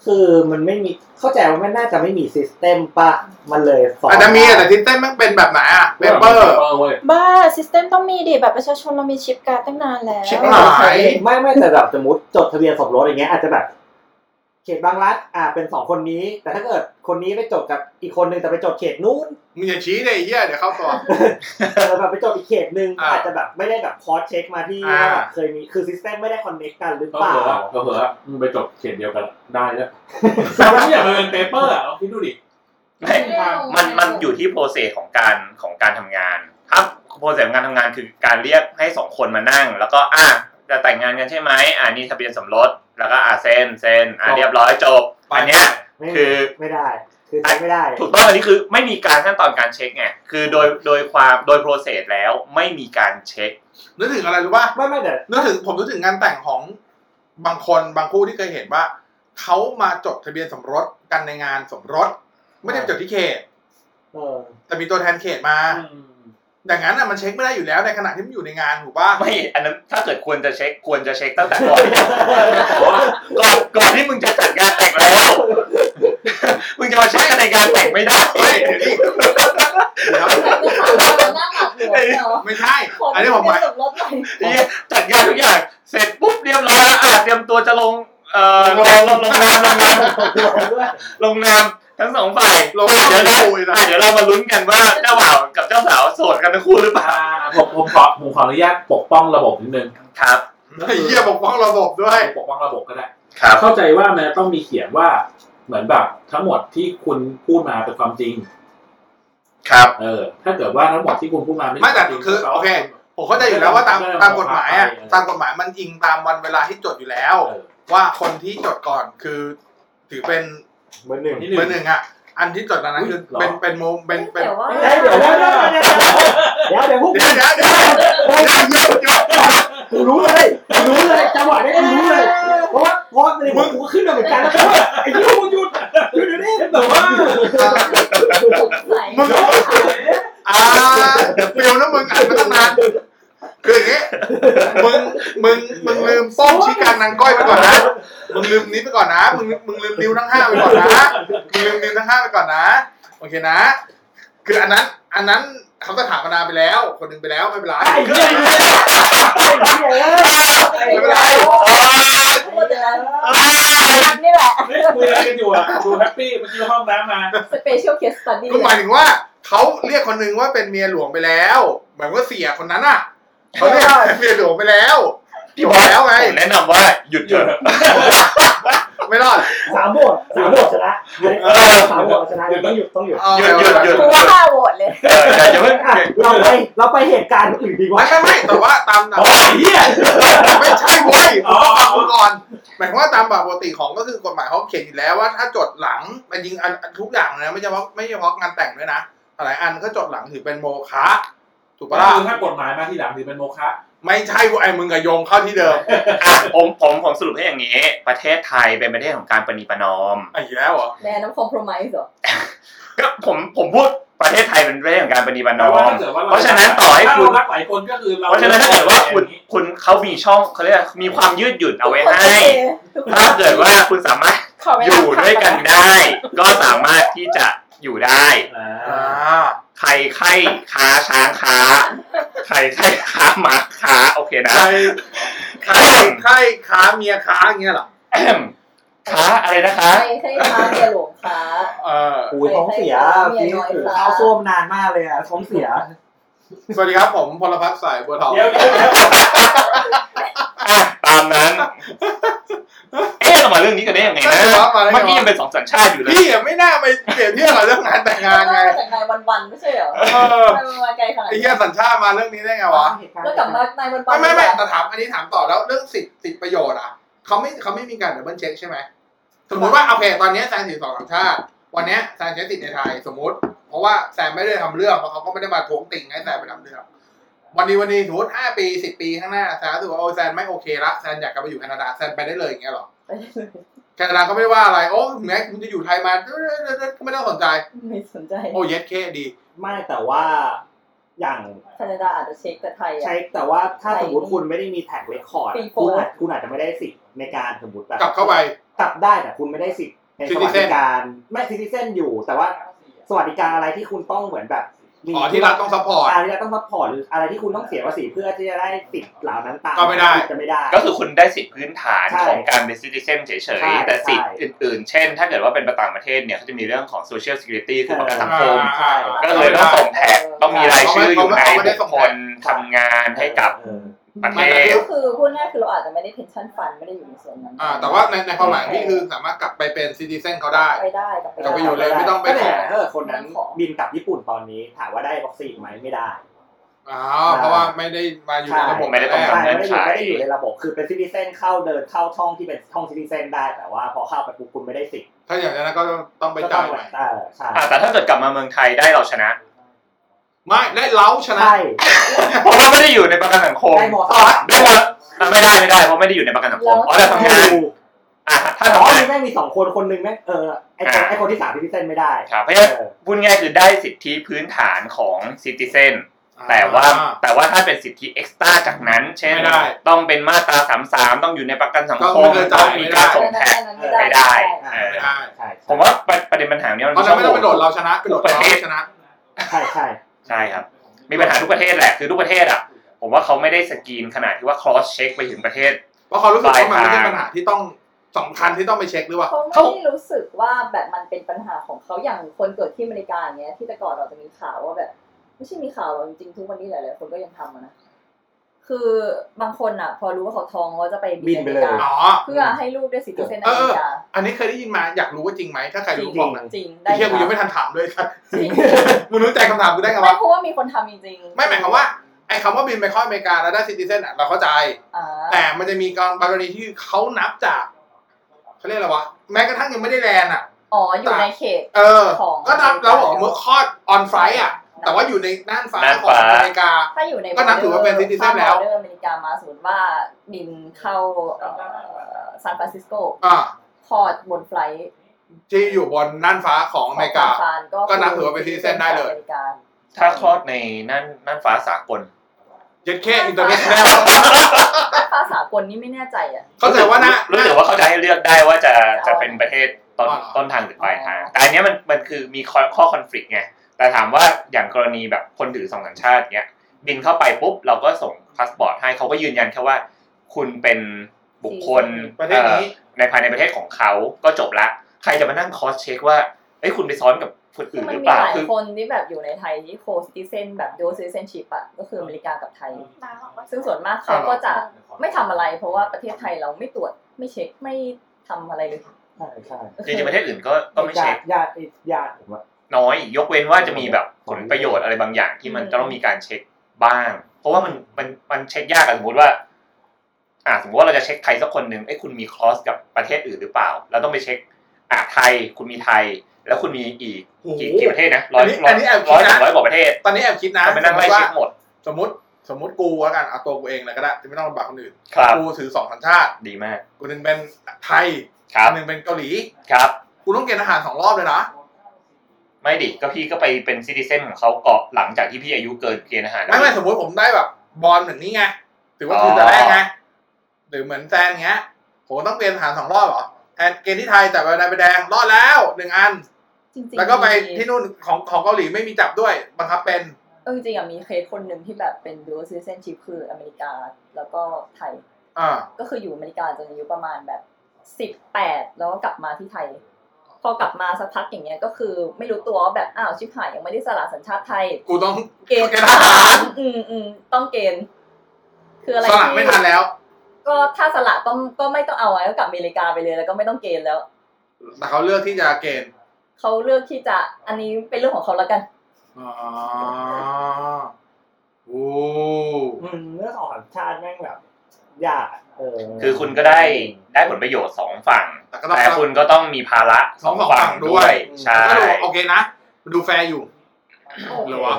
Speaker 5: คือมันไม่มีเข้าใจว่ามันน่าจะไม่มีซิสเต็มปะมันเลยสอน
Speaker 1: อาจจะมีแต่ทิสเต้นมันเป็นแบบไหนอะเปเปอร์
Speaker 4: เว้ย
Speaker 2: บ้าซิสเต็มต้องมีดิแบบประชาชนเรามีชิปการ์ดตั้งนานแล้ว
Speaker 1: ชิป
Speaker 5: ไม่
Speaker 1: หาย
Speaker 5: ไม่ไม่แต่แบบสมมติจดทะเบียนสมรสอย่างเงี้ยอาจจะแบบ เขตบางรัฐอ่าเป็นสองคนนี้ แต่ถ้าเกิดคนนี้ไปจดกับอีกคนนึงแต่ไปจดเขตนู้น
Speaker 1: มึงอย่าชี้เลยไอ้เหี้ยเดี๋ยวเข้าตัว
Speaker 5: เออแบบไปจดอีกเขตนึง
Speaker 1: อ่า
Speaker 5: อาจจะแบบไม่ได้แบบคอร์สเช็คมาที่
Speaker 1: อ่า
Speaker 5: ว่าแบบเคยมีคือซิสเต็มไม่ได้คอนเนคกันหรือ
Speaker 4: ก็
Speaker 5: เปล่า
Speaker 4: เผื่อก็เผื่อมึงไปจบเขียนเดียวกันได้แล้วแต่ถ้าอยากไปเป็นเปเปอร์อ่ะลองคิดดูดิ
Speaker 3: ไม่ มันมันอยู่ที่โปรเซสของการของการทำงาน ถ้าโปรเซสของการทำงานคือการเรียกให้สองคนมานั่ง แล้วก็อ่ะจะแต่งงานกันใช่ไหมอ่านี่ทะเบียนสมรส แล้วก็อ่ะเซ็นเซ็นอ่ะ
Speaker 5: จบ
Speaker 3: เรียบร้อยจบ อันเนี้ย
Speaker 5: ไม่
Speaker 3: คือ
Speaker 5: ไม่ได้ คือใช้ไม่ได้
Speaker 3: ถูกต้องอันนี้คือไม่มีการขั้นตอนการเช็คไง คือโดยโดยความโดยโปรเซสแล้วไม่มีการเช็ค
Speaker 1: นึกถึงอะไรรู้ป่ะ
Speaker 5: ไม่ไม่แต่
Speaker 1: นึกถึงผมนึกถึงงานแต่งของบางคนบางคู่ที่เคยเห็นว่าเขามาจดทะเบียนสมรสกันในงานสมรส ไม่ได้จดที่เขต
Speaker 5: เออ
Speaker 1: แต่มีตัวแทนเขตมาดังนั้นอ่ะมันเช็คไม่ได้อยู่แล้วในขณะที่มันอยู่ในงานถูกป่ะ
Speaker 3: ไม่ อันนั้นถ้าเกิดควรจะเช็คควรจะเช็ค ตั้งแต่ก่อน ก่อนก่อนที่มึงจะจัดงานแต่งแล้ว มึงจะมาเช็คกันในงานแต่งไม่ได้
Speaker 1: เดี๋ยว
Speaker 7: ไม่ถามว่าเราหน้าหักหัวเหรอ
Speaker 1: ไม่ใช่
Speaker 7: คน
Speaker 1: อันนี้ผมหมาย
Speaker 7: จะสมรสไหม
Speaker 3: เนี่ยจัดงานทุกอย่างเสร็จปุ๊บเรียบร้อยแล้วอ่ะเตรียมตัวจะลงเอ่อลงลงลงนามลงนามลงนาม ทั้งสองฝ่าย
Speaker 1: ลง
Speaker 3: อ่ะเดี๋ยวเรา
Speaker 1: คุยนะ
Speaker 3: อ่ะเดี๋ยวเรามาลุ้นกันว่าเจ้าบ่าวกับเจ้าสาวโสดกันทั้งคู่หรือเปล่า
Speaker 8: ผมผมขอผมขออนุญาตปกป้องระบบนิดนึง
Speaker 3: ครับ
Speaker 1: ไอ้เหี้ยปกป้องระบบด้วย
Speaker 8: ปกป้องระบบก็ได้
Speaker 3: ครับ
Speaker 8: เข้าใจว่ามันต้องมีเขียนว่าเหมือนแบบทั้งหมดที่คุณพูดมาเป็นความจริง
Speaker 3: ครับ
Speaker 8: เออ ถ้าเกิดว่าทั้งหมดที่คุณพูดมา
Speaker 1: ไม่แต่คื
Speaker 8: วามจ
Speaker 1: อ
Speaker 8: ริง
Speaker 1: โอเค ผมเข้าใจอยู่แล้วว่าตามตามกฎหมายอ่ะตามกฎหมายมันอิงตามวันเวลาที่จดอยู่แล้ว
Speaker 8: เออ
Speaker 1: ว่าคนที่จดก่อนคือถือเป็น
Speaker 9: เบอร์หนึ่ง
Speaker 8: ที่ห
Speaker 1: เบอ
Speaker 8: นึ่ง
Speaker 1: ร์หนึ่งอ่ะ อันที่จดตอนนั้นคือ
Speaker 8: เหรอ
Speaker 1: เป็นเป็นโมเป็นเป็น
Speaker 7: แต่ว่า
Speaker 5: เฮ้ยเดี๋ยวเดี๋ยวเดี๋ยวเดี๋ยวเดี๋ยวเดี๋ยวพวก
Speaker 1: เดี๋ยวเดี๋ยวเดี๋ยวเดี๋ยวเดี๋ยวเดี๋ยว
Speaker 5: กูรู้เลยกูรู้เลยจังหวะนี้กูรู้เลยเพราะว่าเพราะว่าในหัวกูก็ขึ้นมาเหมือนกันแล้วกูว่าไอ้ที่มึงหยุดหยุดเดี๋ยวนี้แต่ว่า
Speaker 1: มึงอ่าเดี๋ยวเปรี้ยวนะมึงอ่านมาตั้งนานคืออย่างงี้มึงมึงมึงลืมโป้งชี้กลางนางก้อยไปก่อนนะมึงลืมนี้ไปก่อนนะมึงมึงลืมนิ้วทั้งห้าไปก่อนนะมึงลืมนิ้วทั้งห้าไปก่อนนะโอเคนะ คืออันนั้น อันนั้นเขาสถาปนาไปแล้ว คนหนึ่งไปแล้วไม่เป็นไรไม่เป็นไรไม่เป็นไร
Speaker 7: พูดเลยนะอันนี่แหละ
Speaker 4: นี่คุยอะไรกันอยู่อ่ะดูแฮปปี้เมื่อกี้เข้าห้องน้ำมา
Speaker 7: special case study
Speaker 1: ก็หมายถึงว่าเขาเรียกคนหนึ่งว่าเป็นเมียหลวงไปแล้วหมายว่าเสียคนนั้นอ่ะเขาเรียกเมียหลวงไปแล้วที่บอกแล้วไง
Speaker 3: ผมแนะนำว่าหยุดเถอะ
Speaker 1: ไม่รอด
Speaker 5: สามบทสามบทชนะสามบทชนะต้องหยุดต้องหยุด
Speaker 1: เอา
Speaker 3: หยุ
Speaker 1: ไม่
Speaker 3: ดหยุดหยุด
Speaker 7: กูว่าห้าโหวตเลย
Speaker 3: เอออย่าอย่าเพิ่ง
Speaker 5: เราไปเราไปเหตุการณ์อื่นดีกว่า
Speaker 1: ไม่ไม่แต่ว่าตามหลัก
Speaker 4: โอ้ยเฮีย
Speaker 1: ไม่ใช่เว้ย
Speaker 4: อ๋อ
Speaker 1: ต้องฟังกูก่อนหมายความว่าตามแบบปกติของก็คือกฎหมายเขาเขียนอยู่แล้วว่าถ้าจดหลังมันยิงอันอันทุกอย่างเลยนะไม่เฉพาะไม่เฉพาะงานแต่งด้วยนะหลายอันก็จดหลังถือเป็นโมฆะถูกปะล่ะ
Speaker 4: คือถ้ากฎหมายมาที่หลังถือเป็นโมฆะ
Speaker 1: ไม่ใช่เว้ยไอ้มึงกับโยงเข้าที่เดิม
Speaker 3: อ่ะ ผมผมผมสรุปให้อย่างนี้ ประเทศไทยเป็นประเทศของการประนีประนอม
Speaker 1: ไอ้เหี้ยแล้วเหรอ
Speaker 7: แนนต้อง compromise เหรอ
Speaker 3: ก็ผมผมพูดประเทศไทยเป็นประเทศของการประนีประน
Speaker 4: แต่
Speaker 3: อ
Speaker 4: ว่าม ถ้าเกิดว่า
Speaker 3: เพราะฉะนั้นต่อให้
Speaker 4: ถ้า
Speaker 3: คุณ
Speaker 4: เรารักหลายคนก็คือเรา
Speaker 3: เพราะฉะนั้นถ้าเกิดว่าคุณคุณเขามีช่องเขาเรียกว่ามีความยืดหยุ่นเอาไว้ให้ ถ้าเกิดว่าคุณสามารถ
Speaker 2: ขอเวลา
Speaker 3: อยู่ด้วยกันได้ ก็สามารถที่จะอยู่ได้
Speaker 4: อ่า
Speaker 1: อ่า
Speaker 3: ใครไข้ค้าช้าง ค้า ใครไข้ค้าหมาค้าโอเคนะ
Speaker 1: ใครใครใครค้าเมียค้าอย่างเงี้ยเหรอ
Speaker 3: ค้าอะไรนะคะ
Speaker 7: ใช่ใช่ค้าเมียหลวงค้า
Speaker 1: เออ
Speaker 5: โอ้ยท้องเสียพี่หูข้าวส้วมนานมากเลยอ่ะท้องเสีย
Speaker 1: สวัสดีครับผมพลพัฒน์สายบัวทอง
Speaker 4: เดี๋ยวเดี๋ยวเดี๋ยว
Speaker 3: อ่ะตามนั้น เอ๊ะเรามาเรื่องนี้กันได้ยังไงนะเมื่อกี้ยังเป็นสองสัญชาติอยู่เลย
Speaker 1: พี่อะไม่น่าไปเปรียบเทียบกับเรื่องงานแต่งงานไง
Speaker 7: จากนายวันวันๆไม่ใช่เหรอ
Speaker 1: เออ
Speaker 7: ทำไมมาไกลขนาด
Speaker 1: ไอ้
Speaker 7: นี้
Speaker 1: เหี้ยสัญชาติมาเรื่องนี้ได้ไงวะ
Speaker 7: แล้วกลับมานายวันวั
Speaker 1: ไม่
Speaker 7: น
Speaker 1: ไม่ไม่
Speaker 7: ดีกว่า
Speaker 1: แต่ถามอันนี้ถามต่อแล้วเรื่องสิทธิสิทธิประโยชน์อ่ะเขาไม่เขาไม่มีการดับเบิลเช็คใช่ไหมสมมติว่าโอเคตอนเนี้ยแซนถือสองสัญชาติ วันเนี้ยแซนใช้สิทธิ์ในไทยสมมติ เพราะว่าแซนไม่ได้ทำเรื่องเพราะเขาก็ไม่ได้มาทวงติ่งให้แซนไปทำเรื่องวันนี้วันนี้สมมติห้าปีสิบปีข้างหน้าแซนรู้สึกว่าโอ้แซนไม่โอเคละแซนอยากกลับไปอยู่แคนาดาแซนไปได้เลยอย่างเงี้ยเหรอแคนาดาก็ไม่ได้ว่าอะไรโอ้ถึงแม้คุณจะอยู่ไทยมาเรื่อยๆๆก็ไม่ต้องสนใจ
Speaker 7: ไม่สนใจ
Speaker 1: โอ้เย็ดเคดี
Speaker 5: ไม่แต่ว่าอย่าง
Speaker 7: แคนาดาอาจจะเช็คแต่ไทย
Speaker 5: ใช้
Speaker 7: อ่ะ
Speaker 5: แต่ว่าถ้าสมมติคุณไม่ได้มีแท็กเรคคอร์ด
Speaker 7: ปีโป้
Speaker 5: คุณอาจคุณอาจจะไม่ได้สิทธิ์ในการสมมติแบบ
Speaker 1: กลับเข้าไป
Speaker 5: กลับได้แต่คุณไม่ได้สิทธิ์ในส
Speaker 1: Citizen
Speaker 5: วัสดิการไม่ซิติเซนอยู่ แต่ว่าสวัสดิการอะไรที่คุณต้องเหมือนแบบมี
Speaker 1: อ๋อที่รัฐต้องซัพพอร์ต
Speaker 5: อะไรที่รัฐต้องซัพพอร์ตหรืออะไรที่คุณต้องเสียภาษีเพื่อที่จะได้สิทธิ์เหล่านั้นตาม
Speaker 1: ก็ไม่ได้
Speaker 5: จะไม่ได้
Speaker 3: ก็คือคุณได้สิทธิพื้นฐาน
Speaker 5: ใช่
Speaker 3: ของการเป็นซิติเซนเฉ
Speaker 5: ใช่
Speaker 3: ยๆ แต่สิทธิ์
Speaker 5: ใช่
Speaker 3: อื่นๆ เช่น ถ้าเกิดว่าเป็นต่างประเทศเนี่ยเขาจะมีเรื่องของ Social Security คือประกันสังคม
Speaker 1: อ่าๆๆ
Speaker 3: ก็เลยต้องส่งแท็กต้องมีรายชื่ออยู่ในบุคคลทำงานให้กับ
Speaker 5: เออ
Speaker 3: ประเทศ
Speaker 7: ก็คือพูดง่ายคือเราอาจจะไม่ได้ pension fund ไม่ได้อยู่ในส่วนนั้น
Speaker 1: อ่าแต่ว่าในในความหมายพี่คือสามารถกลับไปเป็นซิติเซนเขาได้
Speaker 7: ไปได้กลับ
Speaker 1: กลับไปอยู่เลยไม่ต้องไป
Speaker 5: ก็เนี่ยถ้าเกิดคนนั้นบินกลับญี่ปุ่นตอนนี้ถามว่าได้วัคซีนไหมไม่ได้
Speaker 1: อ๋อเพราะว่าไม่ได้มาอยู่ในระบบ
Speaker 3: ไม่ได้ต้อง
Speaker 1: แร
Speaker 3: กา
Speaker 1: ก
Speaker 5: ใช่ไม่ได้อยู่ไม่ได้อยู่ในระบบคือเป็นซิติเซนเข้าเดินเข้าช่องที่เป็นช่องซิติเซนได้แต่ว่าพอเข้าไปปุ๊บคุณไม่ได้สิทธิ์
Speaker 1: ถ้าอย่างนั้นก็ต้องไป
Speaker 5: ก็ต้
Speaker 1: จ่า
Speaker 5: อง
Speaker 1: ยใหม่
Speaker 5: เออใช่
Speaker 3: อ่ะแต่ถ้าเกิดกลับมาเมืองไทยได้เราชนะ
Speaker 1: ไม่ได้เล้าชนะ
Speaker 5: ใช่
Speaker 3: เพราะว่าไม่ได้อยู่ในประกันสังคม
Speaker 5: ได้หมด
Speaker 1: ต่อ
Speaker 3: ได้หมดอ่ะไม่ได้ไม่ได้เพราะไม่ได้อยู่ในประกันสังคมอ๋อแต่ทำงานอ่ะถ้า
Speaker 5: อ๋อง
Speaker 3: ทำาน
Speaker 5: มีแม่งมีสองคนคนหนึ่งแม่งเออไอคน
Speaker 3: อ่า
Speaker 5: ไอคนที่สามซิติเซนไม่ได้
Speaker 3: ครับเพราะ
Speaker 5: เอ
Speaker 3: ฉะนั้น
Speaker 5: อ
Speaker 3: พูดง่ายคือได้สิทธิพื้นฐานของซิติเซน แต่ว่า
Speaker 1: อ่
Speaker 3: แต่ว่าถ้าเป็นสิทธิเอ็กซ์ตร้าจากนั้น เช่น
Speaker 1: ไม่ได้
Speaker 3: ต้องเป็นมาตราสามสามต้องอยู่ในประกันสังค
Speaker 1: ก็
Speaker 3: ม
Speaker 1: ไม่เคยจ่าย
Speaker 3: ต้องมีการส่งแทน ไม่ได้
Speaker 5: อ่า
Speaker 1: ไม่ได้
Speaker 5: ใช่
Speaker 3: ผมว่าประประเด็นปัญหาเนี้ยมัน
Speaker 1: เพราะฉะนั้นไม่ต้องไปโดด
Speaker 3: ห
Speaker 1: เราชนะไปโดด
Speaker 3: ประ
Speaker 1: เรา
Speaker 3: เทศ
Speaker 1: ชนะ
Speaker 5: ใช่ใช่
Speaker 3: ใช่ครับ มีปัญหาทุกประเทศแหละคือทุกประเทศอ่ะ ผมว่าเขาไม่ได้สกรีนขนาดที่ว่า cross check ไปถึงประเทศ
Speaker 1: เพราะเขารู้สึกว่ามัน
Speaker 3: ปลาย
Speaker 1: ไม่
Speaker 3: ทาง
Speaker 1: ใช่ปัญหาที่ต้องเฉ สำคัญที่ต้องไปเช็คหรือเปล่า
Speaker 7: เขา
Speaker 1: เขา
Speaker 7: ไม่ได้รู้สึกว่าแบบมันเป็นปัญหาของเขาอย่างคนเกิดที่อเมริกาอย่างเงี้ยที่แต่ก่อนเราจะมีข่าวว่าแบบ ไม่ใช่มีข่าวหรอกจริงๆทุกวันนี้หลายๆคนก็ยังทำอะนะคือบางคนอ่ะ พอรู้ว่าเขาท้องก็จะไป
Speaker 5: บินไปเลย
Speaker 7: อมริกา
Speaker 1: อ๋อ
Speaker 7: เพื่อให้ลูกได้สิทธิเซนอ
Speaker 1: เออ
Speaker 7: เมริกา
Speaker 1: อันนี้เคยได้ยินมาอยากรู้ว่าจริงไหมถ้าใครรู้บอกนะ
Speaker 7: จริงได้
Speaker 1: ไอ้เฮีย
Speaker 7: ไห
Speaker 1: กู
Speaker 7: ม
Speaker 1: ยังไม่ทันถามเลย ครับ
Speaker 7: จริง
Speaker 1: มึงรู้ใจคำถามกูได้ไง
Speaker 7: ไม่
Speaker 1: วะ
Speaker 7: เพราะว่ามีคนทำจริงๆ
Speaker 1: ไม่หมายความว่าไอ้คำว่าบินไปเข้าอเมริกาแล้วได้ซิติเซนอ่ะเราเข้าใจ
Speaker 7: อ่า
Speaker 1: แต่มันจะมีกรณีที่เขานับจากเขาเรียกอะไรวะแม้กระทั่งยังไม่ได้แลนด์อ่ะ
Speaker 7: อ๋ออยู่ในเขต
Speaker 1: เออ
Speaker 7: ของ
Speaker 1: ก็นับแล้วเหรอเมื่อคลอดออนไฟอ่ะ แต่ว่าอยู่ในน่านฟ้า
Speaker 3: น่าน
Speaker 1: ของ
Speaker 3: ฟ้า
Speaker 1: อเมริกา
Speaker 7: ถ้าอยู่ใน
Speaker 1: ก็นับถือว่าเป็น citizen แล้ว
Speaker 7: เดอร์อเมริกามาสมมติว่าบินเข้าเอ่อซานฟรานซิสโก
Speaker 1: อ่า
Speaker 7: พอร์ตบนไฟลท์
Speaker 1: ที่อยู่บนน่านฟ้าของอเมริกา
Speaker 7: ซนฟน
Speaker 1: ก็นับถือว่าเป็น citizen ได้เลย
Speaker 7: อมริกา
Speaker 3: ถ้าคลอดในนั่นนั่นฟ้าสากล
Speaker 1: เจ็ดแค่อินเตอร์เน็ตแนล
Speaker 7: ภาษากลนี่ไม่แน่ใจอ่ะ
Speaker 1: เข้าใจว่าน่า
Speaker 3: รู้สึกว่าเขาจะให้เลือกได้ว่าจะจะเป็นประเทศต้น
Speaker 1: อ๋อ
Speaker 3: ต้นทางหรือปลายทาง แต่อันเนี้ยมันมันคือมีข้อข้อคอน FLICT ไง แต่ถามว่าอย่างกรณีแบบคนถือสองสัญชาติเนี้ยบินเข้าไปปุ๊บ เราก็ส่งพาสปอร์ตให้เขาก็ยืนยันแค่ว่า คุณเป็นบุคคล
Speaker 1: ประเทศนี้
Speaker 3: อ่อในภายในประเทศของเขาก็จบละ ใครจะมานั่งคอสเช็คว่าเอ้ยคุณไปซ้อนกับคน
Speaker 7: คื
Speaker 3: อื่
Speaker 7: อน มั
Speaker 3: ห
Speaker 7: น
Speaker 3: รือ
Speaker 7: มี
Speaker 3: เปล่า
Speaker 7: หลาย
Speaker 3: คือ
Speaker 7: คนที่แบบอยู่ในไทยที่โคซิติเซนแบบดูซิติเซนชิพอ่ะก็คืออเมริกากับไทย ซึ่งส่วนมากเขาก็จะไม่ทำอะไร เพราะว่าประเทศไทยเราไม่ตรวจไม่เช็คไม่ทำอะไรเลย
Speaker 5: ใช่ใช่
Speaker 3: จริงๆประเทศอื่นก็ก็ไม่เช็ค
Speaker 5: ญาติญาติผมอะ
Speaker 3: น้อย ยกเว้นว่าจะมีแบบผลประโยชน์อะไรบางอย่างที่มัน
Speaker 7: อืม
Speaker 3: จะต้องมีการเช็คบ้าง เพราะว่ามันมันมันเช็คยากอะสมมติว่า อ่าสมมติว่าเราจะเช็คใครสักคนหนึ่งไอ้ยคุณมีคลอสกับประเทศอื่นหรือเปล่า เราต้องไปเช็ค อ่าไทยคุณมีไทย แล้วคุณมีอีก
Speaker 1: โอ้โห
Speaker 3: กี่กี่ประเทศนะร้อย
Speaker 1: อันนี้อันนี้
Speaker 3: ร้อย
Speaker 1: แอบคิ
Speaker 3: ร้อ
Speaker 1: ด
Speaker 3: ย
Speaker 1: นะ
Speaker 3: ถึงร้อยกว่าประเทศ
Speaker 1: ตอนนี้แอบคิดนะ
Speaker 3: จะไปนั่งไล่
Speaker 1: ว่า
Speaker 3: เช็คหมด
Speaker 1: สมมติสมมติกูแล้วกันเอาตัวกูเองเลยก็ได้จะไม่ต้องลำบากคนอื่น
Speaker 3: ครับ
Speaker 1: กูถือสองสัญชาติ
Speaker 3: ดีมาก
Speaker 1: กูหนึ่งเป็นไทย
Speaker 3: ครับ
Speaker 1: หนึ่งเป็นเกาหลี
Speaker 3: ครับ
Speaker 1: กูต้องเกณฑ์อาหารสองรอบเลยนะ
Speaker 3: ไม่ดิก็พี่ก็ไปเป็นซิติเซนของเขาเกาะหลังจากที่พี่อายุเกินเกณฑ์อาหารแล้ว
Speaker 1: ไม่ไม่
Speaker 3: พี่
Speaker 1: สมมติผมได้แบบบอลเหมือนนี้ไงถือว่าคือแต่แรกไงหรือเหมือนแซนเงี้ยผมต้องเกณฑ์อาหารสองรอบเหรอแอนเกณฑ์ที่ไทยจับใบแดงใบแดงรอดแล้วหนึ่งอัน
Speaker 7: จริงๆ
Speaker 1: แล้วก็ไป
Speaker 7: มี
Speaker 1: ที่นู่นของของเกาหลีไม่มีจับด้วยบังคับเป็น
Speaker 7: เออจริงๆอ่ะมีเคสคนหนึ่งที่แบบเป็นดูซิติเซนชิพคืออเมริกาแล้วก็ไทย
Speaker 1: อ่า
Speaker 7: ก็คืออยู่อเมริกาจนอายุประมาณแบบสิบแปดแล้วก็กลับมาที่ไทย พอกลับมาสักพักอย่างเงี้ยก็คือไม่รู้ตัวว่าแบบอ้าวชิบหายยังไม่ได้สละสัญชาติไทย
Speaker 1: กูต้อง
Speaker 7: เกณฑ์
Speaker 1: เกณฑ์ทหาร
Speaker 7: อืมอืมต้องเกณฑ์ คืออะไร
Speaker 1: สลับไม่ทันแล้ว
Speaker 7: ก็ถ้าสละก็ก็ไม่ต้องเอาไว้ก็กลับอเมริกาไปเลยแล้วก็ไม่ต้องเกณฑ์แล้ว
Speaker 1: แต่เขาเลือกที่จะเกณฑ์
Speaker 7: เขาเลือกที่จะอันนี้เป็นเรื่องของเขาแล้วกัน
Speaker 1: อ๋อโอ้
Speaker 5: อืมเรื่องของสัญชาติแม่งแบบยากอะเออ
Speaker 3: คือคุณก็ได้ได้ผลประโยชน์สองฝั่ง
Speaker 1: แต่ก็ต้อง
Speaker 3: แต่คุณก็ต้องมีภาระ
Speaker 1: สองฝั่งด้วย
Speaker 3: ใช่
Speaker 1: ก็ดูโอเคนะดูแฟร์อยู่ หรือวะ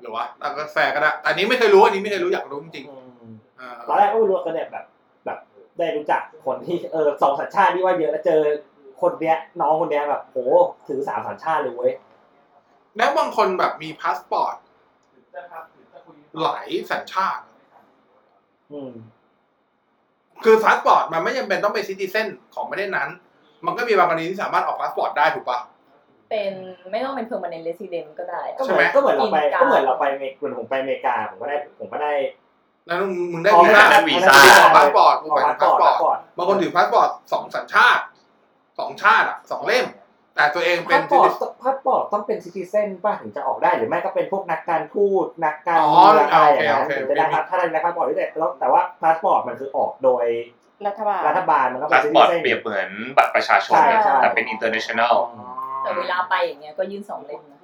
Speaker 1: หรือวะแล้วก็แฟร์ก็ได้แต่อันนี้ไม่เคยรู้อันนี้ไม่เคยรู้อยากรู้จริงๆเออ
Speaker 5: ตอนแรกก็ไม่รู้กันเนี่ยแบบ แบบได้รู้จักคนที่เออสองสัญชาติที่ว่าเยอะแล้วเจอคนเนี้ยน้องคนเนี้ยแบบโหถือสามสัญชาติเลยเว้ย
Speaker 1: แล้วบางคนแบบมีพาสปอร์ตหลายสัญชาติ
Speaker 5: อืม
Speaker 1: คือพาสปอร์ตมันไม่จำเป็นต้องเป็นซิติเซนของประเทศนั้น มันก็มีบางกรณีที่สามารถออกพาสปอร์ตได้ถูกปะ
Speaker 7: เป็นไม่ต้องเป็น permanent resident ก็ได้
Speaker 5: ก็
Speaker 1: ใช่
Speaker 5: เหมื
Speaker 1: ไหม
Speaker 5: อนก็เหมือนเราไป
Speaker 7: อินการ
Speaker 5: ก็เหมือนเราไปเมกเหมือนผมไปอเมริกาผมก็ได้ผมก็ได้
Speaker 1: แล้วมึงได้
Speaker 5: ออก
Speaker 1: วีซ่า
Speaker 3: ได้วีซ่า
Speaker 1: ออกพาสปอร์ตกู
Speaker 5: ออก
Speaker 1: ไป
Speaker 5: พา
Speaker 1: ถึ
Speaker 5: ส
Speaker 1: ง
Speaker 5: ป
Speaker 1: พา
Speaker 5: อ
Speaker 1: ส
Speaker 5: ร์ต
Speaker 1: ปอร์ต
Speaker 5: พาสปอร์ต
Speaker 1: บางคนถือพาสปอร์ตสองสัญชาติสองชาติอ่ะสองเล่ม แต่ตัวเองเป็
Speaker 5: พาน สปอร์ตพาสปอร์ตต้องเป็นซิติเซนป่ะถึงจะออกได้หรือไม่ก็เป็นพวกนักการทูตนักการ
Speaker 1: อ๋อ
Speaker 5: เมืองอะ
Speaker 1: โอ
Speaker 5: ไรอ
Speaker 1: เค
Speaker 5: ย่า
Speaker 1: โอ
Speaker 5: ง
Speaker 1: เคโอเค
Speaker 5: เงี้ยถึงจะได้พาสถ้าได้พาสปอร์ตที่แต่แล้วแต่ว่าพาสปอร์ตมันคือออกโดย
Speaker 2: รัฐบาล
Speaker 5: รัฐบาลมันก็
Speaker 3: พา
Speaker 5: เป็น
Speaker 3: สป
Speaker 5: ซิติ
Speaker 3: อร์ต
Speaker 5: เซน
Speaker 3: เปรียบเหมือนบัตรประชาชน
Speaker 5: ใช่
Speaker 3: นะ
Speaker 5: ใช่
Speaker 3: แต่เป็น international
Speaker 5: อ๋อ
Speaker 7: แต่เวลาไปอย่างเงี้ยก็ยื่นสองเล่มนะ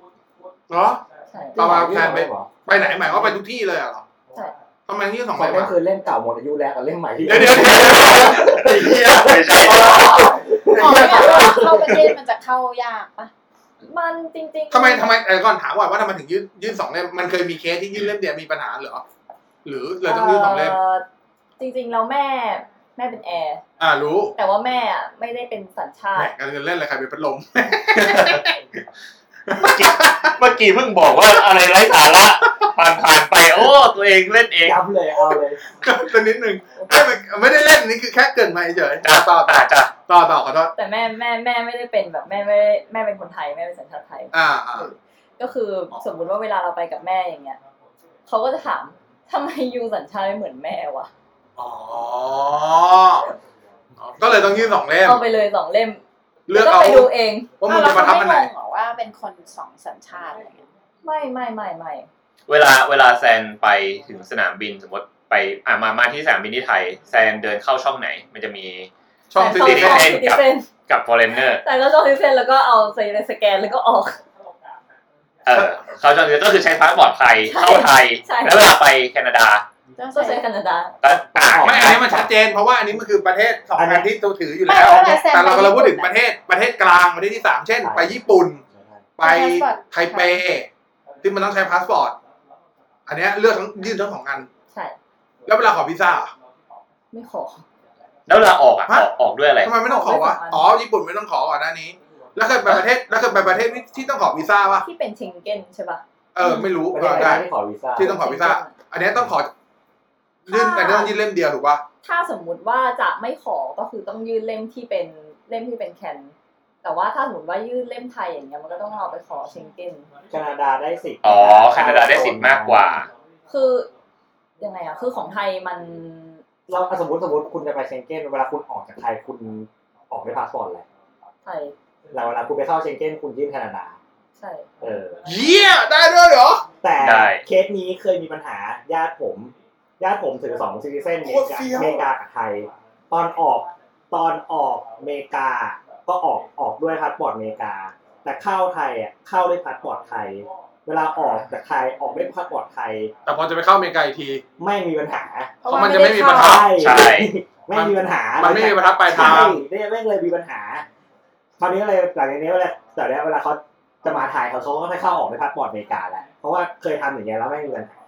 Speaker 1: เหรอ
Speaker 7: ใช่
Speaker 1: ประมาณแฟนไป
Speaker 5: เหรอ
Speaker 1: ไปไหนหมายว่าไปทุกที่เลยอะเหรอ
Speaker 7: ใช่
Speaker 1: ทำไมนี่สอง
Speaker 5: ขอ
Speaker 1: เล่
Speaker 5: ง
Speaker 1: ม
Speaker 5: ก็
Speaker 1: อะ
Speaker 5: คือเล่มเก่าหมดอายุแล้วกับเล่มใหม่ที่
Speaker 1: เดี๋ยวเดี๋ยวเดี๋ยว
Speaker 3: ไม่ใช่
Speaker 2: อ๋อเนี่ยเข้าประเทศมันจะเข้ายากปะ
Speaker 7: มันจริงๆ
Speaker 1: ทำไมทำไมเออก่อนถามก่อนว่าทำไมถึงยื่นยื่นสองเล่มมันเคยมีเคสที่ยื่นเล่มเดียวมีปัญหาเหรอหรือเลยต้องยื่นสองเล่ม
Speaker 7: จริงๆแล้วแม่แม่เป็นแอร์
Speaker 1: อ่ารู้
Speaker 7: แต่ว่าแม่อะไม่ได้เป็นสัญชา
Speaker 1: แหม
Speaker 7: ติ
Speaker 1: การเงินเล่นอะไรใครเป็นพัดลม
Speaker 3: เมื่อกี้เมื่อกี้เพิ่งบอกว่าอะไรไร้สาระผ่านผ่านไป โอ้ ตัวเองเล่นเอง
Speaker 5: ย้ำเลยเอาเลย
Speaker 1: ก็ตัวนิดนึงไม่ไม่ไม่ได้เล่นนี่คือแค่เกรินมาเฉย
Speaker 3: จ้า
Speaker 1: ๆต่อต่อ
Speaker 3: จ้าจ้า
Speaker 1: ต่อต่อขอโทษ
Speaker 7: แต่แม่แม่แม่ไม่ได้เป็นแบบแม่ไม่ได้แม่เป็นคนไทยแม่เป็นสัญชาติไทย
Speaker 1: อ่าอ่า
Speaker 7: ก็คือสมมุติว่าเวลาเราไปกับแม่อย่างเงี้ยเขาก็จะถามทำไมยูสัญชาติไม่เหมือนแม่วะ
Speaker 1: อ๋อ อ๋อก็เลยต้องยื่นสองเล่ม
Speaker 7: เอาไปเลยสองเล่ม
Speaker 1: เลือก
Speaker 7: แล้ว
Speaker 1: เอา
Speaker 7: ไปดูเอง
Speaker 1: ว่ามึ
Speaker 2: อ้าง วแล้ว
Speaker 1: จะประ
Speaker 2: เขา
Speaker 1: ทับ
Speaker 2: ไม่
Speaker 1: อัน
Speaker 2: ง
Speaker 1: ไหน
Speaker 2: งเหรอว่าเป็นคนสองสัญชาติอะไรเงี้ย
Speaker 7: ไม่ไม่ไม่ไม่
Speaker 3: เวลาเวลาแซนไปถึงสนามบินสมมติไปอ่ามามาที่สนามบินที่ไทยแซนเดินเข้าช่องไหน มันจะมี
Speaker 1: ช่อง
Speaker 7: แต่
Speaker 1: ซิ
Speaker 7: ช
Speaker 1: ตี้
Speaker 7: อบ
Speaker 1: เ
Speaker 7: ซิติเซน
Speaker 3: กับ foreigner
Speaker 7: แต่ก็ชอบซิติเซนแล้วก็เอาใส่ในสแกนแล้วก็ออก
Speaker 3: เออเข้าช่องนี้ก็คือใช้พาสปอร์ตไทยเข้าไทย
Speaker 7: ใช่
Speaker 3: แล้วเวลาไปแคนาดา
Speaker 7: ก็ใช้แคนาดา
Speaker 3: ก็ต่าง
Speaker 1: ไม่อันนี้มันชัดเจนเพราะว่าอันนี้มันคือประเทศสองอันที่ตัวถืออยู่แล้ว แต่เรากำลังพูดถึงประเทศประเทศกลางประเทศที่สามเช่น ไปญี่ปุ่น ไปไทเปที่มันต้องใช้พาสปอร์ตอันเนี้ยเลือกทั้งยื่นทั้งสองอัน
Speaker 7: ใช่
Speaker 1: แล้วเวลาขอวีซ่า
Speaker 7: ไม่ขอ
Speaker 3: แล้วเวลาออกอ่ะออกออกด้วยอะไร
Speaker 1: ทำไมไม่ต้องขอวะอ๋อญี่ปุ่นไม่ต้องขอก่อนหน้านี้ แล้วเคยไปประเทศแล้วเคยไปประเทศที่ต้องขอวีซ่าปะ
Speaker 7: ที่เป็นเชงเก้นใช่ป่ะ
Speaker 1: เออไม่รู้
Speaker 5: ไม่
Speaker 1: เออ
Speaker 5: ได้
Speaker 1: ได้
Speaker 5: ที่ขอวีซ่า
Speaker 1: ที่ต้องขอวีซ่า อันเนี้ยต้องขอยื่นแต่ต้องยื่นเล่มเดียวถูกปะ
Speaker 7: ถ้าสมมุติว่าจะไม่ขอก็คือต้องยื่นเล่มที่เป็นเล่มที่เป็นแคน แต่ว่าถ้าสมมติว่ายื่นเล่มไทยอย่างเงี้ยมันก็ต้องเอาไปขอเชงเก้น
Speaker 5: แคนาดาได้สิทธิ์
Speaker 3: อ๋อแคนาดาได้สิทธิ์มากกว่า
Speaker 7: คือยังไงอะคือของไทยมัน
Speaker 5: เราอ่ะสมมติสมมติคุณจะไปเชงเก้นเวลาคุณออกจากไทยคุณออกด้วยพาสปอร์ตแหละ
Speaker 7: ไทย
Speaker 5: แล้วเวลาคุณไปเข้าเชงเก้นคุณยื่นแคนาดา
Speaker 7: ใช่
Speaker 5: เออ
Speaker 1: เยี่ยได้ด้วยเหรอ
Speaker 5: แต่
Speaker 3: ได้
Speaker 5: เคสนี้เคยมีปัญหาญาติผม ญาติผมถือสองซิติเซน
Speaker 1: โคตรเฟี้ยว
Speaker 5: เมกากับไทย ตอนออกตอนออกเมกา ก็ออกออกด้วยพาสปอร์ตเมกา แต่เข้าไทยอ่ะเข้าด้วยพาสปอร์ตไทย เวลาออกจากไทยออกด้วยพาสปอร์ตไทย
Speaker 1: แต่พอจะไปเข้าอเมริกาอีกที
Speaker 5: ไม่มีปัญหา
Speaker 1: เพราะมันจะไม่มีประทับ
Speaker 3: ใช่
Speaker 5: ไม่มีปัญหา
Speaker 1: มันไม่มีประทับปลายทาง
Speaker 5: ใช่เนี่ยแม่งเลยมีปัญหา คราวนี้ก็เลยหลังจากนี้เวลาแต่เนี้ยเวลาเขาจะมาถ่ายเขาเขาก็ให้เข้าออกในพาสปอร์ตอเมริกาแล้ว เพราะว่าเคยทำอย่างเงี้ยแล้วไม่งมีปัญหา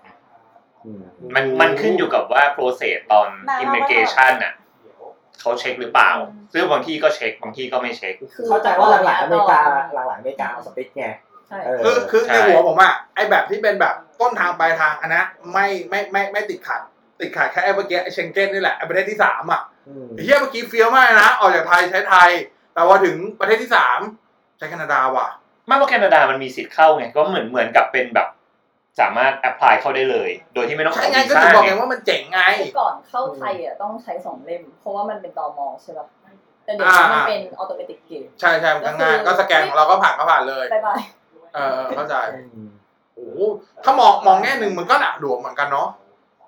Speaker 5: อืม
Speaker 3: มันมันขึ้นอยู่กับว่า process ตอน immigration น่ะเขาเช็คหรือเปล่า ซึ่งบางที่ก็เช็คบางที่ก็ไม่เช็ค
Speaker 7: คือ
Speaker 5: เข้าใจว่าหลังๆอเมริกาหลังๆอเมริกาเอาสติ๊กไง
Speaker 7: ใช่
Speaker 5: เออ
Speaker 1: คือคือ
Speaker 3: ใช่
Speaker 1: ในหัวผมอะไอแบบที่เป็นแบบต้นทางปลายทางอันนะไม่ไม่ไม่ไม่ติดขัด ติดขัดแค่ไอ้เมื่อกี้ไอ้เชงเก้นนี่แหละไอ้ประเทศที่สามอะ
Speaker 5: ม
Speaker 1: ไอ้เฮียเมื่อกี้เฟี้ยวมากนะ ออกจากไทยใช้ไทย แต่พอถึงประเทศที่สามใช้แคนาดาว่ะ
Speaker 3: มากกว่าแคนาดามันมีสิทธิ์เข้าไงก็เหมือนเหมือนกับเป็นแบบ สามารถแอพพลายเข้าได้เลย โดยที่ไม่ต้องข
Speaker 1: ใช่
Speaker 3: อ
Speaker 1: ไง
Speaker 3: วี
Speaker 1: ก็
Speaker 3: ซ่า
Speaker 1: ถึงบอก
Speaker 3: ไง
Speaker 1: ไงว่ามันเจ๋งไง
Speaker 7: คือก่อนเข้าไทยอ่ะต้องใช้สองเล่ม เพราะว่ามันเป็นตอมอใช่ป่ะ แต่เดี๋ยวนี้มันเป็นออโตเมติกเกม
Speaker 1: ใช่ใช่มันก็ง่าย
Speaker 7: ก็
Speaker 1: ก็
Speaker 7: คือ
Speaker 1: สแกนของเราก็ผ่านก็ผ่านเลย
Speaker 7: บายบาย
Speaker 1: เออเออเข้าใจ
Speaker 5: อืม
Speaker 1: โอ้โหถ้ามองมองแง่หนึ่งมันก็หนักหลวมเหมือนกันเนาะ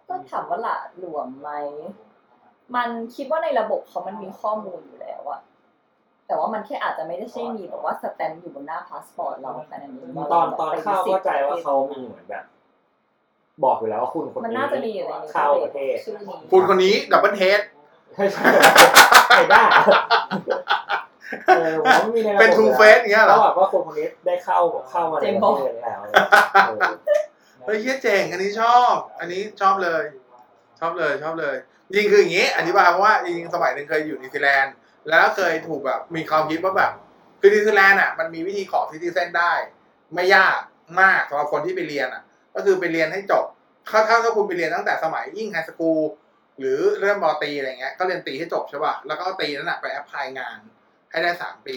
Speaker 7: ก็ถามว่าหละหลวมไหม มันคิดว่าในระบบเขามันมีข้อมูลอยู่แล้วอะแต่ว่ามันแค่อาจจะไม่ได้ใช่มีแบบว่าสแตมป์อยู่บนหน้าพาสปอร์ตเราแค่นั้นเอง
Speaker 5: ตอนตอนเข้าเข้าใจว่าเขามีเหมือนแบบ บอกอยู่แล้วว่าคุณคน
Speaker 7: มัน
Speaker 5: นี้
Speaker 7: น่าจะมีอยู่ในนี้
Speaker 5: เข้าประเทศ
Speaker 7: ชื่อนี้
Speaker 1: คุณคนนี้ดับเบิลเทส
Speaker 5: ใช่ใช่ไม่ได้เออผมว่ามีใระบบ
Speaker 1: เป็นทู
Speaker 5: อยู่แล้ว
Speaker 1: เฟสอย่างเงี้ยเหร
Speaker 5: ก็
Speaker 1: อ
Speaker 5: แบบว่าคนคนนี้ได้เข้าเข้ามาในประเทศแล้วเออ
Speaker 1: เฮ้ยเฮียเจ๋งอันนี้ชอบ อันนี้ชอบเลย ชอบเลยชอบเลยจริงคืออย่างนี้อธิบายเพราะว่าจริงๆสมัยหนึ่งเคยอยู่นิวซีแลนด์ แล้วเคยถูกแบบมีความคิดว่าแบบคือนิวซีแลนด์อ่ะมันมีวิธีขอซิติเซนได้ ไม่ยากมากสำหรับคนที่ไปเรียนอ่ะ ก็คือไปเรียนให้จบถ้าถ้าถ้าคุณไปเรียนตั้งแต่สมัยยิ่งไฮสคูลหรือเริ่มมอตรีอะไรเงี้ยก็เรียนตรีให้จบใช่ป่ะแล้วก็เอาตรีนั้นอ่ะไปแอพพลายงานให้ได้สามปี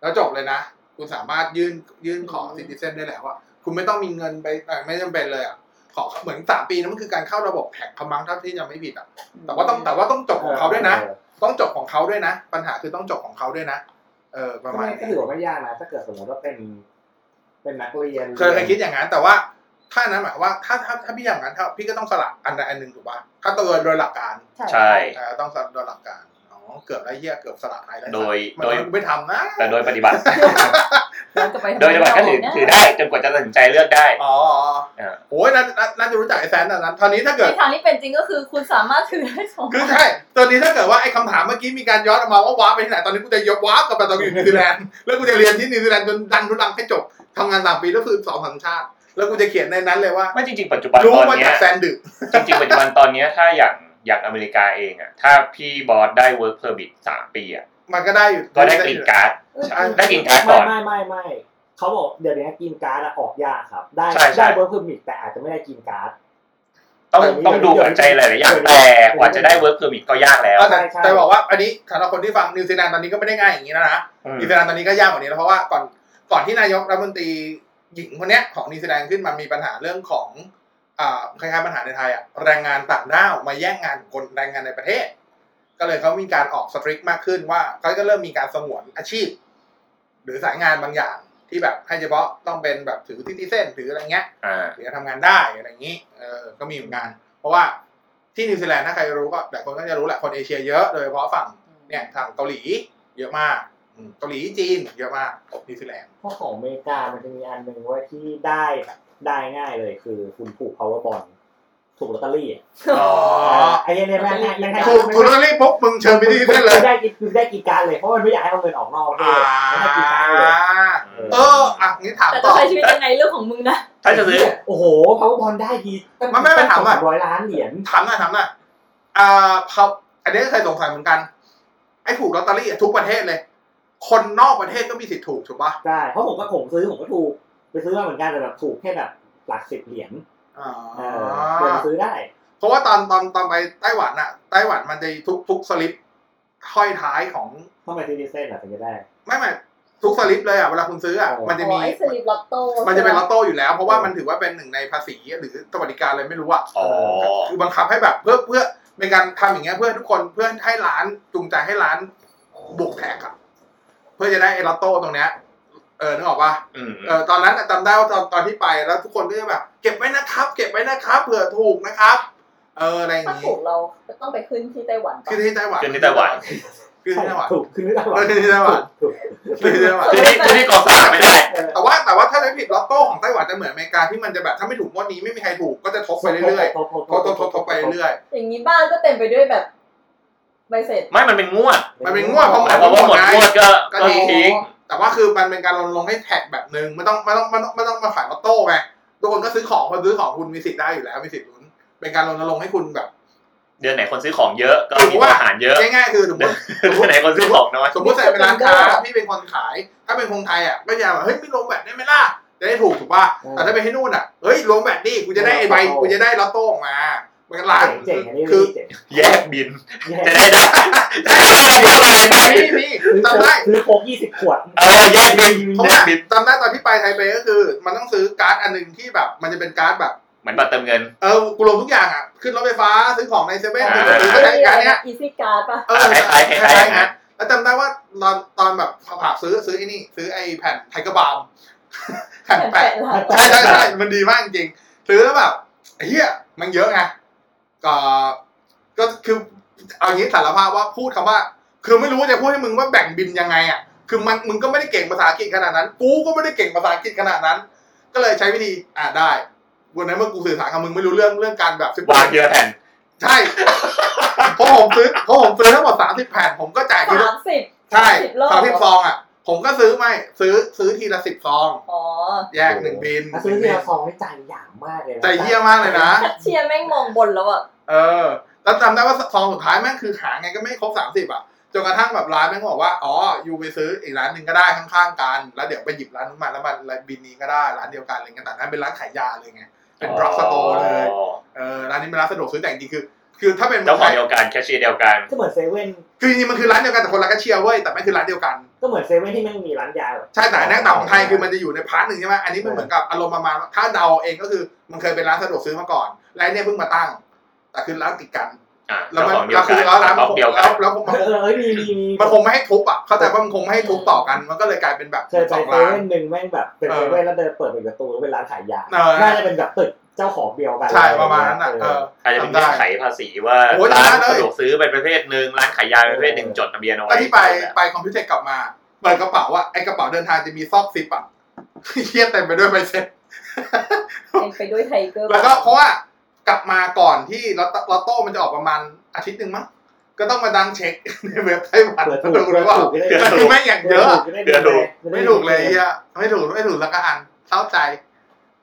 Speaker 1: แล้วจบเลยนะ คุณสามารถยื่นยื่นขอซิติเซนได้แล้วอ่ะคุณไม่ต้องมีเงินไปเอ่อไม่จำเป็นเลยอ่ะขอเหมือนสามปีนั้นมันคือการเข้าระบบแท็กคมั้งถ้าที่จำไม่ผิดอ่ะ แต่ว่าต้องแต่ว่าต้องจบของเขาด้วยนะ ต้องจบของเขาด้วยนะ ปัญหาคือต้องจบของเขาด้วยนะ เออประมาณ
Speaker 5: ก็
Speaker 1: นี้
Speaker 5: ถือว่าไม่ยากนะถ้าเกิดสมมติว่าเป็น เป็นนักเรียน
Speaker 1: เคยเคยคิดอย่างนั้น แต่ว่าถ้านั้นหมายความว่าถ้าถ้าถ้าพี่อย่างนั้นถ้าพี่ก็ต้องสลักอันใดอันหนึ่งถูกป่ะถ้าตัวโดยหลักการ
Speaker 3: ใช่
Speaker 1: เออต้องสลักโดยหลักการอ๋อเกือบได้เหี้ยเกือบสลักไทยได้
Speaker 3: โดย
Speaker 1: มัน
Speaker 3: โดย
Speaker 1: ไม่ทำนะ
Speaker 3: แต่โดยปฏิ บัติ
Speaker 7: ย้อนกลับไป
Speaker 3: โดยปฏิบัติก็ถือถือได้จนกว่าจะตัดสินใจเลือกได้
Speaker 1: อ๋อ
Speaker 3: เออ
Speaker 1: โอ้ยน่าน่าน่าจะรู้จักไอ้แซนแต่นั้นตอนนี้ถ้าเกิด
Speaker 7: ในทางที่เป็นจริงก็คือคุณสามารถถือได้สอง
Speaker 1: คือใช่ตอนนี้ถ้าเกิดว่าไอ้คำถามเมื่อกี้มีการย้อนออกมาว่าวาร์ปไปที่ไหนตอนนี้กูจะยกวาร์ปกลับไปตอนกูอ ยู่นิวซีแลนด์แล้วกูจะเรียนที่นิวซีแลนด์จนดันทุรังให้จบทำงานสามปีแล้วคือสองสัญชาติ แล้วกูจะเขียนในนั้นเลยว่า
Speaker 3: ไม่จริงๆปัจจุบัน
Speaker 1: รู้
Speaker 3: ตอน
Speaker 1: มา
Speaker 3: เนี้
Speaker 1: จาก
Speaker 3: ย
Speaker 1: แซนดึก
Speaker 3: จริงๆปัจจุบันตอนเนี้ยถ้าอย่างอย่างอเมริกาเองอะถ้าพี่บอสได้ work permit สามปีอะ
Speaker 1: มันก็ได้อยู่
Speaker 3: ก็ได้กรีนการ์ดใช่ได้กรีนการ์ด
Speaker 5: ไม่
Speaker 3: ก่อน
Speaker 5: ไม่ไม่ไม่เขาบอกเดี๋ยวนี้กินการ์ดอะออกยากครับ ได้
Speaker 3: ใช่ใช่
Speaker 5: ได้เวิร์คพิมิตแต่อาจจะไม่ได้กินการ์ด
Speaker 3: ต้อง
Speaker 5: แต่นี่
Speaker 3: ต้องดูปัจจัยหลายๆอย่าง
Speaker 5: เดี๋ยวนี้
Speaker 3: แต่กว่าจะได้ work permit ก็ยากแล้ว
Speaker 1: เออแต่
Speaker 5: ใช่
Speaker 1: แต่บอกว่าอันนี้สำหรับคนที่ฟังนิวซีแลนด์ตอนนี้ก็ไม่ได้ง่ายอย่างนี้แล้วนะ
Speaker 3: อืม
Speaker 1: นิวซีแลนด์ตอนนี้ก็ยากกว่านี้แล้วเพราะว่าก่อนก่อนที่นายกรัฐมนตรีหญิงคนเนี้ยของนิวซีแลนด์ขึ้นมามีปัญหาเรื่องของอ่าคล้ายๆปัญหาในไทยอ่ะแรงงานต่างด้าวมาแย่งงานคนแรงงานในประเทศ ก็เลยเขามีการออกสตริกมากขึ้นว่าเขาก็เริ่มมีการสงวนอาชีพ หรือสายงานบางอย่างที่แบบให้เฉพาะต้องเป็นแบบถือซิติเซนถืออะไรเงี้ย
Speaker 3: อ่า
Speaker 1: ถึงจะทำงานได้อะไรอย่างนี้ เออ ก็มีเหมือนกัน เพราะว่าที่นิวซีแลนด์ถ้าใครรู้ก็แต่คนก็จะรู้แหละคนเอเชียเยอะ โดยเฉพาะฝั่งเนี่ยทางเกาหลีเยอะมากอืมเกาหลีจีนเยอะมากนิวซีแลนด์
Speaker 5: พวกของอเมริกามันจะมีอันหนึ่งเว่าที่ได้แบบได้ง่ายเลยคือคุณผูก powerball ถูกลอตเตอรี่อะ
Speaker 1: อ๋อ
Speaker 5: ไอ้เนี่ยเนี่ยแม่งแม่งให้
Speaker 1: ถูกถูกลอตเตอรี่ปุ๊บมึงเชิญไปที่เส้นเลย
Speaker 5: ไม่ได้กินไม่ได้กินการเลยเพราะมันไม่อยากให้เอาเงินออกนอกประเท
Speaker 1: อ่า
Speaker 5: ศไม่ได้กินการเลย
Speaker 1: เออ อ่ะงี้ถาม
Speaker 7: แต่
Speaker 1: ต่
Speaker 7: จะ
Speaker 1: อ
Speaker 7: ใช้ชีวิตยังไงเรื่องของมึงนะ
Speaker 3: ถ้าจะซื้อ
Speaker 5: โอ้โห powerball ได้ดีตั้ง
Speaker 1: มันไม่ไปถามอะ
Speaker 5: สองร้อยล้านเหรียญ
Speaker 1: ถามหน่อยถามหน่อยอ่าเขาอันนี้ก็เคยสงสัยเหมือนกัน ไอ้ถูกลอตเตอรี่อะทุกประเทศเลย คนนอกประเทศก็มีสิทธิ์ถูกถูกป่ะ
Speaker 5: ใช่เพราะผมก็ผมซื้อผมก็ถูกไปซื้อมาเหมือนกันแต่แบบถูกแค่แบบหลักสิบเหรียญ
Speaker 1: อ๋อ
Speaker 5: เออเดินซื้อได้
Speaker 1: เพราะว่าตอนตอนตอนไปไต้หวันอะไต้หวันมันจะทุกทุกสลิปห้อยท้ายของ
Speaker 5: ต้องไปซื้อดีเซนอะถึงจะได้
Speaker 1: ไม่ไม่ทุกสลิปเลยอะเวลาคุณซื้ออะ
Speaker 5: อ๋อ
Speaker 1: มันจะมี
Speaker 7: อ๋อไอ้สลิปลอตโต้
Speaker 1: มันจะเป็นลอตโต้อยู่แล้ว เพราะว่ามันถือว่าเป็นหนึ่งในภาษีหรือสวัสดิการอะไรไม่รู้อะ
Speaker 3: อ๋อ
Speaker 1: คือบังคับให้แบบเพื่อเพื่อเป็นการทำอย่างเงี้ยเพื่อทุกคนเพื่อให้ร้านจูงใจให้ร้านบวกแท็กอะเพื่อจะได้ไอ้ลอตโต้ตรงเนี้ยเออนึกออกปะ
Speaker 3: อืม
Speaker 1: เออตอนนั้นน่ะจำได้ว่าตอนตอนที่ไปแล้วทุกคนก็จะแบบ เก็บไว้นะครับ เก็บไว้นะครับเผื่อถูกนะครับ เอออะไรอย่าง
Speaker 7: ถ้าถู
Speaker 1: งี้
Speaker 7: กเราต้องไปขึ้นที่ไต้หวันก่อ
Speaker 1: ขึ้
Speaker 7: น
Speaker 1: นที่ไต้หวัน
Speaker 3: ขึ้นที่ไต้หวัน
Speaker 1: ขึ้นที่ไต้หวัน
Speaker 5: ถูกขึ้นที่ไต้หวัน
Speaker 1: เออขึ้นที่ไต้หวัน
Speaker 5: ถูก
Speaker 1: ขึ้นที่ไต้หวัน
Speaker 3: ที่ที่ที่กองสลากไม่ได้
Speaker 5: เออ
Speaker 1: แต่ว่าแต่ว่าถ้าได้ผิดลอตโต้ของไต้หวันจะเหมือนอเมริกาที่มันจะแบบถ้าไม่ถูกงวดนี้ไม่มีใครถูกก็จะทบไปเรื่อย
Speaker 5: ทบ
Speaker 1: ๆทบทบทบทบไปเรื่อย
Speaker 7: อย่างนี้บ้านก็เต็มไปด้วยแบบใบเสร็จ
Speaker 3: ไม่มันเป็นงวด
Speaker 1: มันเป็นงวดเพราะ
Speaker 3: หมายความว่าหมดงวดก็ก็ทิ้ง
Speaker 1: ๆแต่ว่าคือมันเป็นการรณรงค์ให้แท็กแบบหนึ่งไม่ต้องไม่ต้องไม่ต้องไม่ต้องมาขายลอตโต้ไงทุกคนก็ซื้อของคนซื้อของคุณมีสิทธิ์ได้อยู่แล้วมีสิทธิ์ลุ้นเป็นการรณรงค์ให้คุณแบบ
Speaker 3: เดือนไหนคนซื้อของเยอะก็มีอาหารเยอะ
Speaker 1: ง่ายๆคือสมมติ
Speaker 3: เดือนไหนคนซื้อของน้อย
Speaker 1: สมมติใส่เป็นร้านค้าพี่เป็นคนขาย ถ้าเป็นคนไทยอ่ะก็จะแบบเฮ้ยไม่ลงแบบได้ไหมล่ะจะได้ถูกถูกป่ะแต่ถ้าไปให้นู่นอ่ะเฮ้ยลงแบบนี่กูจะได้ไอ้ใบกูจะได้ลอตโต้ออกมาเหมือนร้าน
Speaker 5: เจ๋งอันนี้
Speaker 1: คือ
Speaker 5: เจ๋ง
Speaker 3: แยกบิน
Speaker 5: แย
Speaker 3: จะ
Speaker 5: ก
Speaker 3: ได้ได้จะได้ได้เยอะเลยได้
Speaker 1: มีมี
Speaker 5: ซื้อ
Speaker 1: จำได้
Speaker 5: ซื้อครบยี่สิบขวด
Speaker 3: เออแยกบิน
Speaker 1: เพราะ
Speaker 3: แย
Speaker 1: ว่าก
Speaker 3: บิน
Speaker 1: จำได้ตอนที่ไปไทเปก็คือ มันต้องซื้อการ์ดอันหนึ่งที่แบบ มันจะเป็นการ์ดแบบ
Speaker 3: เหมือนบัตรเติมเงิน
Speaker 1: เออกูรวมทุกอย่างอ่ะขึ้นรถไฟฟ้าซื้อของในเซเว่นซื้อก็ได้การ์ดเนี้ย
Speaker 7: อีซี่การ์ดป่ะ
Speaker 1: เออ
Speaker 3: คล้ายๆคล้ายๆ
Speaker 1: ๆ
Speaker 3: นะ
Speaker 1: แล้วจำได้ว่าตอนตอนแบบผ่าซื้อซื้อไอ้นี่ ซื้อไอ้แผ่นไทเกอร์บาล์มแผ่นแปะ ใช่ใช่ใช่มันดีมากจริงๆซื้อแล้วแบบไอ้เฮียมันเยอะไงก็ก็คือเอางี้สารภาพว่าพูดคำว่า คือไม่รู้ว่าจะพูดให้มึงว่าแบ่งบินยังไงอ่ะ คือมันมึงก็ไม่ได้เก่งภาษาอังกฤษขนาดนั้น กูก็ไม่ได้เก่งภาษาอังกฤษขนาดนั้น ก็เลยใช้วิธีอ่าได้วันนั้นเมื่อกูสื่อสารกับมึงไม่รู้เรื่องเรื่องการแบบ
Speaker 3: วางเยอะแผ่น
Speaker 1: ใช่เพราะผมซื้อเพราะผมซื้อทั้งหมดสามสิบแผ่นผมก็จ่ายที
Speaker 7: สา
Speaker 1: ละ
Speaker 7: มสิบ
Speaker 1: ใช่
Speaker 7: รอบ
Speaker 1: สามสิบซองอ่ะ ผมก็ซื้อไม่ซื้อซื้อทีละสิบซอง
Speaker 7: อ๋อ
Speaker 1: แยกหนึ่งบิน
Speaker 5: ถ้าซื้อที่ละซองนี่ใจหยามมากเลยนะ
Speaker 1: ใจเฮี้ยมากเลยนะ
Speaker 7: แคชเชียร์แม่งมองบนแล้วอ่ะ
Speaker 1: เออแล้วจำได้ว่าซองสุดท้ายแม่งคือหาไงก็ไม่ครบสามสิบอ่ะจนกระทั่งแบบร้านแม่งบอกว่าอ๋ออยู่ไปซื้ออีกร้านหนึ่งก็ได้ข้างๆกันแล้วเดี๋ยวไปหยิบร้านนู้นมาแล้วมันบินนี้ก็ได้ร้านเดียวกันอะไรเงี้ยแต่นั้นเป็นร้านขายยาเลยไงเป็นดร o อ s สโตร์เลยเออร้านนี้เป็นร้านสะดวกซื้อแต่จริงๆคือ คือถ้าเป็น
Speaker 3: เจ้าของเดียวกันแคชเชียร์เดียวกัน
Speaker 5: ก็เหมือนเซเว่น
Speaker 1: คือจริงๆมันคือร้านเดียวกันแต่คนละแคชเชียร์เว้ยแต่ไม่คือร้านเดียวกัน
Speaker 5: ก็เหมือนเซเว่นที่แม่งมีร้านยา แบบ
Speaker 1: ใช่แต่อันนั้นต่างของไทยคือมันจะอยู่ในพาร์ทหนึ่งใช่ไหมอันนี้มันเหมือนกับอารมณ์ประมาณว่าถ้าเดาเองก็คือมันเคยเป็นร้านสะดวกซื้อมาก่อนและอันเนี้ยเพิ่งมาตั้ง แต่คือร้านติดกัน
Speaker 3: อ่า
Speaker 1: แล้ว
Speaker 3: เจ้า
Speaker 1: มัน
Speaker 3: ของ
Speaker 1: แล้ว วคือแล้วร้าน
Speaker 3: เดียกันเจ้าของเดียวกัน
Speaker 1: แล้วแล้วผม
Speaker 5: เออเออมีมีมี
Speaker 1: มันคงไม่ให้ทุบอ่ะ เข้าใจว่ามันคงไม่ให้ทุบต่อกัน มันก็เลยกลายเป็นแบบ
Speaker 5: เคยไป
Speaker 1: สอง
Speaker 5: เซ
Speaker 1: ร้าน
Speaker 5: เว่นหนึ่งแม่งแบบเป็น
Speaker 1: เอ
Speaker 5: เซ
Speaker 1: อ
Speaker 5: เว่นแล้วเดินเปิดเป็นประตูแล้วเป็นร้านขายยา
Speaker 1: เออ
Speaker 5: น่าจะเป็นแบบตึกเจ้าของเดียวกัน
Speaker 1: ใช่ประมาณนั้นอ่ะเออ
Speaker 3: อาจจะเป็นเงื่อนไขภาษีว่า
Speaker 1: โอ้ย
Speaker 3: ร้าน
Speaker 1: ได้เลย
Speaker 3: สะดวกซื้อเป็นประเภทหนึ่งร้านขายยาเป็นประเภทหนึ่งจดทะเบียน
Speaker 1: ต
Speaker 3: เอา
Speaker 1: อ
Speaker 3: ไว้
Speaker 1: นที่ไปไปคอมพิวเตอร์กลับมาเปิดกระเป๋าอ่ะไอกระเป๋าเดินทางจะมีซอกซิปอ่ะ เฮี้ยเต็มไปด้วยใบเซ็ต
Speaker 7: เป็นไปด้วยไทเกอร์
Speaker 1: แล้วก็เพราะว่ากลับมาก่อนที่ลอตลอตโต้มันจะออกประมาณอาทิตย์หนึ่งมั้งก็ต้องมาดังเช็ค ในเว็บไต้หวัน
Speaker 5: เปิดถู
Speaker 1: มาก ดูหรือเปล่า
Speaker 5: ไม่ได้
Speaker 1: คือไม่อย่างเยอะ
Speaker 5: เดือดถูก
Speaker 1: ไม่ถูกเลยเฮียไม่ถูกไม่ถูกแล้วก็อันเศร้าใจ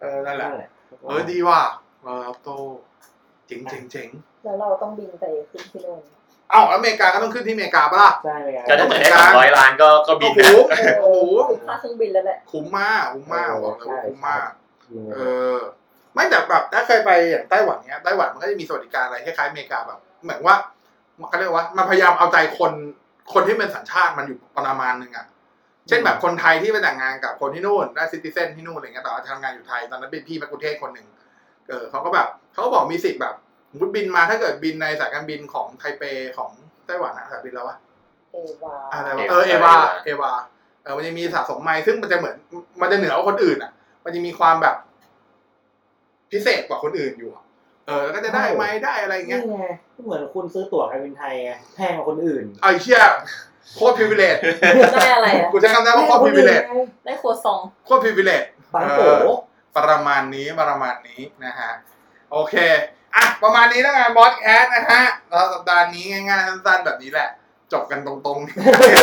Speaker 1: เออนั่นแหละเออดีว่ะลอตโต้เจ๋งเจ๋งเจ๋ง
Speaker 7: แล้วเราต้องบินไปขึ้นที่นู่น
Speaker 1: เอ้าแล้วอเมริกาก็ต้องขึ้นที่อเมริกาปะล่ะ
Speaker 5: ใช่ไหม
Speaker 3: ก็
Speaker 5: ครั
Speaker 3: ถ้าเกิดได้สองร้อยล้านก็ก็บินนะ
Speaker 1: โอ้โหโอ้โห
Speaker 7: ค่าเครื่องบินแล้วแหละ
Speaker 1: คุ้มมากคุ้มมากบอกเลยว่าคุ้มมากเอ
Speaker 5: เออ
Speaker 1: อ ไม่แต่แบบถ้าเคยไปอย่างไต้หวันเนี้ยไต้หวันมันก็จะมีสวัสดิการอะไรคล้ายๆอเมริกาแบบเหมือนว่าเขาเรียกว่ามันพยายามเอาใจคนคนที่เป็นสัญชาติมันอยู่ประมาณนึงอ่ะเช่นแบบคนไทยที่ไปแต่งงานกับคนที่นู่นได้ซิติเซนที่นู่นอะไรเงี้ยแต่ว่าทำงานอยู่ไทยตอนนั้นเป็นพี่มะกุเทศคนหนึ่งเออเขาก็แบบเขาก็บอกมีสิทธิ์แบบสมมุติบินมาถ้าเกิดบินในสายการบินของไทเปของ ไต้หวันนะภาษาอังกฤษแล้ววะ
Speaker 7: เอวา
Speaker 1: อะไรวะเออเอวาเอวาเออมันจะมีสะสมไม้ซึ่งมันจะเหมือนมันจะเหนือกว่าคนอื่นอ่ะ มันจะมีความแบบ พิเศษกว่าคนอื่นอยู่อะเออ แล้วก็จะได้ไม้ได้อะไรอย่างเงี้ย
Speaker 5: นี่ไงเหมือนคุณซื้อตั๋วการบินไทยไงแพงกว่าคนอื่น
Speaker 1: ไอ้เชี่ยโคตรพิเวเลต
Speaker 7: ได้อะไรอ่ะ
Speaker 1: กูใช้คำได้ว่าโคตรพิเวเลต
Speaker 7: ได้โครัวซอง
Speaker 1: โคตรพิเวเลต
Speaker 5: ปังโก
Speaker 1: ประมาณนี้ประมาณนี้นะฮะโอเคอ่ะประมาณนี้แล้วกันบอสแคสนะฮะเราสัปดาห์นี้ง่ายๆสั้นๆแบบนี้แหละ จบกันตรงๆ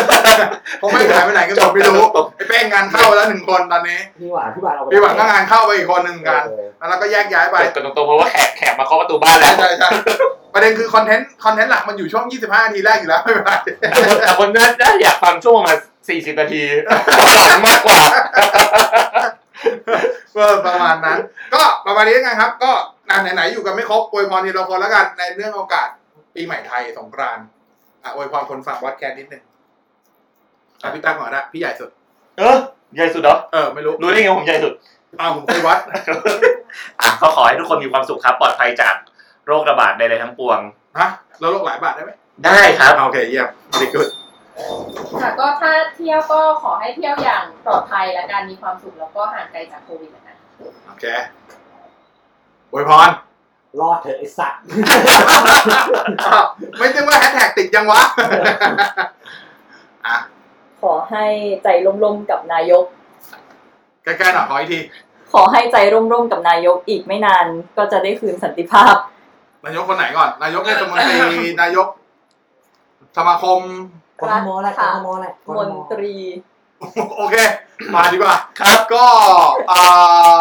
Speaker 1: เพราะไม่หายไปไหนก็จบไม่รู้ไอ้แป้งงานเข้าแล้วหนึ่งคนตอนนี้
Speaker 5: พี่หวานพี่หวานเอาไป
Speaker 1: พี่หวังก็งานเข้าไปอีกคนหนึ่งกัน
Speaker 5: เออ
Speaker 1: แล้วก็แยกย้ายไป
Speaker 8: จบกันตรงๆเพราะว่าแขกแขกมาเคาะประตูบ้านแล้
Speaker 1: ใช่
Speaker 8: ว
Speaker 1: ใช่ใช่ประเด็นคือคอนเทนต์คอนเทนต์หลักมันอยู่ช่วง 25นาทีแรกอยู่แล้ว ไม่เป็นไร
Speaker 8: แต่คนน่าอยากฟังช่วงประมาณ40นาทีฟังมากกว่า
Speaker 1: เออประมาณนั้น ก็ประมาณนี้แล้วกันครับ ก็อ่ะไหนๆอยู่กันไม่ครบอวยพรทีละคนแล้วกันในเรื่องโอกาสปีใหม่ไทยสงกรานต์อ่ะอวยพรคนฟังบอสแคสนิดนึง อ่ะพี่ตั้งก่อนละพี่ใหญ่สุด
Speaker 8: เออใหญ่สุดเหรอ
Speaker 1: เออ ไม่รู้
Speaker 8: รู้ได้ไงว่าผมใหญ่สุด
Speaker 1: เอาผมไปวัด
Speaker 3: อ่ะก็ขอให้ทุกคนมีความสุขครับปลอดภัยจากโรคระบาดใดๆทั้งปวง
Speaker 1: ฮะเราโลกหลายบาทได้ไหม
Speaker 3: ได้ครับ
Speaker 1: โอเค เยี่ยมดีกุด
Speaker 6: ค่ะก็ถ้าเที่ยวก็ขอให้เที่ยวอย่างปลอดภัยและการมีความสุขแล้วก็ห่างไกลจากโควิดนะคะ
Speaker 1: โอเคอวยพร
Speaker 5: รอดเถอะไอ้สั ตว์
Speaker 1: อ้าวไม่ใช่ว่าแฮชแท็กติดยังวะ อ่ะ
Speaker 7: ขอให้ใจร่มๆกับนายก
Speaker 1: ใกล้ๆหน่อยขออีกที
Speaker 7: ขอให้ใจร่มๆกับนายกอีกไม่นานก็จะได้คืนสันติภาพ
Speaker 1: นายกคนไหนก่อน นายกเทศมนตรี นายก สมาคม
Speaker 5: กทมแหละก
Speaker 7: ค่ะ
Speaker 5: ทมแหละกท
Speaker 7: มนตรี
Speaker 1: โอเค มาดีกว่า ครับก็อ่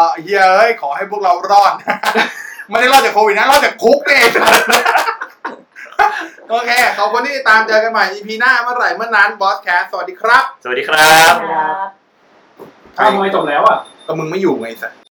Speaker 1: าเฮียเอ้ยขอให้พวกเรารอด ไม่ได้รอดจากโควิดนะรอดจากคุกนี่ เอง โอเค ขอบคุณที่ติดตามเจอกันใหม่ EP หน้าเมื่อไหร่เมื่อนั้นบอสแคสสวัสดีครับ
Speaker 3: สวัสดีครับ
Speaker 7: ครับ
Speaker 4: อ้าวทำไมจบแล้วอ่ะ
Speaker 1: ก็มึงไม่อยู่ไงสัส